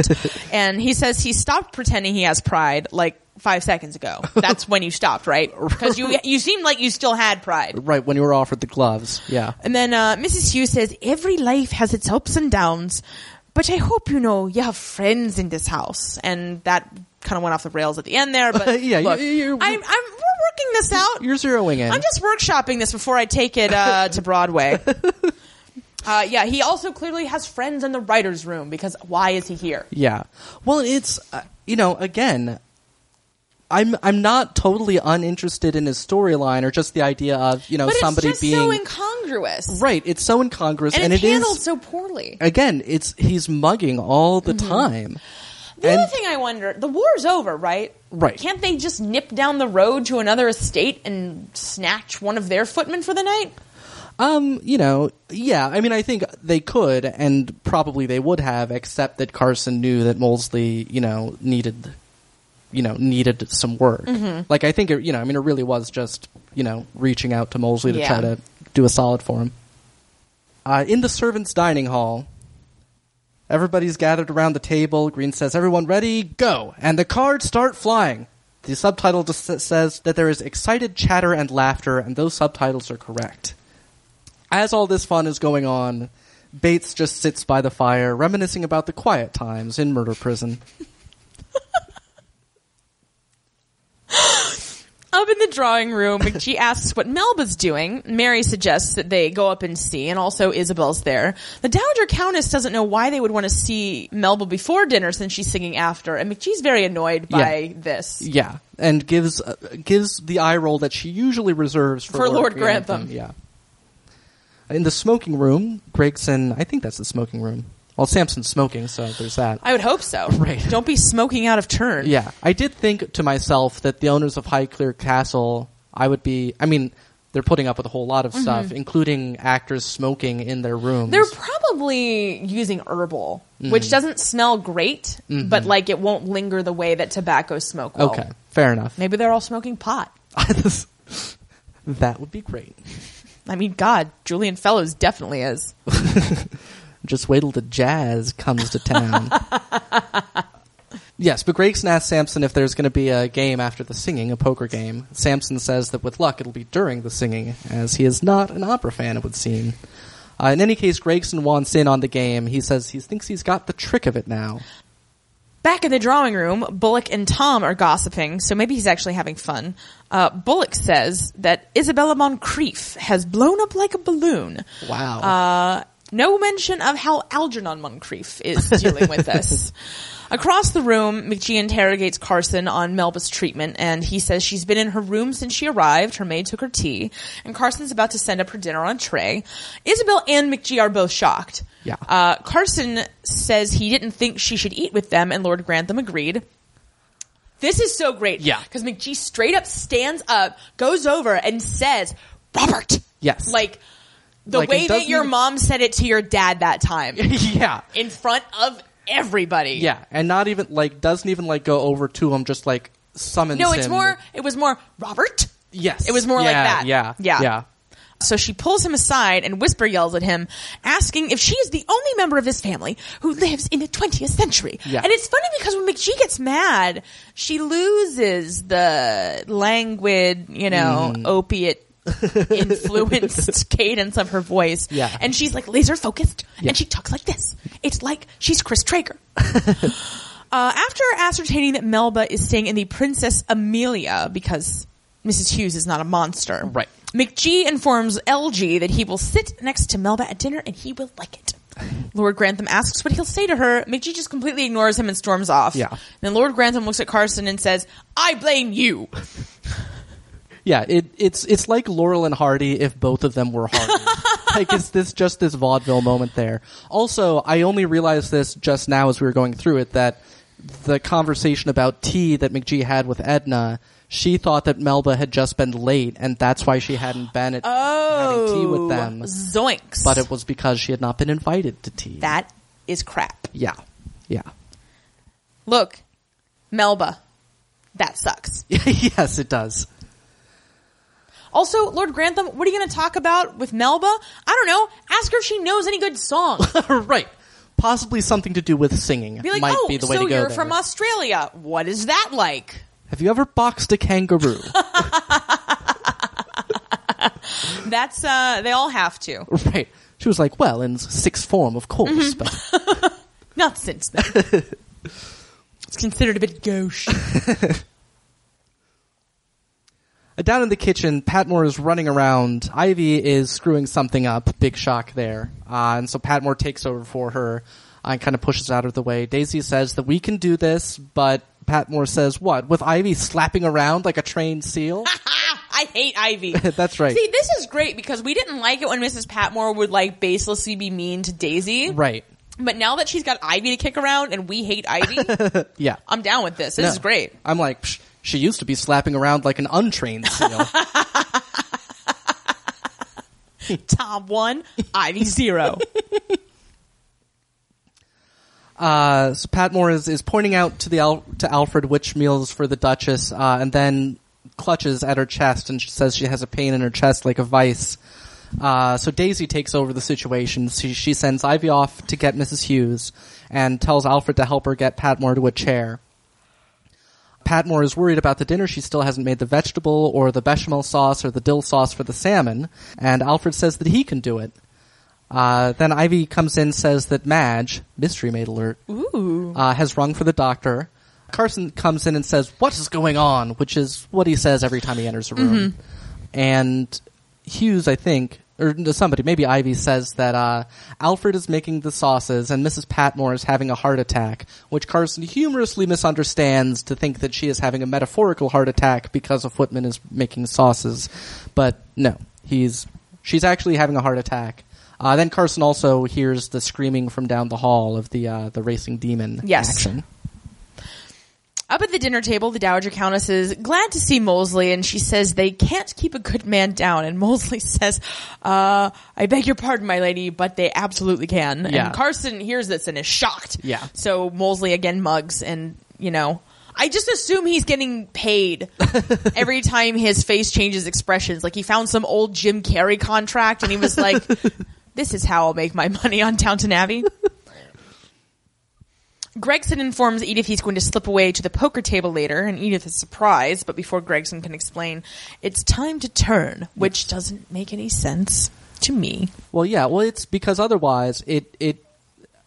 [SPEAKER 1] and he says he stopped pretending he has pride like five seconds ago. That's when you stopped, right? Because you you seemed like you still had pride.
[SPEAKER 2] Right when you were offered the gloves. Yeah.
[SPEAKER 1] And then uh, Mrs. Hughes says, Every life has its ups and downs, but I hope you know you have friends in this house. And that kind of went off the rails at the end there, but
[SPEAKER 2] Uh, Yeah, you-
[SPEAKER 1] look,
[SPEAKER 2] you're-
[SPEAKER 1] I'm, I'm, we're working this out.
[SPEAKER 2] You're zeroing in.
[SPEAKER 1] I'm just workshopping this before I take it uh, to Broadway. Uh, yeah, he also clearly has friends in the writer's room because why is he here?
[SPEAKER 2] Yeah. Well, it's uh, you know, again, I'm I'm not totally uninterested in his storyline or just the idea of you know
[SPEAKER 1] But
[SPEAKER 2] somebody
[SPEAKER 1] it's just
[SPEAKER 2] being
[SPEAKER 1] so incongruous.
[SPEAKER 2] right. It's so incongruous,
[SPEAKER 1] And,
[SPEAKER 2] and,
[SPEAKER 1] it's
[SPEAKER 2] it
[SPEAKER 1] handled
[SPEAKER 2] is
[SPEAKER 1] so poorly.
[SPEAKER 2] again. It's he's mugging all
[SPEAKER 1] Mm-hmm.
[SPEAKER 2] the time.
[SPEAKER 1] The
[SPEAKER 2] and
[SPEAKER 1] other thing I wonder, the war's over, right?
[SPEAKER 2] Right.
[SPEAKER 1] Can't they just nip down the road to another estate and snatch one of their footmen for the night?
[SPEAKER 2] Um, you know, yeah. I mean, I think they could, and probably they would have, except that Carson knew that Molesley, you know, needed, you know, needed some work. Like, I think, it, you know, I mean, it really was just, you know, reaching out to Molesley to
[SPEAKER 1] Yeah.
[SPEAKER 2] try to do a solid for him. Uh, in the servants' dining hall, Everybody's gathered around the table. Green says, Everyone ready? Go! And the cards start flying. The subtitle just sa- says that there is excited chatter and laughter, and those subtitles are correct. As all this fun is going on, Bates just sits by the fire, reminiscing about the quiet times in murder prison.
[SPEAKER 1] Up in the drawing room, McGee asks what Melba's doing. Mary suggests that they go up and see, and also Isabel's there. The Dowager Countess doesn't know why they would want to see Melba before dinner since she's singing after, and McGee's very annoyed by
[SPEAKER 2] Yeah.
[SPEAKER 1] this.
[SPEAKER 2] Yeah, and gives uh, gives the eye roll that she usually reserves for,
[SPEAKER 1] For Lord Grantham.
[SPEAKER 2] Yeah. In the smoking room, Gregson. I think that's the smoking room. Well, Samson's smoking, so there's that.
[SPEAKER 1] I would hope so.
[SPEAKER 2] Right.
[SPEAKER 1] Don't be smoking out of turn.
[SPEAKER 2] yeah, I did think to myself that the owners of Highclere Castle, I would be. I mean, they're putting up with a whole lot of stuff, including actors smoking in their
[SPEAKER 1] Mm-hmm.
[SPEAKER 2] rooms.
[SPEAKER 1] They're probably using herbal, which doesn't smell great, but like it won't linger the way that tobacco smoke will.
[SPEAKER 2] okay, fair enough.
[SPEAKER 1] Maybe they're all smoking pot.
[SPEAKER 2] that would be great.
[SPEAKER 1] I mean, God, Julian Fellows definitely is.
[SPEAKER 2] Just wait till the jazz comes to town. yes, but Gregson asks Samson if there's going to be a game after the singing, a poker game. Samson says that with luck, it'll be during the singing, as he is not an opera fan, it would seem. Uh, in any case, Gregson wants in on the game. He says he thinks he's got the trick of it now.
[SPEAKER 1] Back in the drawing room, Bullock and Tom are gossiping, so maybe he's actually having fun. Uh, Bullock says that Isabella Moncrief has blown up like a balloon.
[SPEAKER 2] Wow.
[SPEAKER 1] Uh, no mention of how Algernon Moncrief is dealing with this. Across the room, McGee interrogates Carson on Melba's treatment, and he says she's been in her room since she arrived. Her maid took her tea, and Carson's about to send up her dinner on a tray. Isabel and McGee are both shocked.
[SPEAKER 2] Yeah.
[SPEAKER 1] Uh, Carson says he didn't think she should eat with them, and Lord Grantham agreed. This is so great.
[SPEAKER 2] Yeah.
[SPEAKER 1] Because McGee straight up stands up, goes over, and says, Robert.
[SPEAKER 2] Yes.
[SPEAKER 1] Like, the
[SPEAKER 2] Like,
[SPEAKER 1] way
[SPEAKER 2] it
[SPEAKER 1] that
[SPEAKER 2] doesn't-
[SPEAKER 1] your mom said it to your dad that time
[SPEAKER 2] yeah.
[SPEAKER 1] in front of everybody.
[SPEAKER 2] Yeah, and not even, like, doesn't even, like, go over to him, just, like, summons
[SPEAKER 1] No, it's
[SPEAKER 2] him.
[SPEAKER 1] more, it was more, Robert.
[SPEAKER 2] Yes.
[SPEAKER 1] It was more like
[SPEAKER 2] Yeah,
[SPEAKER 1] that.
[SPEAKER 2] Yeah.
[SPEAKER 1] Yeah.
[SPEAKER 2] Yeah.
[SPEAKER 1] So she pulls him aside and whisper yells at him, asking if she is the only member of his family who lives in the 20th century.
[SPEAKER 2] Yeah.
[SPEAKER 1] And it's funny because when McGee gets mad, she loses the languid, you know,
[SPEAKER 2] Mm.
[SPEAKER 1] opiate influenced cadence of her voice.
[SPEAKER 2] Yeah.
[SPEAKER 1] And she's like laser focused
[SPEAKER 2] Yeah.
[SPEAKER 1] and she talks like this. It's like she's Chris Traeger. Uh, after ascertaining that Melba is staying in the Princess Amelia because Mrs. Hughes is not a monster,
[SPEAKER 2] Right.
[SPEAKER 1] McGee informs LG that he will sit next to Melba at dinner and he will like it. Lord Grantham asks what he'll say to her. McGee just completely ignores him and storms off.
[SPEAKER 2] Yeah.
[SPEAKER 1] Then Lord Grantham looks at Carson and says, "I blame you."
[SPEAKER 2] Yeah, it, it's it's like Laurel and Hardy if both of them were Hardy. like it's this just this vaudeville moment there. Also, I only realized this just now as we were going through it that the conversation about tea that McGee had with Edna, she thought that Melba had just been late and that's why she hadn't been at having tea
[SPEAKER 1] Oh.
[SPEAKER 2] with them.
[SPEAKER 1] zoinks!
[SPEAKER 2] Um, But it was because she had not been invited to tea.
[SPEAKER 1] that is crap.
[SPEAKER 2] yeah. Yeah.
[SPEAKER 1] Look, Melba, that sucks.
[SPEAKER 2] yes, it does.
[SPEAKER 1] Also, Lord Grantham, what are you going to talk about with Melba? I don't know. Ask her if she knows any good songs.
[SPEAKER 2] right. Possibly something to do with singing
[SPEAKER 1] Be like,
[SPEAKER 2] might
[SPEAKER 1] oh,
[SPEAKER 2] be the way
[SPEAKER 1] so
[SPEAKER 2] to go
[SPEAKER 1] you're
[SPEAKER 2] there.
[SPEAKER 1] from Australia. What is that like?
[SPEAKER 2] Have you ever boxed a kangaroo?
[SPEAKER 1] That's uh, they all have to.
[SPEAKER 2] right. She was like, well, in sixth form, of course.
[SPEAKER 1] Mm-hmm.
[SPEAKER 2] But
[SPEAKER 1] Not since then. it's considered a bit gauche.
[SPEAKER 2] Uh, down in the kitchen, Patmore is running around. Ivy is screwing something up. Big shock there. Uh, and so Patmore takes over for her and kind of pushes out of the way. Daisy says that we can do this, but Patmore says, what? With Ivy slapping around like a trained seal?
[SPEAKER 1] Ah, I hate Ivy.
[SPEAKER 2] That's right.
[SPEAKER 1] See, this is great because we didn't like it when Mrs. Patmore would like baselessly be mean to Daisy.
[SPEAKER 2] right.
[SPEAKER 1] But now that she's got Ivy to kick around and we hate Ivy,
[SPEAKER 2] Yeah.
[SPEAKER 1] I'm down with this. This
[SPEAKER 2] No.
[SPEAKER 1] is great.
[SPEAKER 2] I'm like, Psh, she used to be slapping around like an untrained seal.
[SPEAKER 1] Tom one, Ivy zero.
[SPEAKER 2] Uh, so Patmore is, is pointing out to the Al- to Alfred which meals for the Duchess, uh, and then clutches at her chest and she says she has a pain in her chest like a vice. Uh, so Daisy takes over the situation. She, she sends Ivy off to get Mrs. Hughes and tells Alfred to help her get Patmore to a chair. Patmore is worried about the dinner. She still hasn't made the vegetable or the bechamel sauce or the dill sauce for the salmon, and Alfred says that he can do it. Uh, then Ivy comes in, says that Madge, mystery maid alert,
[SPEAKER 1] Ooh.
[SPEAKER 2] uh, has rung for the doctor. Carson comes in and says, "What is going on?" Which is what he says every time he enters a room. And Hughes, I think, or somebody, maybe Ivy, says that uh, Alfred is making the sauces and Mrs. Patmore is having a heart attack, which Carson humorously misunderstands to think that she is having a metaphorical heart attack because a footman is making sauces. But no, he's she's actually having a heart attack. Uh, then Carson also hears the screaming from down the hall of the uh, the racing demon
[SPEAKER 1] Yes.
[SPEAKER 2] action.
[SPEAKER 1] Up at the dinner table, the Dowager Countess is glad to see Molesley and she says they can't keep a good man down. And Molesley says, uh, I beg your pardon, my lady, but they absolutely can.
[SPEAKER 2] Yeah.
[SPEAKER 1] And Carson hears this and is shocked.
[SPEAKER 2] Yeah.
[SPEAKER 1] So Molesley again mugs and, you know, I just assume he's getting paid every time his face changes expressions. Like he found some old Jim Carrey contract and he was like, this is how I'll make my money on Downton Abbey. Gregson informs Edith he's going to slip away to the poker table later, and Edith is surprised, but before Gregson can explain, it's time to turn, which doesn't make any sense to me.
[SPEAKER 2] Well, yeah. Well, it's because otherwise it it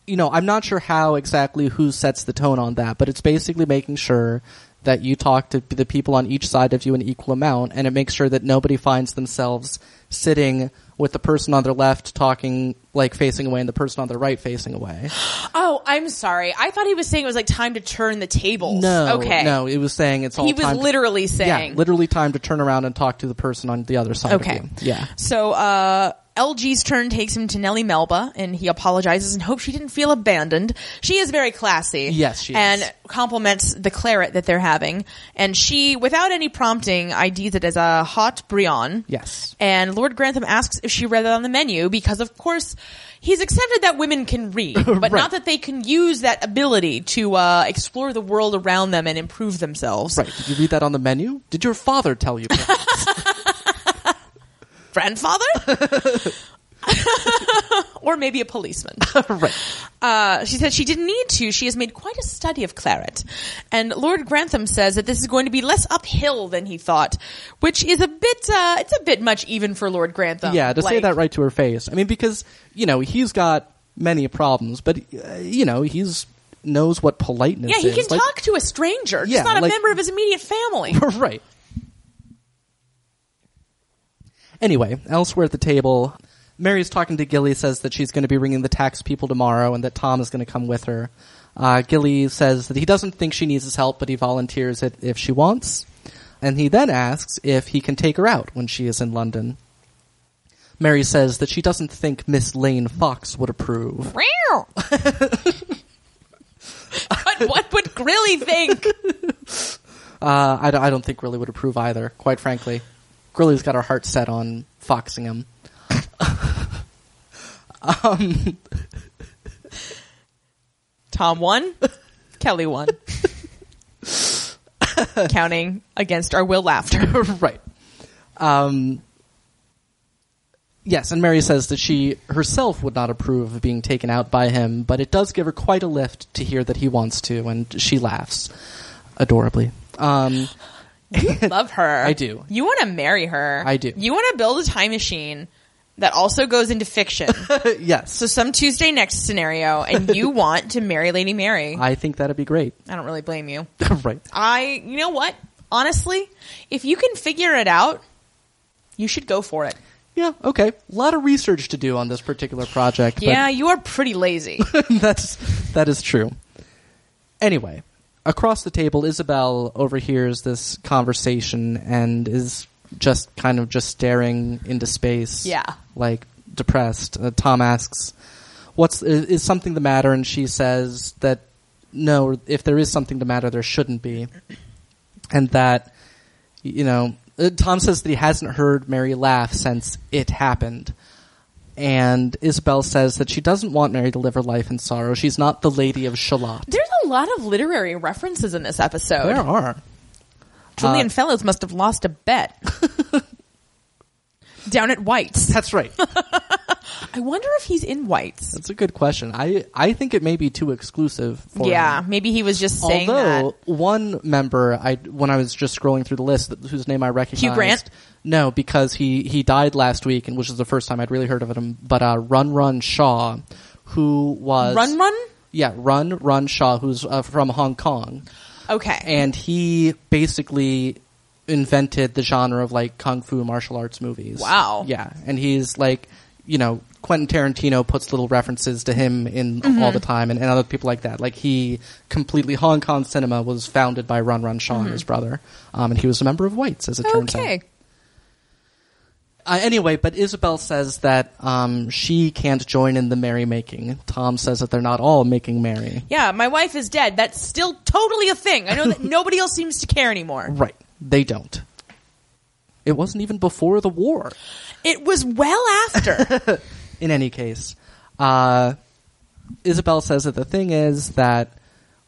[SPEAKER 2] you know I'm not sure how exactly who sets the tone on that, but it's basically making sure that you talk to the people on each side of you an equal amount, and it makes sure that nobody finds themselves sitting with the person on their left talking like facing away and the person on their right facing away.
[SPEAKER 1] Oh, I'm sorry. I thought he was saying it was like time to turn the tables.
[SPEAKER 2] No,
[SPEAKER 1] Okay.
[SPEAKER 2] no, it was saying it's all.
[SPEAKER 1] He was
[SPEAKER 2] time to-
[SPEAKER 1] literally saying.
[SPEAKER 2] yeah, literally time to turn around and talk to the person on the other side. of
[SPEAKER 1] Okay.
[SPEAKER 2] you. yeah.
[SPEAKER 1] So, uh, LG's turn takes him to Nellie Melba, and he apologizes and hopes she didn't feel abandoned. She is very classy.
[SPEAKER 2] Yes, she
[SPEAKER 1] And
[SPEAKER 2] is.
[SPEAKER 1] compliments the claret that they're having. And she, without any prompting, IDs it as a hot Brion.
[SPEAKER 2] Yes.
[SPEAKER 1] And Lord Grantham asks if she read it on the menu, because of course, he's accepted that women can read, but
[SPEAKER 2] Right.
[SPEAKER 1] not that they can use that ability to, uh, explore the world around them and improve themselves.
[SPEAKER 2] Right. Did you read that on the menu? Did your father tell you? About it?
[SPEAKER 1] Grandfather? or maybe a policeman.
[SPEAKER 2] right.
[SPEAKER 1] Uh, she said she didn't need to. She has made quite a study of claret. And Lord Grantham says that this is going to be less uphill than he thought, which is a bit, uh, it's a bit much even for Lord Grantham.
[SPEAKER 2] Yeah, to say
[SPEAKER 1] Like,
[SPEAKER 2] that right to her face. I mean, because you know he's got many problems, but uh, you know he's knows what politeness.
[SPEAKER 1] Yeah, he
[SPEAKER 2] is.
[SPEAKER 1] can
[SPEAKER 2] Like-
[SPEAKER 1] talk to a stranger, just
[SPEAKER 2] Yeah,
[SPEAKER 1] not a
[SPEAKER 2] like-
[SPEAKER 1] member of his immediate family.
[SPEAKER 2] right. Anyway, elsewhere at the table, Mary's talking to Gilly. Says that she's going to be ringing the tax people tomorrow, and that Tom is going to come with her. Uh, Gilly says that he doesn't think she needs his help, but he volunteers it if she wants. And he then asks if he can take her out when she is in London. Mary says that she doesn't think Miss Lane Fox would approve.
[SPEAKER 1] but what would Grilly think?
[SPEAKER 2] Uh, I, don't- I don't think Grilly would approve either, quite frankly. Grilly's got her heart set on foxing him.
[SPEAKER 1] Tom one, Kelly one. Counting against our will laughter.
[SPEAKER 2] right. Um, yes, and Mary says that she herself would not approve of being taken out by him, but it does give her quite a lift to hear that he wants to, and she laughs adorably. Um,
[SPEAKER 1] Love her.
[SPEAKER 2] I do.
[SPEAKER 1] You want to marry her.
[SPEAKER 2] I do.
[SPEAKER 1] You want to build a time machine that also goes into fiction.
[SPEAKER 2] yes,
[SPEAKER 1] so some Tuesday next scenario, and you want to marry Lady Mary. I,
[SPEAKER 2] I think that'd be great.
[SPEAKER 1] don't really blame you.
[SPEAKER 2] right.
[SPEAKER 1] I, you know what? Honestly, if you can figure it out, you should go for it.
[SPEAKER 2] Yeah, okay. A lot of research to do on this particular project. but-
[SPEAKER 1] yeah, you are pretty lazy.
[SPEAKER 2] That's that is true. Anyway, across the table, Isabel overhears this conversation and is just kind of just staring into space.
[SPEAKER 1] Yeah.
[SPEAKER 2] like depressed. Uh, Tom asks, "What's is, is something the matter?" And she says that no, if there is something the matter, there shouldn't be, and that you know, uh, Tom says that he hasn't heard Mary laugh since it happened. and Isabel says that she doesn't want Mary to live her life in sorrow. She's not the Lady of Shalott.
[SPEAKER 1] There's a lot of literary references in this episode.
[SPEAKER 2] There are.
[SPEAKER 1] Julian Fellows must have lost a bet. Down at White's.
[SPEAKER 2] That's right.
[SPEAKER 1] I wonder if he's in White's.
[SPEAKER 2] That's a good question. I I think it may be too exclusive for
[SPEAKER 1] Yeah,
[SPEAKER 2] him.
[SPEAKER 1] maybe he was just saying
[SPEAKER 2] Although
[SPEAKER 1] that.
[SPEAKER 2] one member, I when I was just scrolling through the list, th- whose name I recognized,
[SPEAKER 1] Grant?
[SPEAKER 2] No, because he he died last week, and which is the first time I'd really heard of him. But uh, Run Run Shaw, who was
[SPEAKER 1] Run Run?
[SPEAKER 2] yeah Run Run Shaw, who's uh, from Hong Kong,
[SPEAKER 1] Okay.
[SPEAKER 2] and he basically invented the genre of like kung fu martial arts movies.
[SPEAKER 1] Wow.
[SPEAKER 2] Yeah, and he's like, you know, Quentin Tarantino puts little references to him in
[SPEAKER 1] Mm-hmm.
[SPEAKER 2] all the time, and, and other people like that. Like he completely Hong Kong cinema was founded by Run Run Shaw and his brother, um, and he was a member of Whites as it turns out.
[SPEAKER 1] Mm-hmm. okay.
[SPEAKER 2] Uh, anyway, but Isabel says that um, she can't join in the merrymaking. Tom says that they're not all making merry.
[SPEAKER 1] Yeah, my wife is dead. That's still totally a thing. I know that nobody else seems to care anymore.
[SPEAKER 2] Right. They don't. It wasn't even before the war.
[SPEAKER 1] It was well after.
[SPEAKER 2] in any case, uh, Isabel says that the thing is that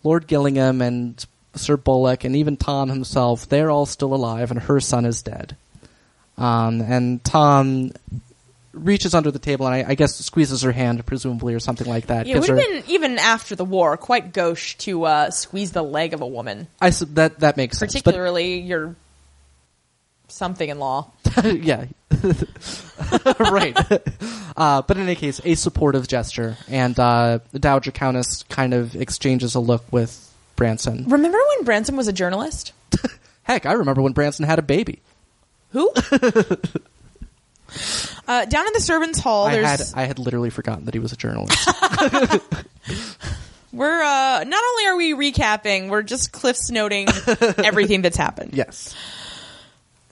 [SPEAKER 2] Lord Gillingham and Sir Bullock and even Tom himself, they're all still alive and her son is dead. Um, and Tom reaches under the table and I, I guess squeezes her hand, presumably, or something like that.
[SPEAKER 1] yeah,
[SPEAKER 2] gives
[SPEAKER 1] we've
[SPEAKER 2] her-
[SPEAKER 1] been even after the war quite gauche to uh, squeeze the leg of a woman,
[SPEAKER 2] I s- that, that makes sense. But
[SPEAKER 1] particularly your something in law.
[SPEAKER 2] yeah. right. uh, but in any case, a supportive gesture. And uh, the Dowager Countess kind of exchanges a look with Branson.
[SPEAKER 1] Remember when Branson was a journalist?
[SPEAKER 2] Heck, I remember when Branson had a baby.
[SPEAKER 1] Who? uh, down in the servants' hall,
[SPEAKER 2] I
[SPEAKER 1] there's
[SPEAKER 2] had I had literally forgotten that he was a journalist.
[SPEAKER 1] we're uh, not only are we recapping, we're just cliffs noting everything that's happened.
[SPEAKER 2] yes.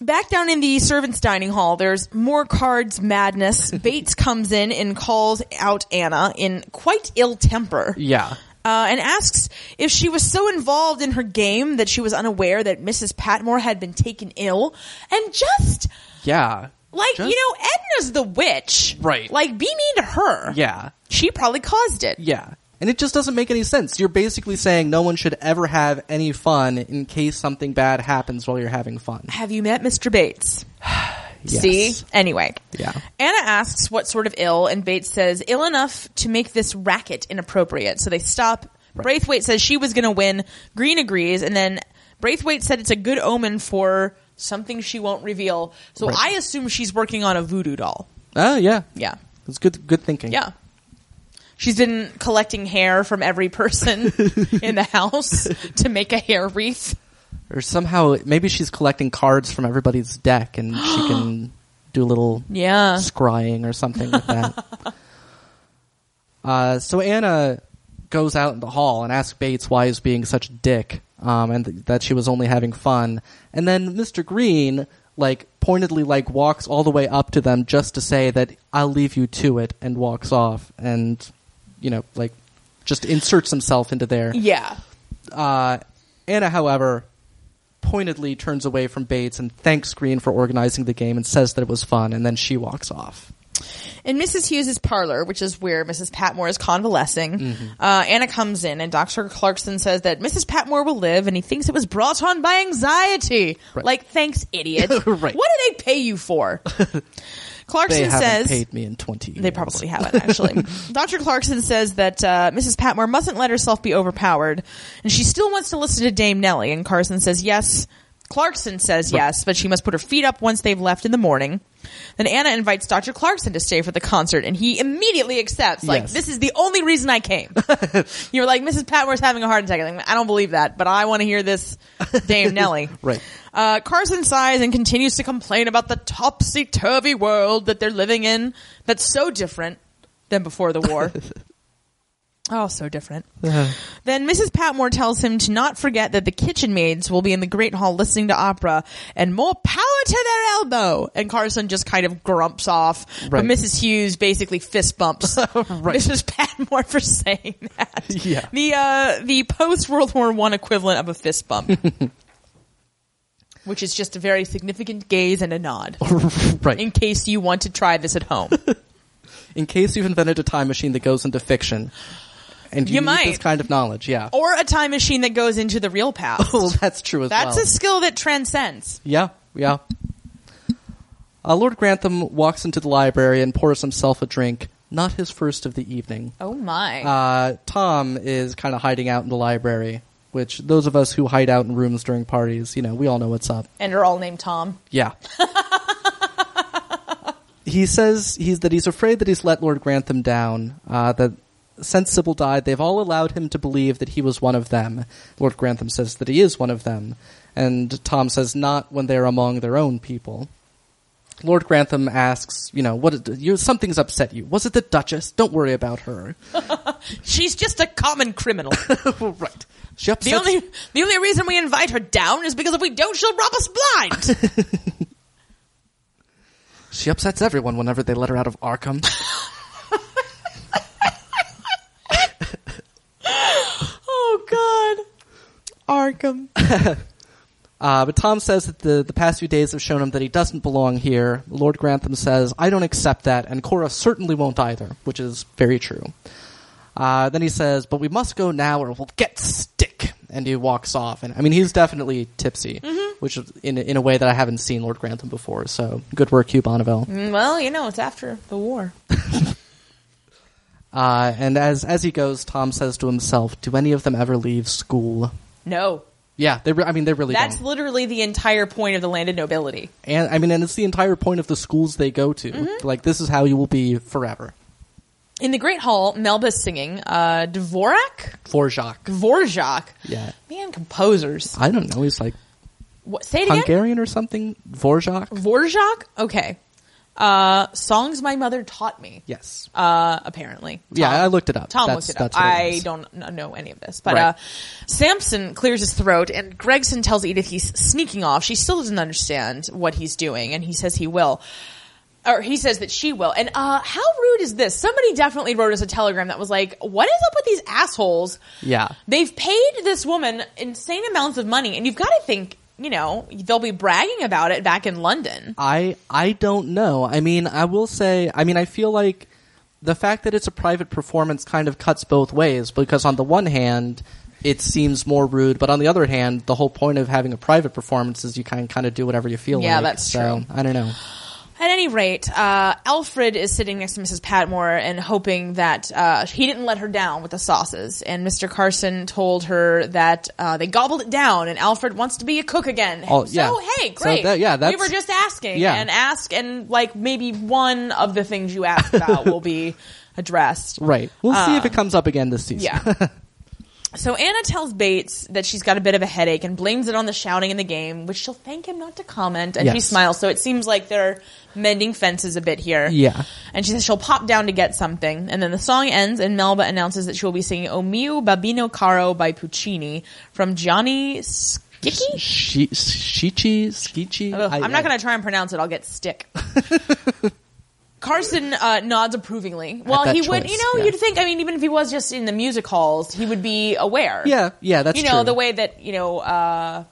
[SPEAKER 1] Back down in the servants' dining hall, there's more cards madness. Bates comes in and calls out Anna in quite ill temper.
[SPEAKER 2] Yeah.
[SPEAKER 1] Uh, and asks if she was so involved in her game that she was unaware that Mrs. Patmore had been taken ill, and just
[SPEAKER 2] Yeah.
[SPEAKER 1] like
[SPEAKER 2] Just-
[SPEAKER 1] you know, Edna's the witch,
[SPEAKER 2] Right.
[SPEAKER 1] Like, be mean to her.
[SPEAKER 2] Yeah.
[SPEAKER 1] she probably caused it.
[SPEAKER 2] Yeah. And it just doesn't make any sense. You're basically saying no one should ever have any fun in case something bad happens while you're having fun.
[SPEAKER 1] Have you met Mr. Bates?
[SPEAKER 2] Yes.
[SPEAKER 1] See? Anyway.
[SPEAKER 2] Yeah.
[SPEAKER 1] Anna asks what sort of ill, and Bates says, ill enough to make this racket inappropriate. So they stop. Braithwaite says she was going to win. Green agrees, and then Braithwaite said it's a good omen for something she won't reveal. So
[SPEAKER 2] Right.
[SPEAKER 1] I assume she's working on a voodoo doll.
[SPEAKER 2] Oh yeah.
[SPEAKER 1] Yeah.
[SPEAKER 2] It's good good thinking.
[SPEAKER 1] Yeah. She's been collecting hair from every person in the house to make a hair wreath.
[SPEAKER 2] Or somehow maybe she's collecting cards from everybody's deck and she can do a little
[SPEAKER 1] Yeah.
[SPEAKER 2] scrying or something like that. uh, so Anna goes out in the hall and asks Bates why he's being such a dick um, and th- that she was only having fun. And then Mr. Green, like, pointedly, like, walks all the way up to them just to say that I'll leave you to it and walks off and, you know, like, just inserts himself into their
[SPEAKER 1] Yeah.
[SPEAKER 2] uh, Anna, however, pointedly turns away from Bates and thanks Green for organizing the game and says that it was fun, and then she walks off.
[SPEAKER 1] In Mrs. Hughes's parlor, which is where Mrs. Patmore is convalescing,
[SPEAKER 2] Mm-hmm.
[SPEAKER 1] uh, Anna comes in and Dr. Clarkson says that Mrs. Patmore will live and he thinks it was brought on by anxiety.
[SPEAKER 2] Right.
[SPEAKER 1] Like, thanks, idiot.
[SPEAKER 2] Right.
[SPEAKER 1] What do they pay you for?
[SPEAKER 2] They
[SPEAKER 1] Clarkson
[SPEAKER 2] haven't
[SPEAKER 1] says.
[SPEAKER 2] paid me in 20 years.
[SPEAKER 1] They probably haven't, actually. Dr. Clarkson says that uh, Mrs. Patmore mustn't let herself be overpowered, and she still wants to listen to Dame Nellie. And Carson says yes. Clarkson says yes, but she must put her feet up once they've left in the morning. Then Anna invites Dr. Clarkson to stay for the concert, and he immediately accepts, like,
[SPEAKER 2] Yes.
[SPEAKER 1] this is the only reason I came. you were like, Mrs. Patmore's having a heart attack. I'm like, I don't believe that, but I want to hear this Dame Nellie.
[SPEAKER 2] Right.
[SPEAKER 1] Uh, Carson sighs and continues to complain about the topsy turvy world that they're living in that's so different than before the war. oh, so different.
[SPEAKER 2] Uh-huh.
[SPEAKER 1] Then Mrs. Patmore tells him to not forget that the kitchen maids will be in the Great Hall listening to opera and more power to their elbow. And Carson just kind of grumps off. But
[SPEAKER 2] Right.
[SPEAKER 1] Mrs. Hughes basically fist bumps Mrs. Patmore for saying that.
[SPEAKER 2] Yeah.
[SPEAKER 1] The, uh, the post World War One equivalent of a fist bump. Which is just a very significant gaze and a nod
[SPEAKER 2] right.
[SPEAKER 1] in case you want to try this at home.
[SPEAKER 2] in case you've invented a time machine that goes into fiction, and you,
[SPEAKER 1] You
[SPEAKER 2] need
[SPEAKER 1] might. Oh,
[SPEAKER 2] this kind of knowledge, yeah.
[SPEAKER 1] or a time machine that goes into the real past.
[SPEAKER 2] well, that's true as
[SPEAKER 1] That's
[SPEAKER 2] well.
[SPEAKER 1] a skill that transcends.
[SPEAKER 2] Yeah, yeah. Uh, Lord Grantham walks into the library and pours himself a drink. Not his first of the evening.
[SPEAKER 1] Oh my.
[SPEAKER 2] Uh, Tom is kind of hiding out in the library, which those of us who hide out in rooms during parties, you know, we all know what's up.
[SPEAKER 1] and are all named Tom.
[SPEAKER 2] Yeah. he says he's that he's afraid that he's let Lord Grantham down. Uh, that since Sybil died, they've all allowed him to believe that he was one of them. Lord Grantham says that he is one of them, and Tom says not when they're among their own people. Lord Grantham asks, you know, what you something's upset you. Was it the Duchess? Don't worry about her.
[SPEAKER 1] She's just a common criminal. The
[SPEAKER 2] right. She upsets
[SPEAKER 1] only the only reason we invite her down is because if we don't, she'll rob us blind.
[SPEAKER 2] She upsets everyone whenever they let her out of Arkham.
[SPEAKER 1] oh God, Arkham.
[SPEAKER 2] Uh, but Tom says that the, the past few days have shown him that he doesn't belong here. Lord Grantham says, I don't accept that, and Cora certainly won't either, which is very true. Uh, then he says, But we must go now or we'll get stick. And he walks off. And I mean, he's definitely tipsy,
[SPEAKER 1] Mm-hmm.
[SPEAKER 2] which is in, in a way that I haven't seen Lord Grantham before. So good work, Hugh Bonneville.
[SPEAKER 1] Mm, Well, you know, it's after the war.
[SPEAKER 2] Uh, and as, as he goes, Tom says to himself, Do any of them ever leave school?
[SPEAKER 1] No,
[SPEAKER 2] Yeah, they. Re- I mean, they really
[SPEAKER 1] that's
[SPEAKER 2] don't.
[SPEAKER 1] literally the entire point of the landed nobility.
[SPEAKER 2] and I mean, and it's the entire point of the schools they go to.
[SPEAKER 1] Mm-hmm.
[SPEAKER 2] Like, this is how you will be forever.
[SPEAKER 1] In the Great Hall, Melba's singing uh, Dvorak,
[SPEAKER 2] Dvorak.
[SPEAKER 1] Dvorak.
[SPEAKER 2] Yeah.
[SPEAKER 1] Man, composers.
[SPEAKER 2] I don't know. He's like
[SPEAKER 1] What, say it again.
[SPEAKER 2] Hungarian or something. Dvorak.
[SPEAKER 1] Dvorak. Okay. Uh, songs my mother taught me.
[SPEAKER 2] Yes.
[SPEAKER 1] Uh, apparently.
[SPEAKER 2] Yeah, I looked it up.
[SPEAKER 1] Tom
[SPEAKER 2] That's-
[SPEAKER 1] looked it up.
[SPEAKER 2] that's what it
[SPEAKER 1] I
[SPEAKER 2] was.
[SPEAKER 1] don't kn- know any of this, but
[SPEAKER 2] Right.
[SPEAKER 1] uh, Samson clears his throat, and Gregson tells Edith he's sneaking off. She still doesn't understand what he's doing, and he says he will, or he says that she will. And uh, how rude is this? Somebody definitely wrote us a telegram that was like, "What is up with these assholes?
[SPEAKER 2] Yeah.
[SPEAKER 1] They've paid this woman insane amounts of money, and you've got to think." You know, they'll be bragging about it back in London.
[SPEAKER 2] I I don't know. I mean, I will say. I mean, I feel like the fact that it's a private performance kind of cuts both ways because on the one hand. It seems more rude, but on the other hand, the whole point of having a private performance is you can kind of do whatever you feel
[SPEAKER 1] Yeah,
[SPEAKER 2] like.
[SPEAKER 1] that's
[SPEAKER 2] so,
[SPEAKER 1] true.
[SPEAKER 2] I don't know.
[SPEAKER 1] At any rate, uh, Alfred is sitting next to Mrs. Patmore and hoping that uh, he didn't let her down with the sauces. And Mr. Carson told her that uh, they gobbled it down, and Alfred wants to be a cook again.
[SPEAKER 2] Oh,
[SPEAKER 1] so
[SPEAKER 2] yeah.
[SPEAKER 1] hey,
[SPEAKER 2] So
[SPEAKER 1] great.
[SPEAKER 2] that- yeah,
[SPEAKER 1] we
[SPEAKER 2] that's-
[SPEAKER 1] were just asking,
[SPEAKER 2] Yeah.
[SPEAKER 1] and ask, and like maybe one of the things you asked about will be addressed.
[SPEAKER 2] Right. We'll see if it comes up again this season.
[SPEAKER 1] Um, Yeah. so Anna tells Bates that she's got a bit of a headache and blames it on the shouting in the game, which she'll thank him not to comment. And she
[SPEAKER 2] Yes.
[SPEAKER 1] smiles. So it seems like they're mending fences a bit here.
[SPEAKER 2] Yeah.
[SPEAKER 1] And she says she'll pop down to get something. And then the song ends, and Melba announces that she will be singing O Mio Babino Caro by Puccini from Johnny Skicki?
[SPEAKER 2] Shi- Shichi, Skichi.
[SPEAKER 1] Ugh, I'm not going to try and pronounce it. I'll get stick. Carson uh, nods approvingly. Well,
[SPEAKER 2] that
[SPEAKER 1] he would,
[SPEAKER 2] choice,
[SPEAKER 1] you know,
[SPEAKER 2] yeah.
[SPEAKER 1] you'd think. I mean, even if he was just in the music halls, he would be aware.
[SPEAKER 2] Yeah, yeah, that's
[SPEAKER 1] you know
[SPEAKER 2] true.
[SPEAKER 1] the way that you know uh,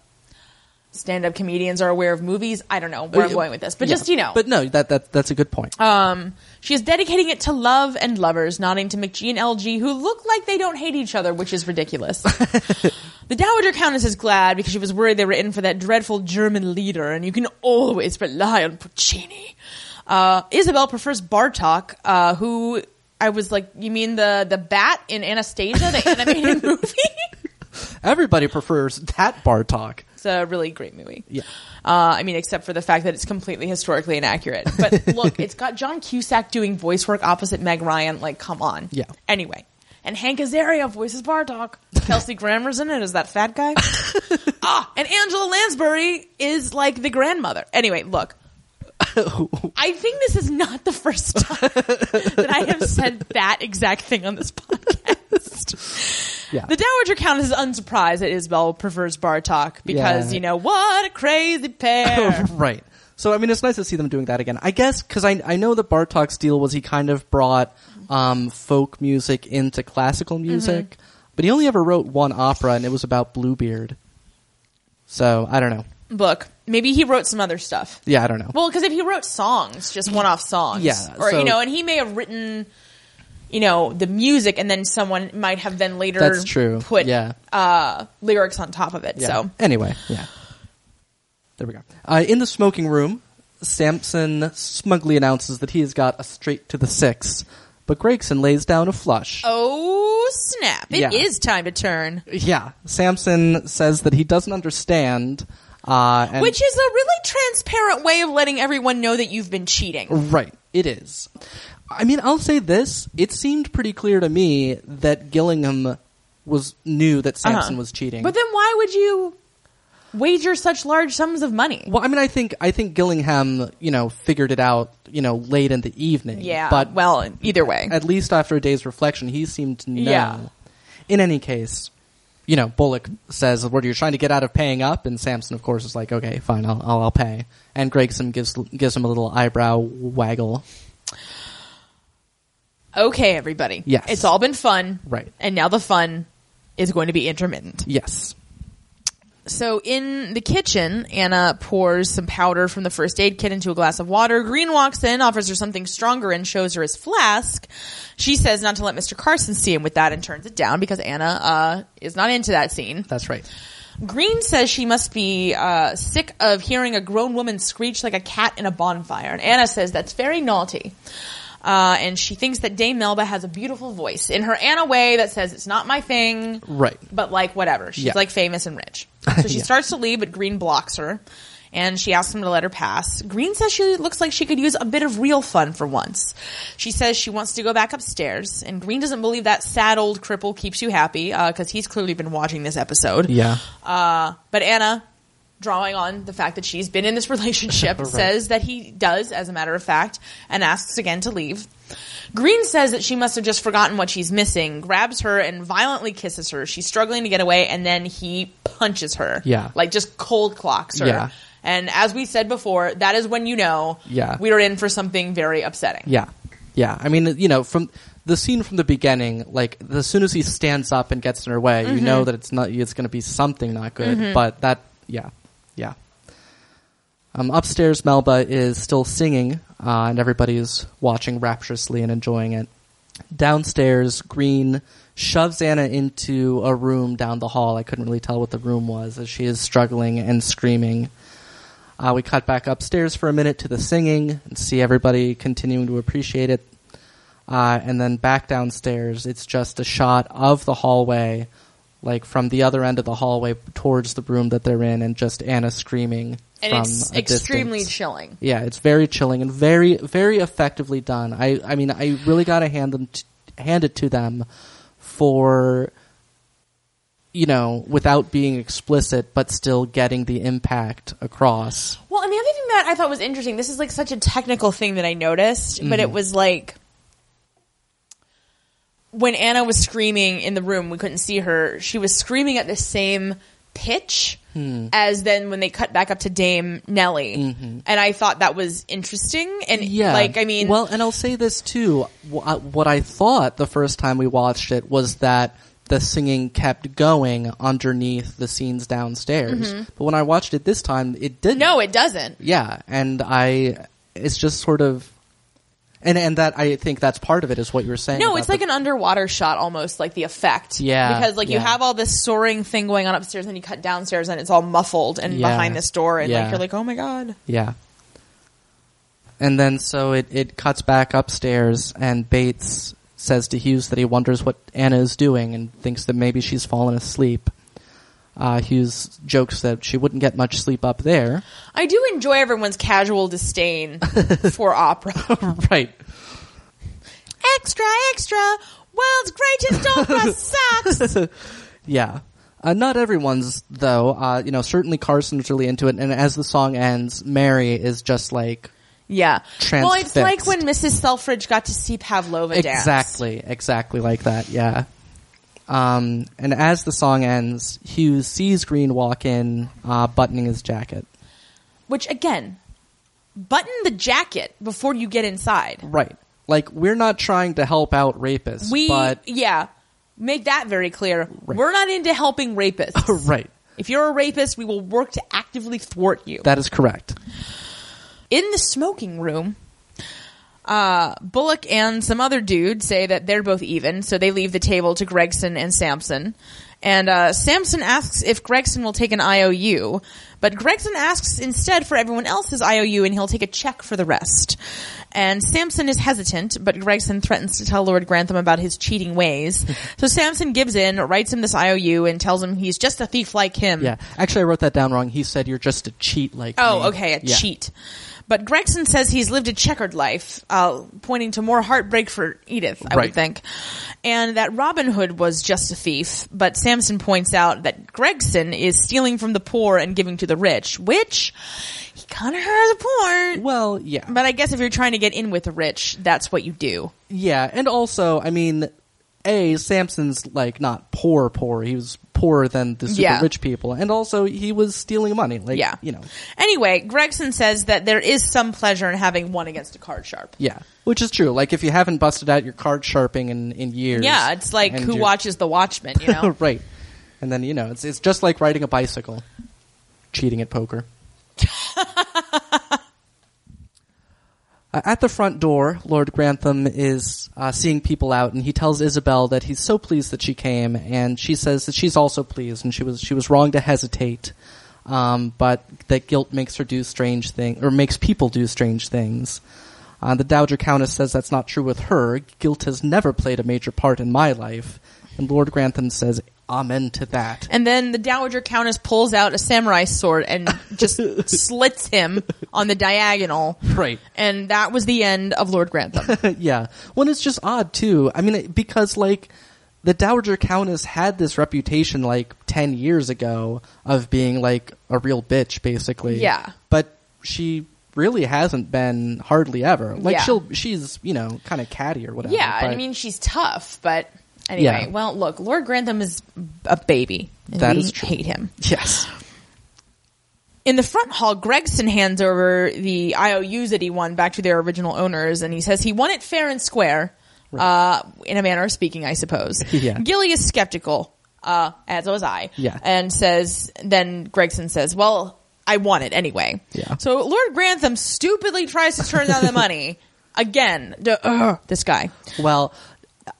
[SPEAKER 1] stand-up comedians are aware of movies. I don't know where I'm
[SPEAKER 2] Uh,
[SPEAKER 1] going with this, but
[SPEAKER 2] yeah.
[SPEAKER 1] just you know,
[SPEAKER 2] But no, that that that's a good point.
[SPEAKER 1] um, she is dedicating it to love and lovers, nodding to McGee and LG, who look like they don't hate each other, which is ridiculous. the Dowager Countess is glad because she was worried they were in for that dreadful German leader, and you can always rely on Puccini. Uh, Isabel prefers Bartok, uh, who I was like, you mean the the bat in Anastasia, the animated movie?
[SPEAKER 2] Everybody prefers that bar talk.
[SPEAKER 1] It's a really great movie.
[SPEAKER 2] Yeah.
[SPEAKER 1] Uh, I mean, except for the fact that it's completely historically inaccurate. But look, it's got John Cusack doing voice work opposite Meg Ryan. Like, come on.
[SPEAKER 2] Yeah.
[SPEAKER 1] Anyway, and Hank Azaria voices Bardock. Kelsey Grammer's in it as that fat guy. ah, and Angela Lansbury is like the grandmother. Anyway, look. I think this is not the first time that I have said that exact thing on this podcast.
[SPEAKER 2] Yeah.
[SPEAKER 1] The Dowager Countess is unsurprised that Isabel prefers Bartok because,
[SPEAKER 2] Yeah.
[SPEAKER 1] you know, what a crazy pair.
[SPEAKER 2] right. So I mean, it's nice to see them doing that again. I guess because I I know the Bartok's deal was he kind of brought um, folk music into classical
[SPEAKER 1] Mm-hmm.
[SPEAKER 2] music, but he only ever wrote one opera, and it was about Bluebeard. So I don't know.
[SPEAKER 1] Look, maybe he wrote some other stuff.
[SPEAKER 2] Yeah, I don't know.
[SPEAKER 1] Well, because if he wrote songs, just one off songs,
[SPEAKER 2] Yeah,
[SPEAKER 1] or
[SPEAKER 2] so-
[SPEAKER 1] you know, and he may have written, you know, the music, and then someone might have then later
[SPEAKER 2] That's true.
[SPEAKER 1] put
[SPEAKER 2] Yeah.
[SPEAKER 1] uh, lyrics on top of it.
[SPEAKER 2] Yeah.
[SPEAKER 1] So
[SPEAKER 2] anyway, yeah. There we go. Uh, in the smoking room, Samson smugly announces that he has got a straight to the six, but Gregson lays down a flush.
[SPEAKER 1] Oh snap! It is
[SPEAKER 2] Yeah.
[SPEAKER 1] time to turn,
[SPEAKER 2] Yeah, Samson says that he doesn't understand. Uh, and
[SPEAKER 1] which is a really transparent way of letting everyone know that you've been cheating.
[SPEAKER 2] Right. It is. I mean, I'll say this. It seemed pretty clear to me that Gillingham was knew that Samson
[SPEAKER 1] Uh-huh.
[SPEAKER 2] was cheating.
[SPEAKER 1] But then why would you wager such large sums of money?
[SPEAKER 2] well, I mean, I think I think Gillingham, you know, figured it out, you know, late in the evening.
[SPEAKER 1] yeah, but
[SPEAKER 2] But
[SPEAKER 1] well, either way,
[SPEAKER 2] at least after a day's reflection, he seemed to know.
[SPEAKER 1] Yeah.
[SPEAKER 2] In any case, you know, Bullock says, "What are you trying to get out of paying up?" And Samson, of course, is like, "Okay, fine, I'll I'll, I'll pay." And Gregson gives gives him a little eyebrow waggle.
[SPEAKER 1] okay, everybody.
[SPEAKER 2] Yes.
[SPEAKER 1] it's all been fun,
[SPEAKER 2] Right.
[SPEAKER 1] And now the fun is going to be intermittent.
[SPEAKER 2] Yes.
[SPEAKER 1] So in the kitchen, Anna pours some powder from the first aid kit into a glass of water. Green walks in, offers her something stronger, and shows her his flask. She says not to let Mr. Carson see him with that and turns it down because Anna uh, is not into that scene.
[SPEAKER 2] That's right.
[SPEAKER 1] Green says she must be uh, sick of hearing a grown woman screech like a cat in a bonfire. And Anna says that's very naughty. Uh, and she thinks that Dame Melba has a beautiful voice in her Anna way that says it's not my thing.
[SPEAKER 2] Right.
[SPEAKER 1] But like, whatever. She's
[SPEAKER 2] Yeah.
[SPEAKER 1] like famous and rich. So she
[SPEAKER 2] Yeah.
[SPEAKER 1] starts to leave, but Green blocks her. And she asks him to let her pass. Green says she looks like she could use a bit of real fun for once. She says she wants to go back upstairs, and Green doesn't believe that sad old cripple keeps you happy because he's clearly been watching this episode.
[SPEAKER 2] Yeah.
[SPEAKER 1] Uh, but Anna, drawing on the fact that she's been in this relationship,
[SPEAKER 2] Right.
[SPEAKER 1] says that he does, as a matter of fact, and asks again to leave. Green says that she must have just forgotten what she's missing, grabs her, and violently kisses her. She's struggling to get away, and then he punches her.
[SPEAKER 2] Yeah.
[SPEAKER 1] Like just cold clocks her.
[SPEAKER 2] Yeah.
[SPEAKER 1] And as we said before, that is when you know
[SPEAKER 2] Yeah.
[SPEAKER 1] we are in for something very upsetting.
[SPEAKER 2] Yeah, yeah. I mean, you know, from the scene from the beginning, like as soon as he stands up and gets in her way, you know that it's not it's going to be something not good. But that, yeah, yeah. Um, upstairs, Melba is still singing, uh, and everybody is watching rapturously and enjoying it. Downstairs, Green shoves Anna into a room down the hall. I couldn't really tell what the room was as she is struggling and screaming. Uh, we cut back upstairs for a minute to the singing and see everybody continuing to appreciate it. Uh, and then back downstairs, it's just a shot of the hallway, like from the other end of the hallway towards the room that they're in, and just Anna screaming.
[SPEAKER 1] And
[SPEAKER 2] from
[SPEAKER 1] it's
[SPEAKER 2] a
[SPEAKER 1] extremely
[SPEAKER 2] distance.
[SPEAKER 1] chilling.
[SPEAKER 2] Yeah, it's very chilling and very very effectively done. I I mean, I really got to hand them t- hand it to them for you know, without being explicit but still getting the impact across.
[SPEAKER 1] Well, and the other thing that I thought was interesting, this is like such a technical thing that I noticed, but
[SPEAKER 2] Mm-hmm.
[SPEAKER 1] it was like when Anna was screaming in the room, we couldn't see her. She was screaming at the same pitch
[SPEAKER 2] Hmm.
[SPEAKER 1] as then when they cut back up to Dame Nellie. And I thought that was interesting and
[SPEAKER 2] Mm-hmm. Yeah.
[SPEAKER 1] like I mean
[SPEAKER 2] well, and I'll say this too. Wh- uh, What I thought the first time we watched it was that the singing kept going underneath the scenes downstairs. But when I watched it this time, it didn't.
[SPEAKER 1] Mm-hmm. no, it doesn't.
[SPEAKER 2] Yeah, and I, it's just sort of, and and that I think that's part of it is what you were saying.
[SPEAKER 1] No,
[SPEAKER 2] about
[SPEAKER 1] it's like
[SPEAKER 2] the-
[SPEAKER 1] an underwater shot almost, like the effect.
[SPEAKER 2] Yeah,
[SPEAKER 1] Because like you
[SPEAKER 2] yeah.
[SPEAKER 1] have all this soaring thing going on upstairs and you cut downstairs and it's all muffled and
[SPEAKER 2] Yeah,
[SPEAKER 1] behind this door and
[SPEAKER 2] yeah.
[SPEAKER 1] like you're like, Oh my god.
[SPEAKER 2] yeah. And then so it it cuts back upstairs, and Bates says to Hughes that he wonders what Anna is doing and thinks that maybe she's fallen asleep. Uh, Hughes jokes that she wouldn't get much sleep up there.
[SPEAKER 1] I do enjoy everyone's casual disdain for opera.
[SPEAKER 2] right.
[SPEAKER 1] extra, extra! World's greatest opera sucks!
[SPEAKER 2] Yeah. Uh, not everyone's though. Uh, you know, certainly Carson's really into it, and as the song ends, Mary is just like
[SPEAKER 1] Yeah. Well, it's
[SPEAKER 2] Transfixed.
[SPEAKER 1] like when Mrs. Selfridge got to see Pavlova dance.
[SPEAKER 2] exactly, exactly like that. Yeah. Um, and as the song ends, Hughes sees Green walk in, uh, buttoning his jacket.
[SPEAKER 1] Which, again, button the jacket before you get inside.
[SPEAKER 2] Right. Like we're not trying to help out rapists,
[SPEAKER 1] We,
[SPEAKER 2] but
[SPEAKER 1] yeah, make that very clear. We're not into helping rapists.
[SPEAKER 2] right.
[SPEAKER 1] If you're a rapist, we will work to actively thwart you.
[SPEAKER 2] That is correct.
[SPEAKER 1] in the smoking room, uh, Bullock and some other dude say that they're both even, so they leave the table to Gregson and Sampson. And uh, Sampson asks if Gregson will take an IOU, but Gregson asks instead for everyone else's IOU and he'll take a check for the rest. And Sampson is hesitant, but Gregson threatens to tell Lord Grantham about his cheating ways. so Sampson gives in, writes him this IOU, and tells him he's just a thief like him.
[SPEAKER 2] Yeah. Actually, I wrote that down wrong. He said you're just a cheat like me.
[SPEAKER 1] Oh, okay, a
[SPEAKER 2] Yeah.
[SPEAKER 1] cheat. But Gregson says he's lived a checkered life, uh, pointing to more heartbreak for Edith, I
[SPEAKER 2] Right.
[SPEAKER 1] would think. And that Robin Hood was just a thief, but Samson points out that Gregson is stealing from the poor and giving to the rich, which he kind of hurt the poor.
[SPEAKER 2] Well, yeah.
[SPEAKER 1] But I guess if you're trying to get in with the rich, that's what you do.
[SPEAKER 2] Yeah, and also, I mean, A, Samson's like not poor poor. He was poorer than the super
[SPEAKER 1] Yeah.
[SPEAKER 2] rich people. And also he was stealing money. Like
[SPEAKER 1] Yeah.
[SPEAKER 2] you know.
[SPEAKER 1] Anyway, Gregson says that there is some pleasure in having one against a card sharp.
[SPEAKER 2] Yeah. Which is true. Like if you haven't busted out your card sharping in, in years.
[SPEAKER 1] Yeah, it's like
[SPEAKER 2] and
[SPEAKER 1] who
[SPEAKER 2] you're-
[SPEAKER 1] watches the Watchmen, you know?
[SPEAKER 2] right. And then you know, it's it's just like riding a bicycle. Cheating at poker. Uh, At the front door, Lord Grantham is uh, seeing people out, and he tells Isabel that he's so pleased that she came, and she says that she's also pleased, and she was she was wrong to hesitate, um, but that guilt makes her do strange things, or makes people do strange things. Uh, the Dowager Countess says that's not true with her. Guilt has never played a major part in my life, and Lord Grantham says, "Amen to that."
[SPEAKER 1] And then the Dowager Countess pulls out a samurai sword and just slits him on the diagonal.
[SPEAKER 2] Right.
[SPEAKER 1] And that was the end of Lord Grantham.
[SPEAKER 2] yeah. One is just odd too. I mean, it- because like the Dowager Countess had this reputation like ten years ago of being like a real bitch, basically.
[SPEAKER 1] Yeah.
[SPEAKER 2] But she really hasn't been hardly ever. Like
[SPEAKER 1] Yeah.
[SPEAKER 2] she'll she's you know kind of catty or whatever.
[SPEAKER 1] yeah, I
[SPEAKER 2] but
[SPEAKER 1] mean, she's tough, but anyway.
[SPEAKER 2] Yeah.
[SPEAKER 1] Well, look, Lord Grantham is a baby. And
[SPEAKER 2] That
[SPEAKER 1] we
[SPEAKER 2] is true.
[SPEAKER 1] hate him.
[SPEAKER 2] yes.
[SPEAKER 1] In the front hall, Gregson hands over the IOUs that he won back to their original owners, and he says he won it fair and square, uh, in a manner of speaking, I suppose.
[SPEAKER 2] Yeah.
[SPEAKER 1] Gilly is skeptical, uh, as was I,
[SPEAKER 2] Yeah.
[SPEAKER 1] and says, then Gregson says, well, I won it anyway.
[SPEAKER 2] Yeah.
[SPEAKER 1] So Lord Grantham stupidly tries to turn down the money. Again, Duh, ugh, this guy.
[SPEAKER 2] Well,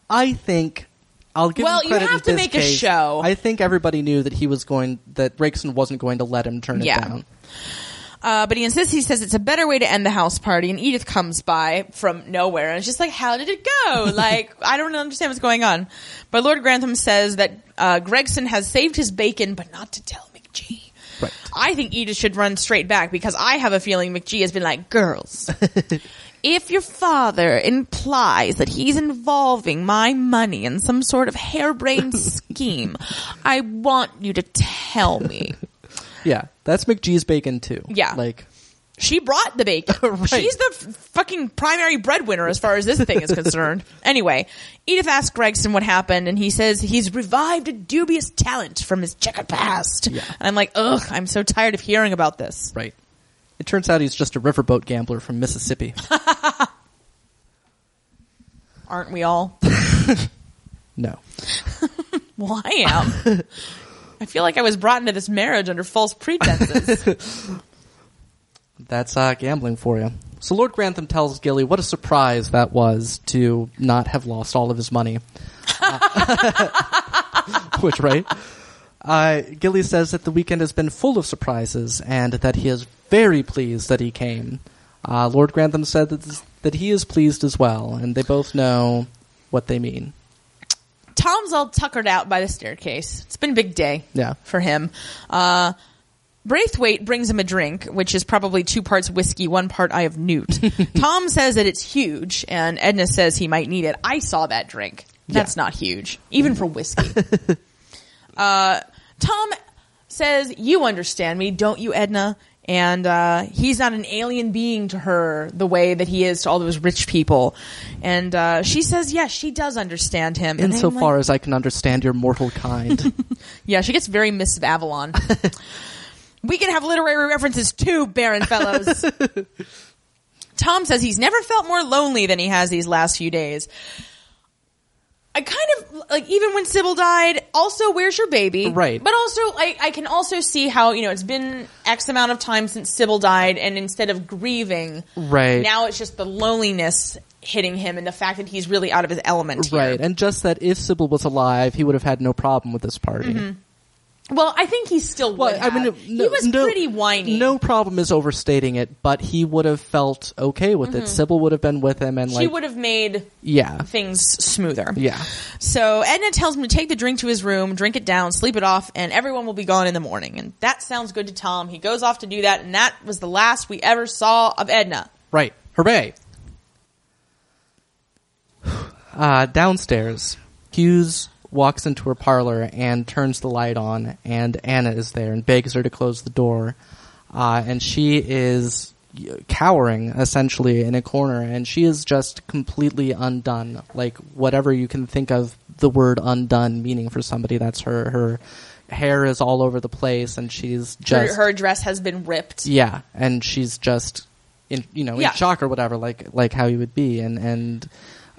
[SPEAKER 2] I think I'll give.
[SPEAKER 1] Well,
[SPEAKER 2] him
[SPEAKER 1] you
[SPEAKER 2] credit
[SPEAKER 1] have
[SPEAKER 2] in
[SPEAKER 1] to
[SPEAKER 2] this
[SPEAKER 1] make a
[SPEAKER 2] case.
[SPEAKER 1] show.
[SPEAKER 2] I think everybody knew that he was going that Rakeson wasn't going to let him turn it
[SPEAKER 1] Yeah.
[SPEAKER 2] down.
[SPEAKER 1] Uh, but he insists he says it's a better way to end the house party. And Edith comes by from nowhere and it's just like, how did it go? Like, I don't understand what's going on. But Lord Grantham says that uh, Gregson has saved his bacon, but not to tell McGee.
[SPEAKER 2] Right.
[SPEAKER 1] I think Edith should run straight back because I have a feeling McGee has been like, girls, if your father implies that he's involving my money in some sort of harebrained scheme, I want you to tell me.
[SPEAKER 2] Yeah, that's McGee's bacon too.
[SPEAKER 1] Yeah.
[SPEAKER 2] like
[SPEAKER 1] She brought the bacon.
[SPEAKER 2] Right.
[SPEAKER 1] She's the f- fucking primary breadwinner as far as this thing is concerned. anyway, Edith asks Gregson what happened, and he says he's revived a dubious talent from his checkered past.
[SPEAKER 2] Yeah.
[SPEAKER 1] And I'm like, ugh, I'm so tired of hearing about this.
[SPEAKER 2] Right. It turns out he's just a riverboat gambler from Mississippi.
[SPEAKER 1] Aren't we all?
[SPEAKER 2] no.
[SPEAKER 1] Well, I am. I feel like I was brought into this marriage under false pretenses.
[SPEAKER 2] That's uh, gambling for you. So Lord Grantham tells Gilly what a surprise that was to not have lost all of his money. Uh, which, right? Uh, Gilly says that the weekend has been full of surprises and that he is very pleased that he came. Uh, Lord Grantham said that, this, that he is pleased as well, and they both know what they mean.
[SPEAKER 1] Tom's all tuckered out by the staircase. It's been a big day.
[SPEAKER 2] Yeah.
[SPEAKER 1] For him. Uh, Braithwaite brings him a drink, which is probably two parts whiskey, one part eye of newt. Tom says that it's huge, and Edna says he might need it. I saw that drink. That's not huge, even for whiskey. uh, Tom says, You understand me, don't you, Edna? And uh, he's not an alien being to her the way that he is to all those rich people. And uh, she says, Yes, she does understand him. And I'm like-
[SPEAKER 2] Insofar as I can understand your mortal kind.
[SPEAKER 1] yeah, she gets very Miss of Avalon. we can have literary references too, Baron Fellows. Tom says he's never felt more lonely than he has these last few days. I kind of like even when Sybil died. Also, where's your baby?
[SPEAKER 2] Right.
[SPEAKER 1] But also, I, I can also see how you know it's been X amount of time since Sybil died, and instead of grieving,
[SPEAKER 2] Right.
[SPEAKER 1] now it's just the loneliness hitting him and the fact that he's really out of his element. here.
[SPEAKER 2] Right, and just that if Sybil was alive, he would have had no problem with this party.
[SPEAKER 1] Well, I think he still would.
[SPEAKER 2] Well, I mean,
[SPEAKER 1] have.
[SPEAKER 2] no,
[SPEAKER 1] Mm-hmm. he was
[SPEAKER 2] no-
[SPEAKER 1] pretty whiny.
[SPEAKER 2] No problem is overstating it, but he would have felt okay with it. Sybil would have been with him, and
[SPEAKER 1] Mm-hmm. she
[SPEAKER 2] like,
[SPEAKER 1] would have made
[SPEAKER 2] yeah,
[SPEAKER 1] things smoother.
[SPEAKER 2] yeah.
[SPEAKER 1] So Edna tells him to take the drink to his room, drink it down, sleep it off, and everyone will be gone in the morning. And that sounds good to Tom. He goes off to do that, and that was the last we ever saw of Edna.
[SPEAKER 2] Right. Hooray. Uh, downstairs, Hughes walks into her parlor and turns the light on, and Anna is there and begs her to close the door. Uh, and she is cowering essentially in a corner, and she is just completely undone. Like whatever you can think of the word undone meaning for somebody, that's her. Her hair is all over the place, and she's
[SPEAKER 1] Her,
[SPEAKER 2] just
[SPEAKER 1] her dress has been ripped.
[SPEAKER 2] yeah, and she's just in you know in
[SPEAKER 1] Yeah.
[SPEAKER 2] shock or whatever, like like how you would be, and and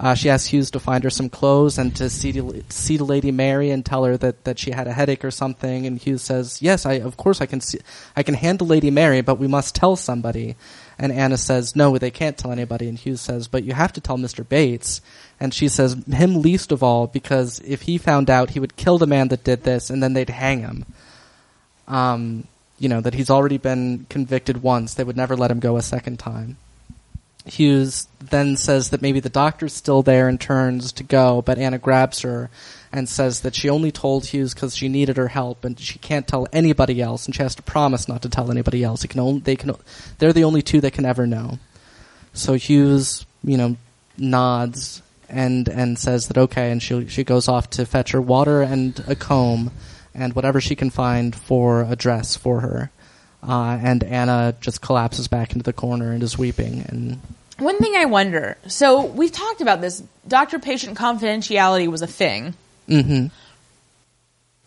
[SPEAKER 2] uh, she asks Hughes to find her some clothes and to see to, see to Lady Mary and tell her that that she had a headache or something, and Hughes says, "Yes, I of course I can see I can handle Lady Mary, but we must tell somebody." And Anna says, "No, they can't tell anybody." And Hughes says, "But you have to tell Mister Bates." And she says, "Him least of all, because if he found out, he would kill the man that did this, and then they'd hang him." um, you know, that he's already been convicted once. They would never let him go a second time. Hughes then says that maybe the doctor's still there and turns to go, but Anna grabs her and says that she only told Hughes because she needed her help and she can't tell anybody else and she has to promise not to tell anybody else. It can only, they can, they're the only two that can ever know. So Hughes, you know, nods and and says that okay, and she she goes off to fetch her water and a comb and whatever she can find for a dress for her. Uh, and Anna just collapses back into the corner and is weeping. And
[SPEAKER 1] One thing I wonder so we've talked about this doctor patient confidentiality was a thing.
[SPEAKER 2] Mhm.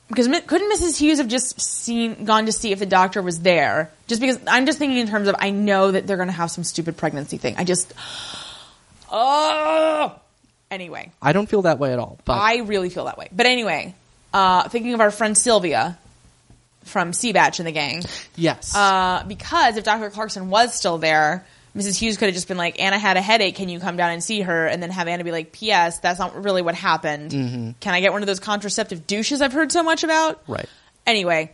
[SPEAKER 1] Because mi- couldn't Mrs. Hughes have just seen gone to see if the doctor was there? Just because I'm just thinking in terms of I know that they're going to have some stupid pregnancy thing. I just oh anyway,
[SPEAKER 2] I don't feel that way at all. But
[SPEAKER 1] I really feel that way. But anyway, uh, thinking of our friend Sylvia from Seabatch and the gang,
[SPEAKER 2] yes,
[SPEAKER 1] uh, because if Dr. Clarkson was still there. Mrs. Hughes could have just been like, Anna had a headache. Can you come down and see her? And then have Anna be like, P.S. That's not really what happened. Can I get one of those contraceptive douches I've heard so much about?
[SPEAKER 2] right.
[SPEAKER 1] Anyway,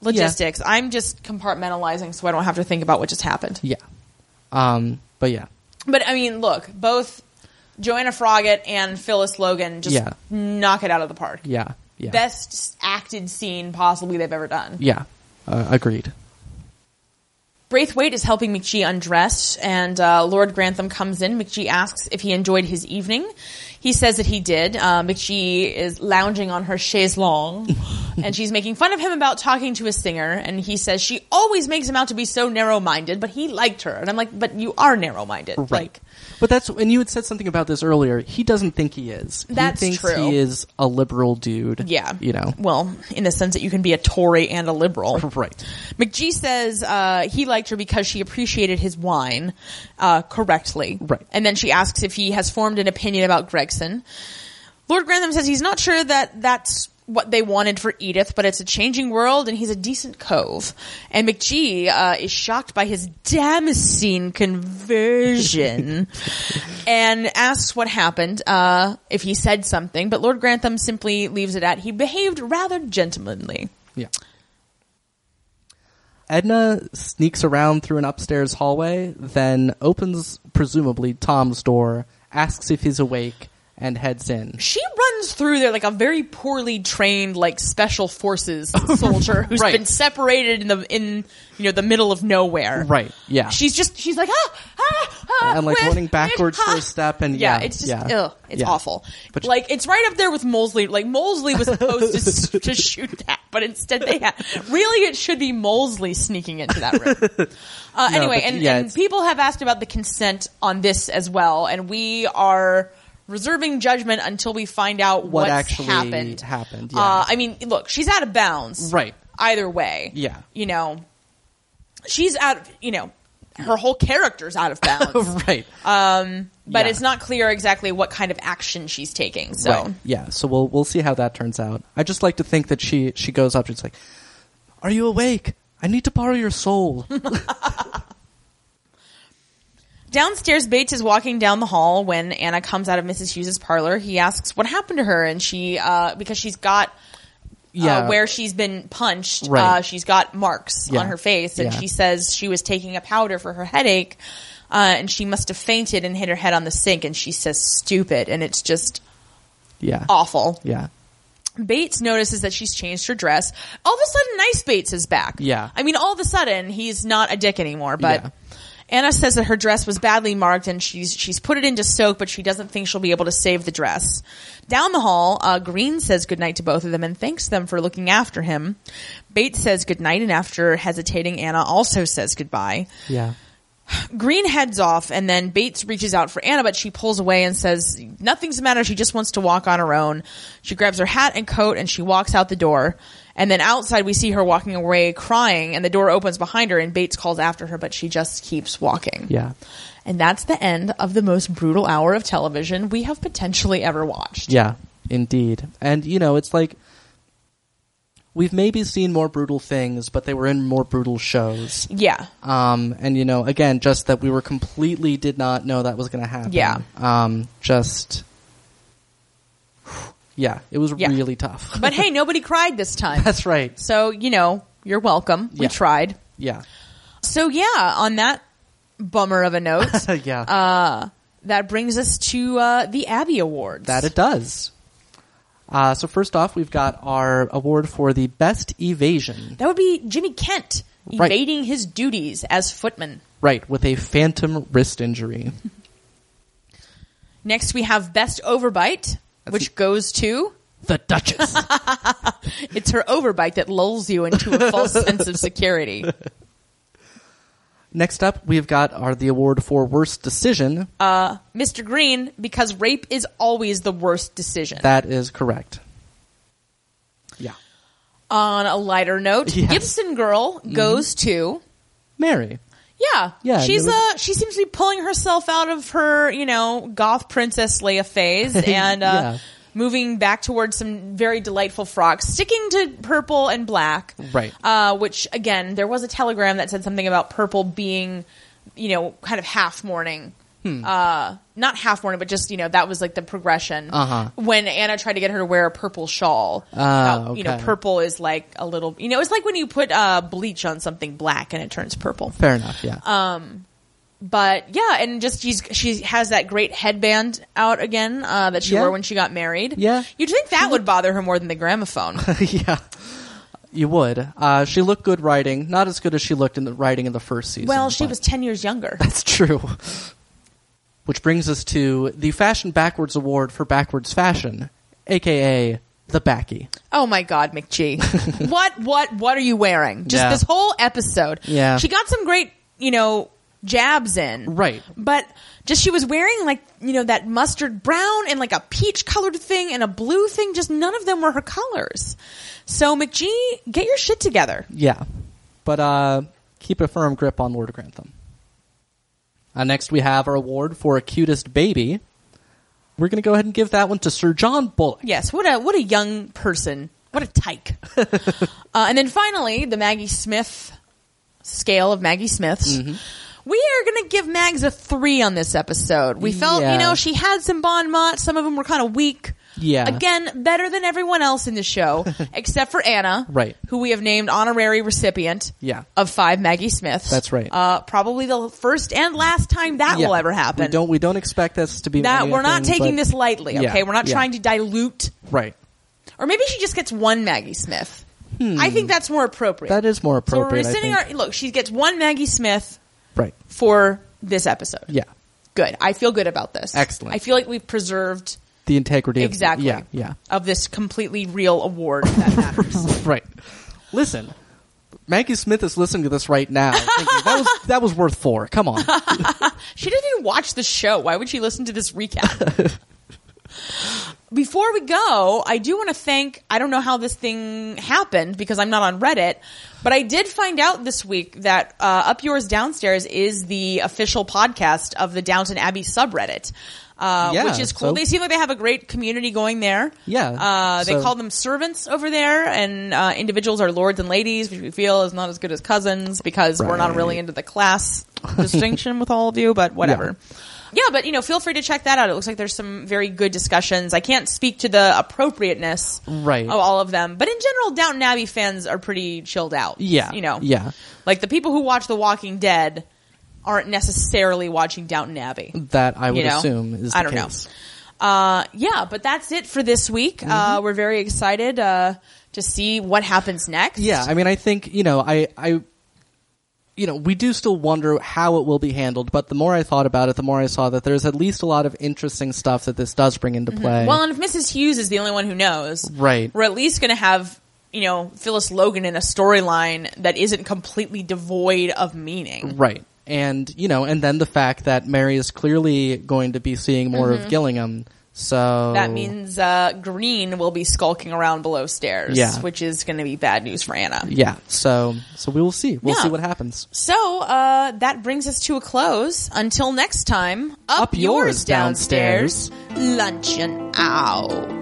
[SPEAKER 1] logistics. I'm just compartmentalizing so I don't have to think about what just happened.
[SPEAKER 2] Yeah. Um. But yeah.
[SPEAKER 1] But I mean, look, both Joanna Froggatt and Phyllis Logan just
[SPEAKER 2] Yeah.
[SPEAKER 1] knock it out of the park.
[SPEAKER 2] Yeah. Yeah.
[SPEAKER 1] Best acted scene possibly they've ever done.
[SPEAKER 2] yeah. Uh, agreed.
[SPEAKER 1] Braithwaite is helping McGee undress, and uh, Lord Grantham comes in. McGee asks if he enjoyed his evening. He says that he did. Uh, McGee is lounging on her chaise longue, and she's making fun of him about talking to a singer. And he says she always makes him out to be so narrow-minded, but he liked her. And I'm like, but you are narrow-minded. Like,
[SPEAKER 2] But that's and you had said something about this earlier. He doesn't think he is.
[SPEAKER 1] That's
[SPEAKER 2] he thinks
[SPEAKER 1] true.
[SPEAKER 2] he is a liberal dude.
[SPEAKER 1] yeah,
[SPEAKER 2] You know.
[SPEAKER 1] Well, in the sense that you can be a Tory and a liberal,
[SPEAKER 2] Right.
[SPEAKER 1] McGee says uh, he liked her because she appreciated his wine uh, correctly.
[SPEAKER 2] Right.
[SPEAKER 1] And then she asks if he has formed an opinion about Gregson. Lord Grantham says he's not sure that that's what they wanted for Edith, but it's a changing world and he's a decent cove. And McGee uh, is shocked by his Damascene conversion and asks what happened, uh, if he said something, but Lord Grantham simply leaves it at he behaved rather gentlemanly.
[SPEAKER 2] Yeah. Edna sneaks around through an upstairs hallway, then opens presumably Tom's door, asks if he's awake, and heads in.
[SPEAKER 1] she runs through there like a very poorly trained like special forces soldier who's
[SPEAKER 2] Right.
[SPEAKER 1] been separated in the in you know the middle of nowhere
[SPEAKER 2] Right. Yeah.
[SPEAKER 1] she's just she's like ah ah, ah
[SPEAKER 2] and like
[SPEAKER 1] whiff,
[SPEAKER 2] running
[SPEAKER 1] whiff,
[SPEAKER 2] backwards for
[SPEAKER 1] ah."
[SPEAKER 2] a step and
[SPEAKER 1] yeah,
[SPEAKER 2] yeah,
[SPEAKER 1] it's just
[SPEAKER 2] yeah.
[SPEAKER 1] ugh, it's
[SPEAKER 2] Yeah.
[SPEAKER 1] awful
[SPEAKER 2] But-
[SPEAKER 1] like it's right up there with molesley like molesley was supposed to, s- to shoot that but instead they had really it should be molesley sneaking into that room uh,
[SPEAKER 2] No,
[SPEAKER 1] anyway
[SPEAKER 2] but
[SPEAKER 1] and,
[SPEAKER 2] yeah,
[SPEAKER 1] and
[SPEAKER 2] it's-
[SPEAKER 1] people have asked about the consent on this as well and we are reserving judgment until we find out
[SPEAKER 2] What
[SPEAKER 1] what's
[SPEAKER 2] actually
[SPEAKER 1] happened
[SPEAKER 2] happened,
[SPEAKER 1] uh,
[SPEAKER 2] yeah.
[SPEAKER 1] i mean look she's out of bounds
[SPEAKER 2] Right.
[SPEAKER 1] either way
[SPEAKER 2] Yeah.
[SPEAKER 1] you know she's out of you know her whole character's out of bounds.
[SPEAKER 2] right.
[SPEAKER 1] Um, but
[SPEAKER 2] Yeah.
[SPEAKER 1] it's not clear exactly what kind of action she's taking. So
[SPEAKER 2] Right. Yeah. So we'll we'll see how that turns out. I just like to think that she she goes up. She's like, "Are you awake? I need to borrow your soul."
[SPEAKER 1] downstairs, Bates is walking down the hall when Anna comes out of Mrs. Hughes's parlor. He asks what happened to her, and she uh, because she's got.
[SPEAKER 2] Yeah.
[SPEAKER 1] Uh, where she's been punched,
[SPEAKER 2] Right.
[SPEAKER 1] uh, she's got marks
[SPEAKER 2] Yeah.
[SPEAKER 1] on her face, and
[SPEAKER 2] Yeah.
[SPEAKER 1] she says she was taking a powder for her headache, uh, and she must have fainted and hit her head on the sink. And she says "stupid," and it's just
[SPEAKER 2] yeah.
[SPEAKER 1] awful.
[SPEAKER 2] Yeah.
[SPEAKER 1] Bates notices that she's changed her dress. All of a sudden, Nice Bates is back.
[SPEAKER 2] Yeah.
[SPEAKER 1] I mean, all of a sudden, he's not a dick anymore, but.
[SPEAKER 2] Yeah.
[SPEAKER 1] Anna says that her dress was badly marked and she's she's put it into soak, but she doesn't think she'll be able to save the dress. Down the hall, uh, Green says goodnight to both of them and thanks them for looking after him. Bates says goodnight and after hesitating, Anna also says goodbye.
[SPEAKER 2] Yeah.
[SPEAKER 1] Green heads off, and then Bates reaches out for Anna, but she pulls away and says, Nothing's the matter. She just wants to walk on her own. She grabs her hat and coat and she walks out the door. And then outside, we see her walking away crying, and the door opens behind her, and Bates calls after her, but she just keeps walking.
[SPEAKER 2] Yeah.
[SPEAKER 1] And that's the end of the most brutal hour of television we have potentially ever watched.
[SPEAKER 2] Yeah, indeed. And you know, it's like we've maybe seen more brutal things, but they were in more brutal shows.
[SPEAKER 1] Yeah.
[SPEAKER 2] Um, and you know, again, just that we were completely did not know that was going to happen.
[SPEAKER 1] Yeah.
[SPEAKER 2] Um, just yeah, it was
[SPEAKER 1] Yeah.
[SPEAKER 2] really tough.
[SPEAKER 1] But hey, nobody cried this time.
[SPEAKER 2] That's right.
[SPEAKER 1] So, you know, you're welcome. We
[SPEAKER 2] Yeah.
[SPEAKER 1] tried.
[SPEAKER 2] Yeah.
[SPEAKER 1] So, yeah, on that bummer of a note.
[SPEAKER 2] yeah.
[SPEAKER 1] that brings us to uh, the Abbey Awards.
[SPEAKER 2] That it does. Uh, so first off, we've got our award for the best evasion,
[SPEAKER 1] That would be Jimmy Kent
[SPEAKER 2] Right.
[SPEAKER 1] evading his duties as footman.
[SPEAKER 2] right, with a phantom wrist injury.
[SPEAKER 1] Next, we have Best Overbite, which goes to
[SPEAKER 2] The Duchess.
[SPEAKER 1] it's her overbite that lulls you into a false sense of security.
[SPEAKER 2] Next up, we've got our the award for worst decision.
[SPEAKER 1] Uh, Mr. Green, because rape is always the worst decision.
[SPEAKER 2] that is correct. Yeah,
[SPEAKER 1] On a lighter note,
[SPEAKER 2] Yes. Mm-hmm.
[SPEAKER 1] Gibson Girl goes to
[SPEAKER 2] Mary.
[SPEAKER 1] Yeah.
[SPEAKER 2] Yeah,
[SPEAKER 1] She's
[SPEAKER 2] there
[SPEAKER 1] uh she seems to be pulling herself out of her, you know, goth princess Leia phase and uh
[SPEAKER 2] Yeah.
[SPEAKER 1] moving back towards some very delightful frocks, sticking to purple and black.
[SPEAKER 2] Right.
[SPEAKER 1] Uh which again, there was a telegram that said something about purple being, you know, kind of half mourning.
[SPEAKER 2] Hmm.
[SPEAKER 1] Uh not half mourning, but just, you know, that was like the progression.
[SPEAKER 2] Uh-huh.
[SPEAKER 1] When Anna tried to get her to wear a purple shawl.
[SPEAKER 2] Ah,
[SPEAKER 1] you know,
[SPEAKER 2] okay.
[SPEAKER 1] purple is like a little you know, it's like when you put uh bleach on something black and it turns purple
[SPEAKER 2] Fair enough. Yeah,
[SPEAKER 1] but yeah, and just she's she has that great headband out again uh, that she
[SPEAKER 2] Yeah.
[SPEAKER 1] wore when she got married.
[SPEAKER 2] Yeah.
[SPEAKER 1] you'd think that would bother her more than the gramophone.
[SPEAKER 2] yeah. You would. Uh, she looked good writing. Not as good as she looked in the writing in the first season.
[SPEAKER 1] well, she
[SPEAKER 2] but-
[SPEAKER 1] was ten years younger.
[SPEAKER 2] That's true. Which brings us to the Fashion Backwards Award for Backwards Fashion, aka the Backy.
[SPEAKER 1] Oh my God, McGee, what what what are you wearing? Just
[SPEAKER 2] Yeah.
[SPEAKER 1] this whole episode.
[SPEAKER 2] Yeah.
[SPEAKER 1] she got some great you know jabs in.
[SPEAKER 2] Right.
[SPEAKER 1] but just she was wearing like you know that mustard brown and like a peach colored thing and a blue thing. Just none of them were her colors. So McGee, get your shit together.
[SPEAKER 2] Yeah. But uh, keep a firm grip on Lord Grantham. Uh, next, we have our award for Cutest Baby. We're going to go ahead and give that one to Sir John Bullock.
[SPEAKER 1] Yes, what a what a young person, what a tyke. uh, and then finally, the Maggie Smith scale of Maggie Smiths.
[SPEAKER 2] Mm-hmm.
[SPEAKER 1] We are going to give Mags a three on this episode. We felt,
[SPEAKER 2] Yeah.
[SPEAKER 1] you know, she had some bon mots. Some of them were kind of weak.
[SPEAKER 2] Yeah.
[SPEAKER 1] Again, better than everyone else in the show, except for Anna,
[SPEAKER 2] Right.
[SPEAKER 1] Who we have named honorary recipient,
[SPEAKER 2] Yeah.
[SPEAKER 1] of five Maggie Smiths.
[SPEAKER 2] That's right.
[SPEAKER 1] Uh, probably the first and last time that
[SPEAKER 2] Yeah.
[SPEAKER 1] will ever happen.
[SPEAKER 2] We don't, we don't expect this to be
[SPEAKER 1] that we're not
[SPEAKER 2] anything,
[SPEAKER 1] taking
[SPEAKER 2] but-
[SPEAKER 1] this lightly.
[SPEAKER 2] Yeah.
[SPEAKER 1] Okay, we're not
[SPEAKER 2] Yeah.
[SPEAKER 1] trying to dilute
[SPEAKER 2] Right.
[SPEAKER 1] or maybe she just gets one Maggie Smith. I think that's more appropriate.
[SPEAKER 2] Hmm. That is more
[SPEAKER 1] so we're
[SPEAKER 2] appropriate. I
[SPEAKER 1] rescinding
[SPEAKER 2] think.
[SPEAKER 1] our look. She gets one Maggie Smith
[SPEAKER 2] right.
[SPEAKER 1] for this episode.
[SPEAKER 2] Yeah.
[SPEAKER 1] good. I feel good about this.
[SPEAKER 2] Excellent.
[SPEAKER 1] I feel like we've preserved
[SPEAKER 2] The integrity of-
[SPEAKER 1] exactly
[SPEAKER 2] Yeah. Yeah.
[SPEAKER 1] of this completely real award that matters.
[SPEAKER 2] Right. Listen, Maggie Smith is listening to this right now. thinking, that was that was worth four. Come on.
[SPEAKER 1] she didn't even watch the show. Why would she listen to this recap? Before we go, I do want to thank, I don't know how this thing happened because I'm not on Reddit, but I did find out this week that uh, Up Yours Downstairs is the official podcast of the Downton Abbey subreddit. Uh,
[SPEAKER 2] Yeah,
[SPEAKER 1] which is cool.
[SPEAKER 2] so-
[SPEAKER 1] they seem like they have a great community going there.
[SPEAKER 2] Yeah,
[SPEAKER 1] Uh, they
[SPEAKER 2] so-
[SPEAKER 1] call them servants over there, and uh, individuals are lords and ladies, which we feel is not as good as cousins because we're not really
[SPEAKER 2] Right.
[SPEAKER 1] into the class distinction with all of you, but whatever. Yeah. but you know, feel free to check that out. It looks like there's some very good discussions. I can't speak to the appropriateness
[SPEAKER 2] Right.
[SPEAKER 1] of all of them, but in general, Downton Abbey fans are pretty chilled out.
[SPEAKER 2] Yeah.
[SPEAKER 1] you know,
[SPEAKER 2] Yeah.
[SPEAKER 1] like the people who watch The Walking Dead aren't necessarily watching Downton Abbey.
[SPEAKER 2] That I would
[SPEAKER 1] You know,
[SPEAKER 2] assume is. The
[SPEAKER 1] I don't
[SPEAKER 2] case. Mm-hmm.
[SPEAKER 1] know. Uh, yeah, but that's it for this week. Uh, we're very excited uh, to see what happens next.
[SPEAKER 2] Yeah, I mean, I think you know, I, I, you know, we do still wonder how it will be handled. But the more I thought about it, the more I saw that there's at least a lot of interesting stuff that this does bring into play.
[SPEAKER 1] Mm-hmm. Well, and if Mrs. Hughes is the only one who knows,
[SPEAKER 2] Right.
[SPEAKER 1] We're at least going to have you know Phyllis Logan in a storyline that isn't completely devoid of meaning.
[SPEAKER 2] Right. And, you know, and then the fact that Mary is clearly going to be seeing more of Gillingham. So
[SPEAKER 1] Mm-hmm. That means uh, Green will be skulking around below stairs,
[SPEAKER 2] Yeah.
[SPEAKER 1] which is going to be bad news for Anna.
[SPEAKER 2] Yeah. So so we will see. We'll
[SPEAKER 1] Yeah.
[SPEAKER 2] see what happens.
[SPEAKER 1] So uh, that brings us to a close. Until next time, up,
[SPEAKER 2] Up yours,
[SPEAKER 1] downstairs, luncheon out.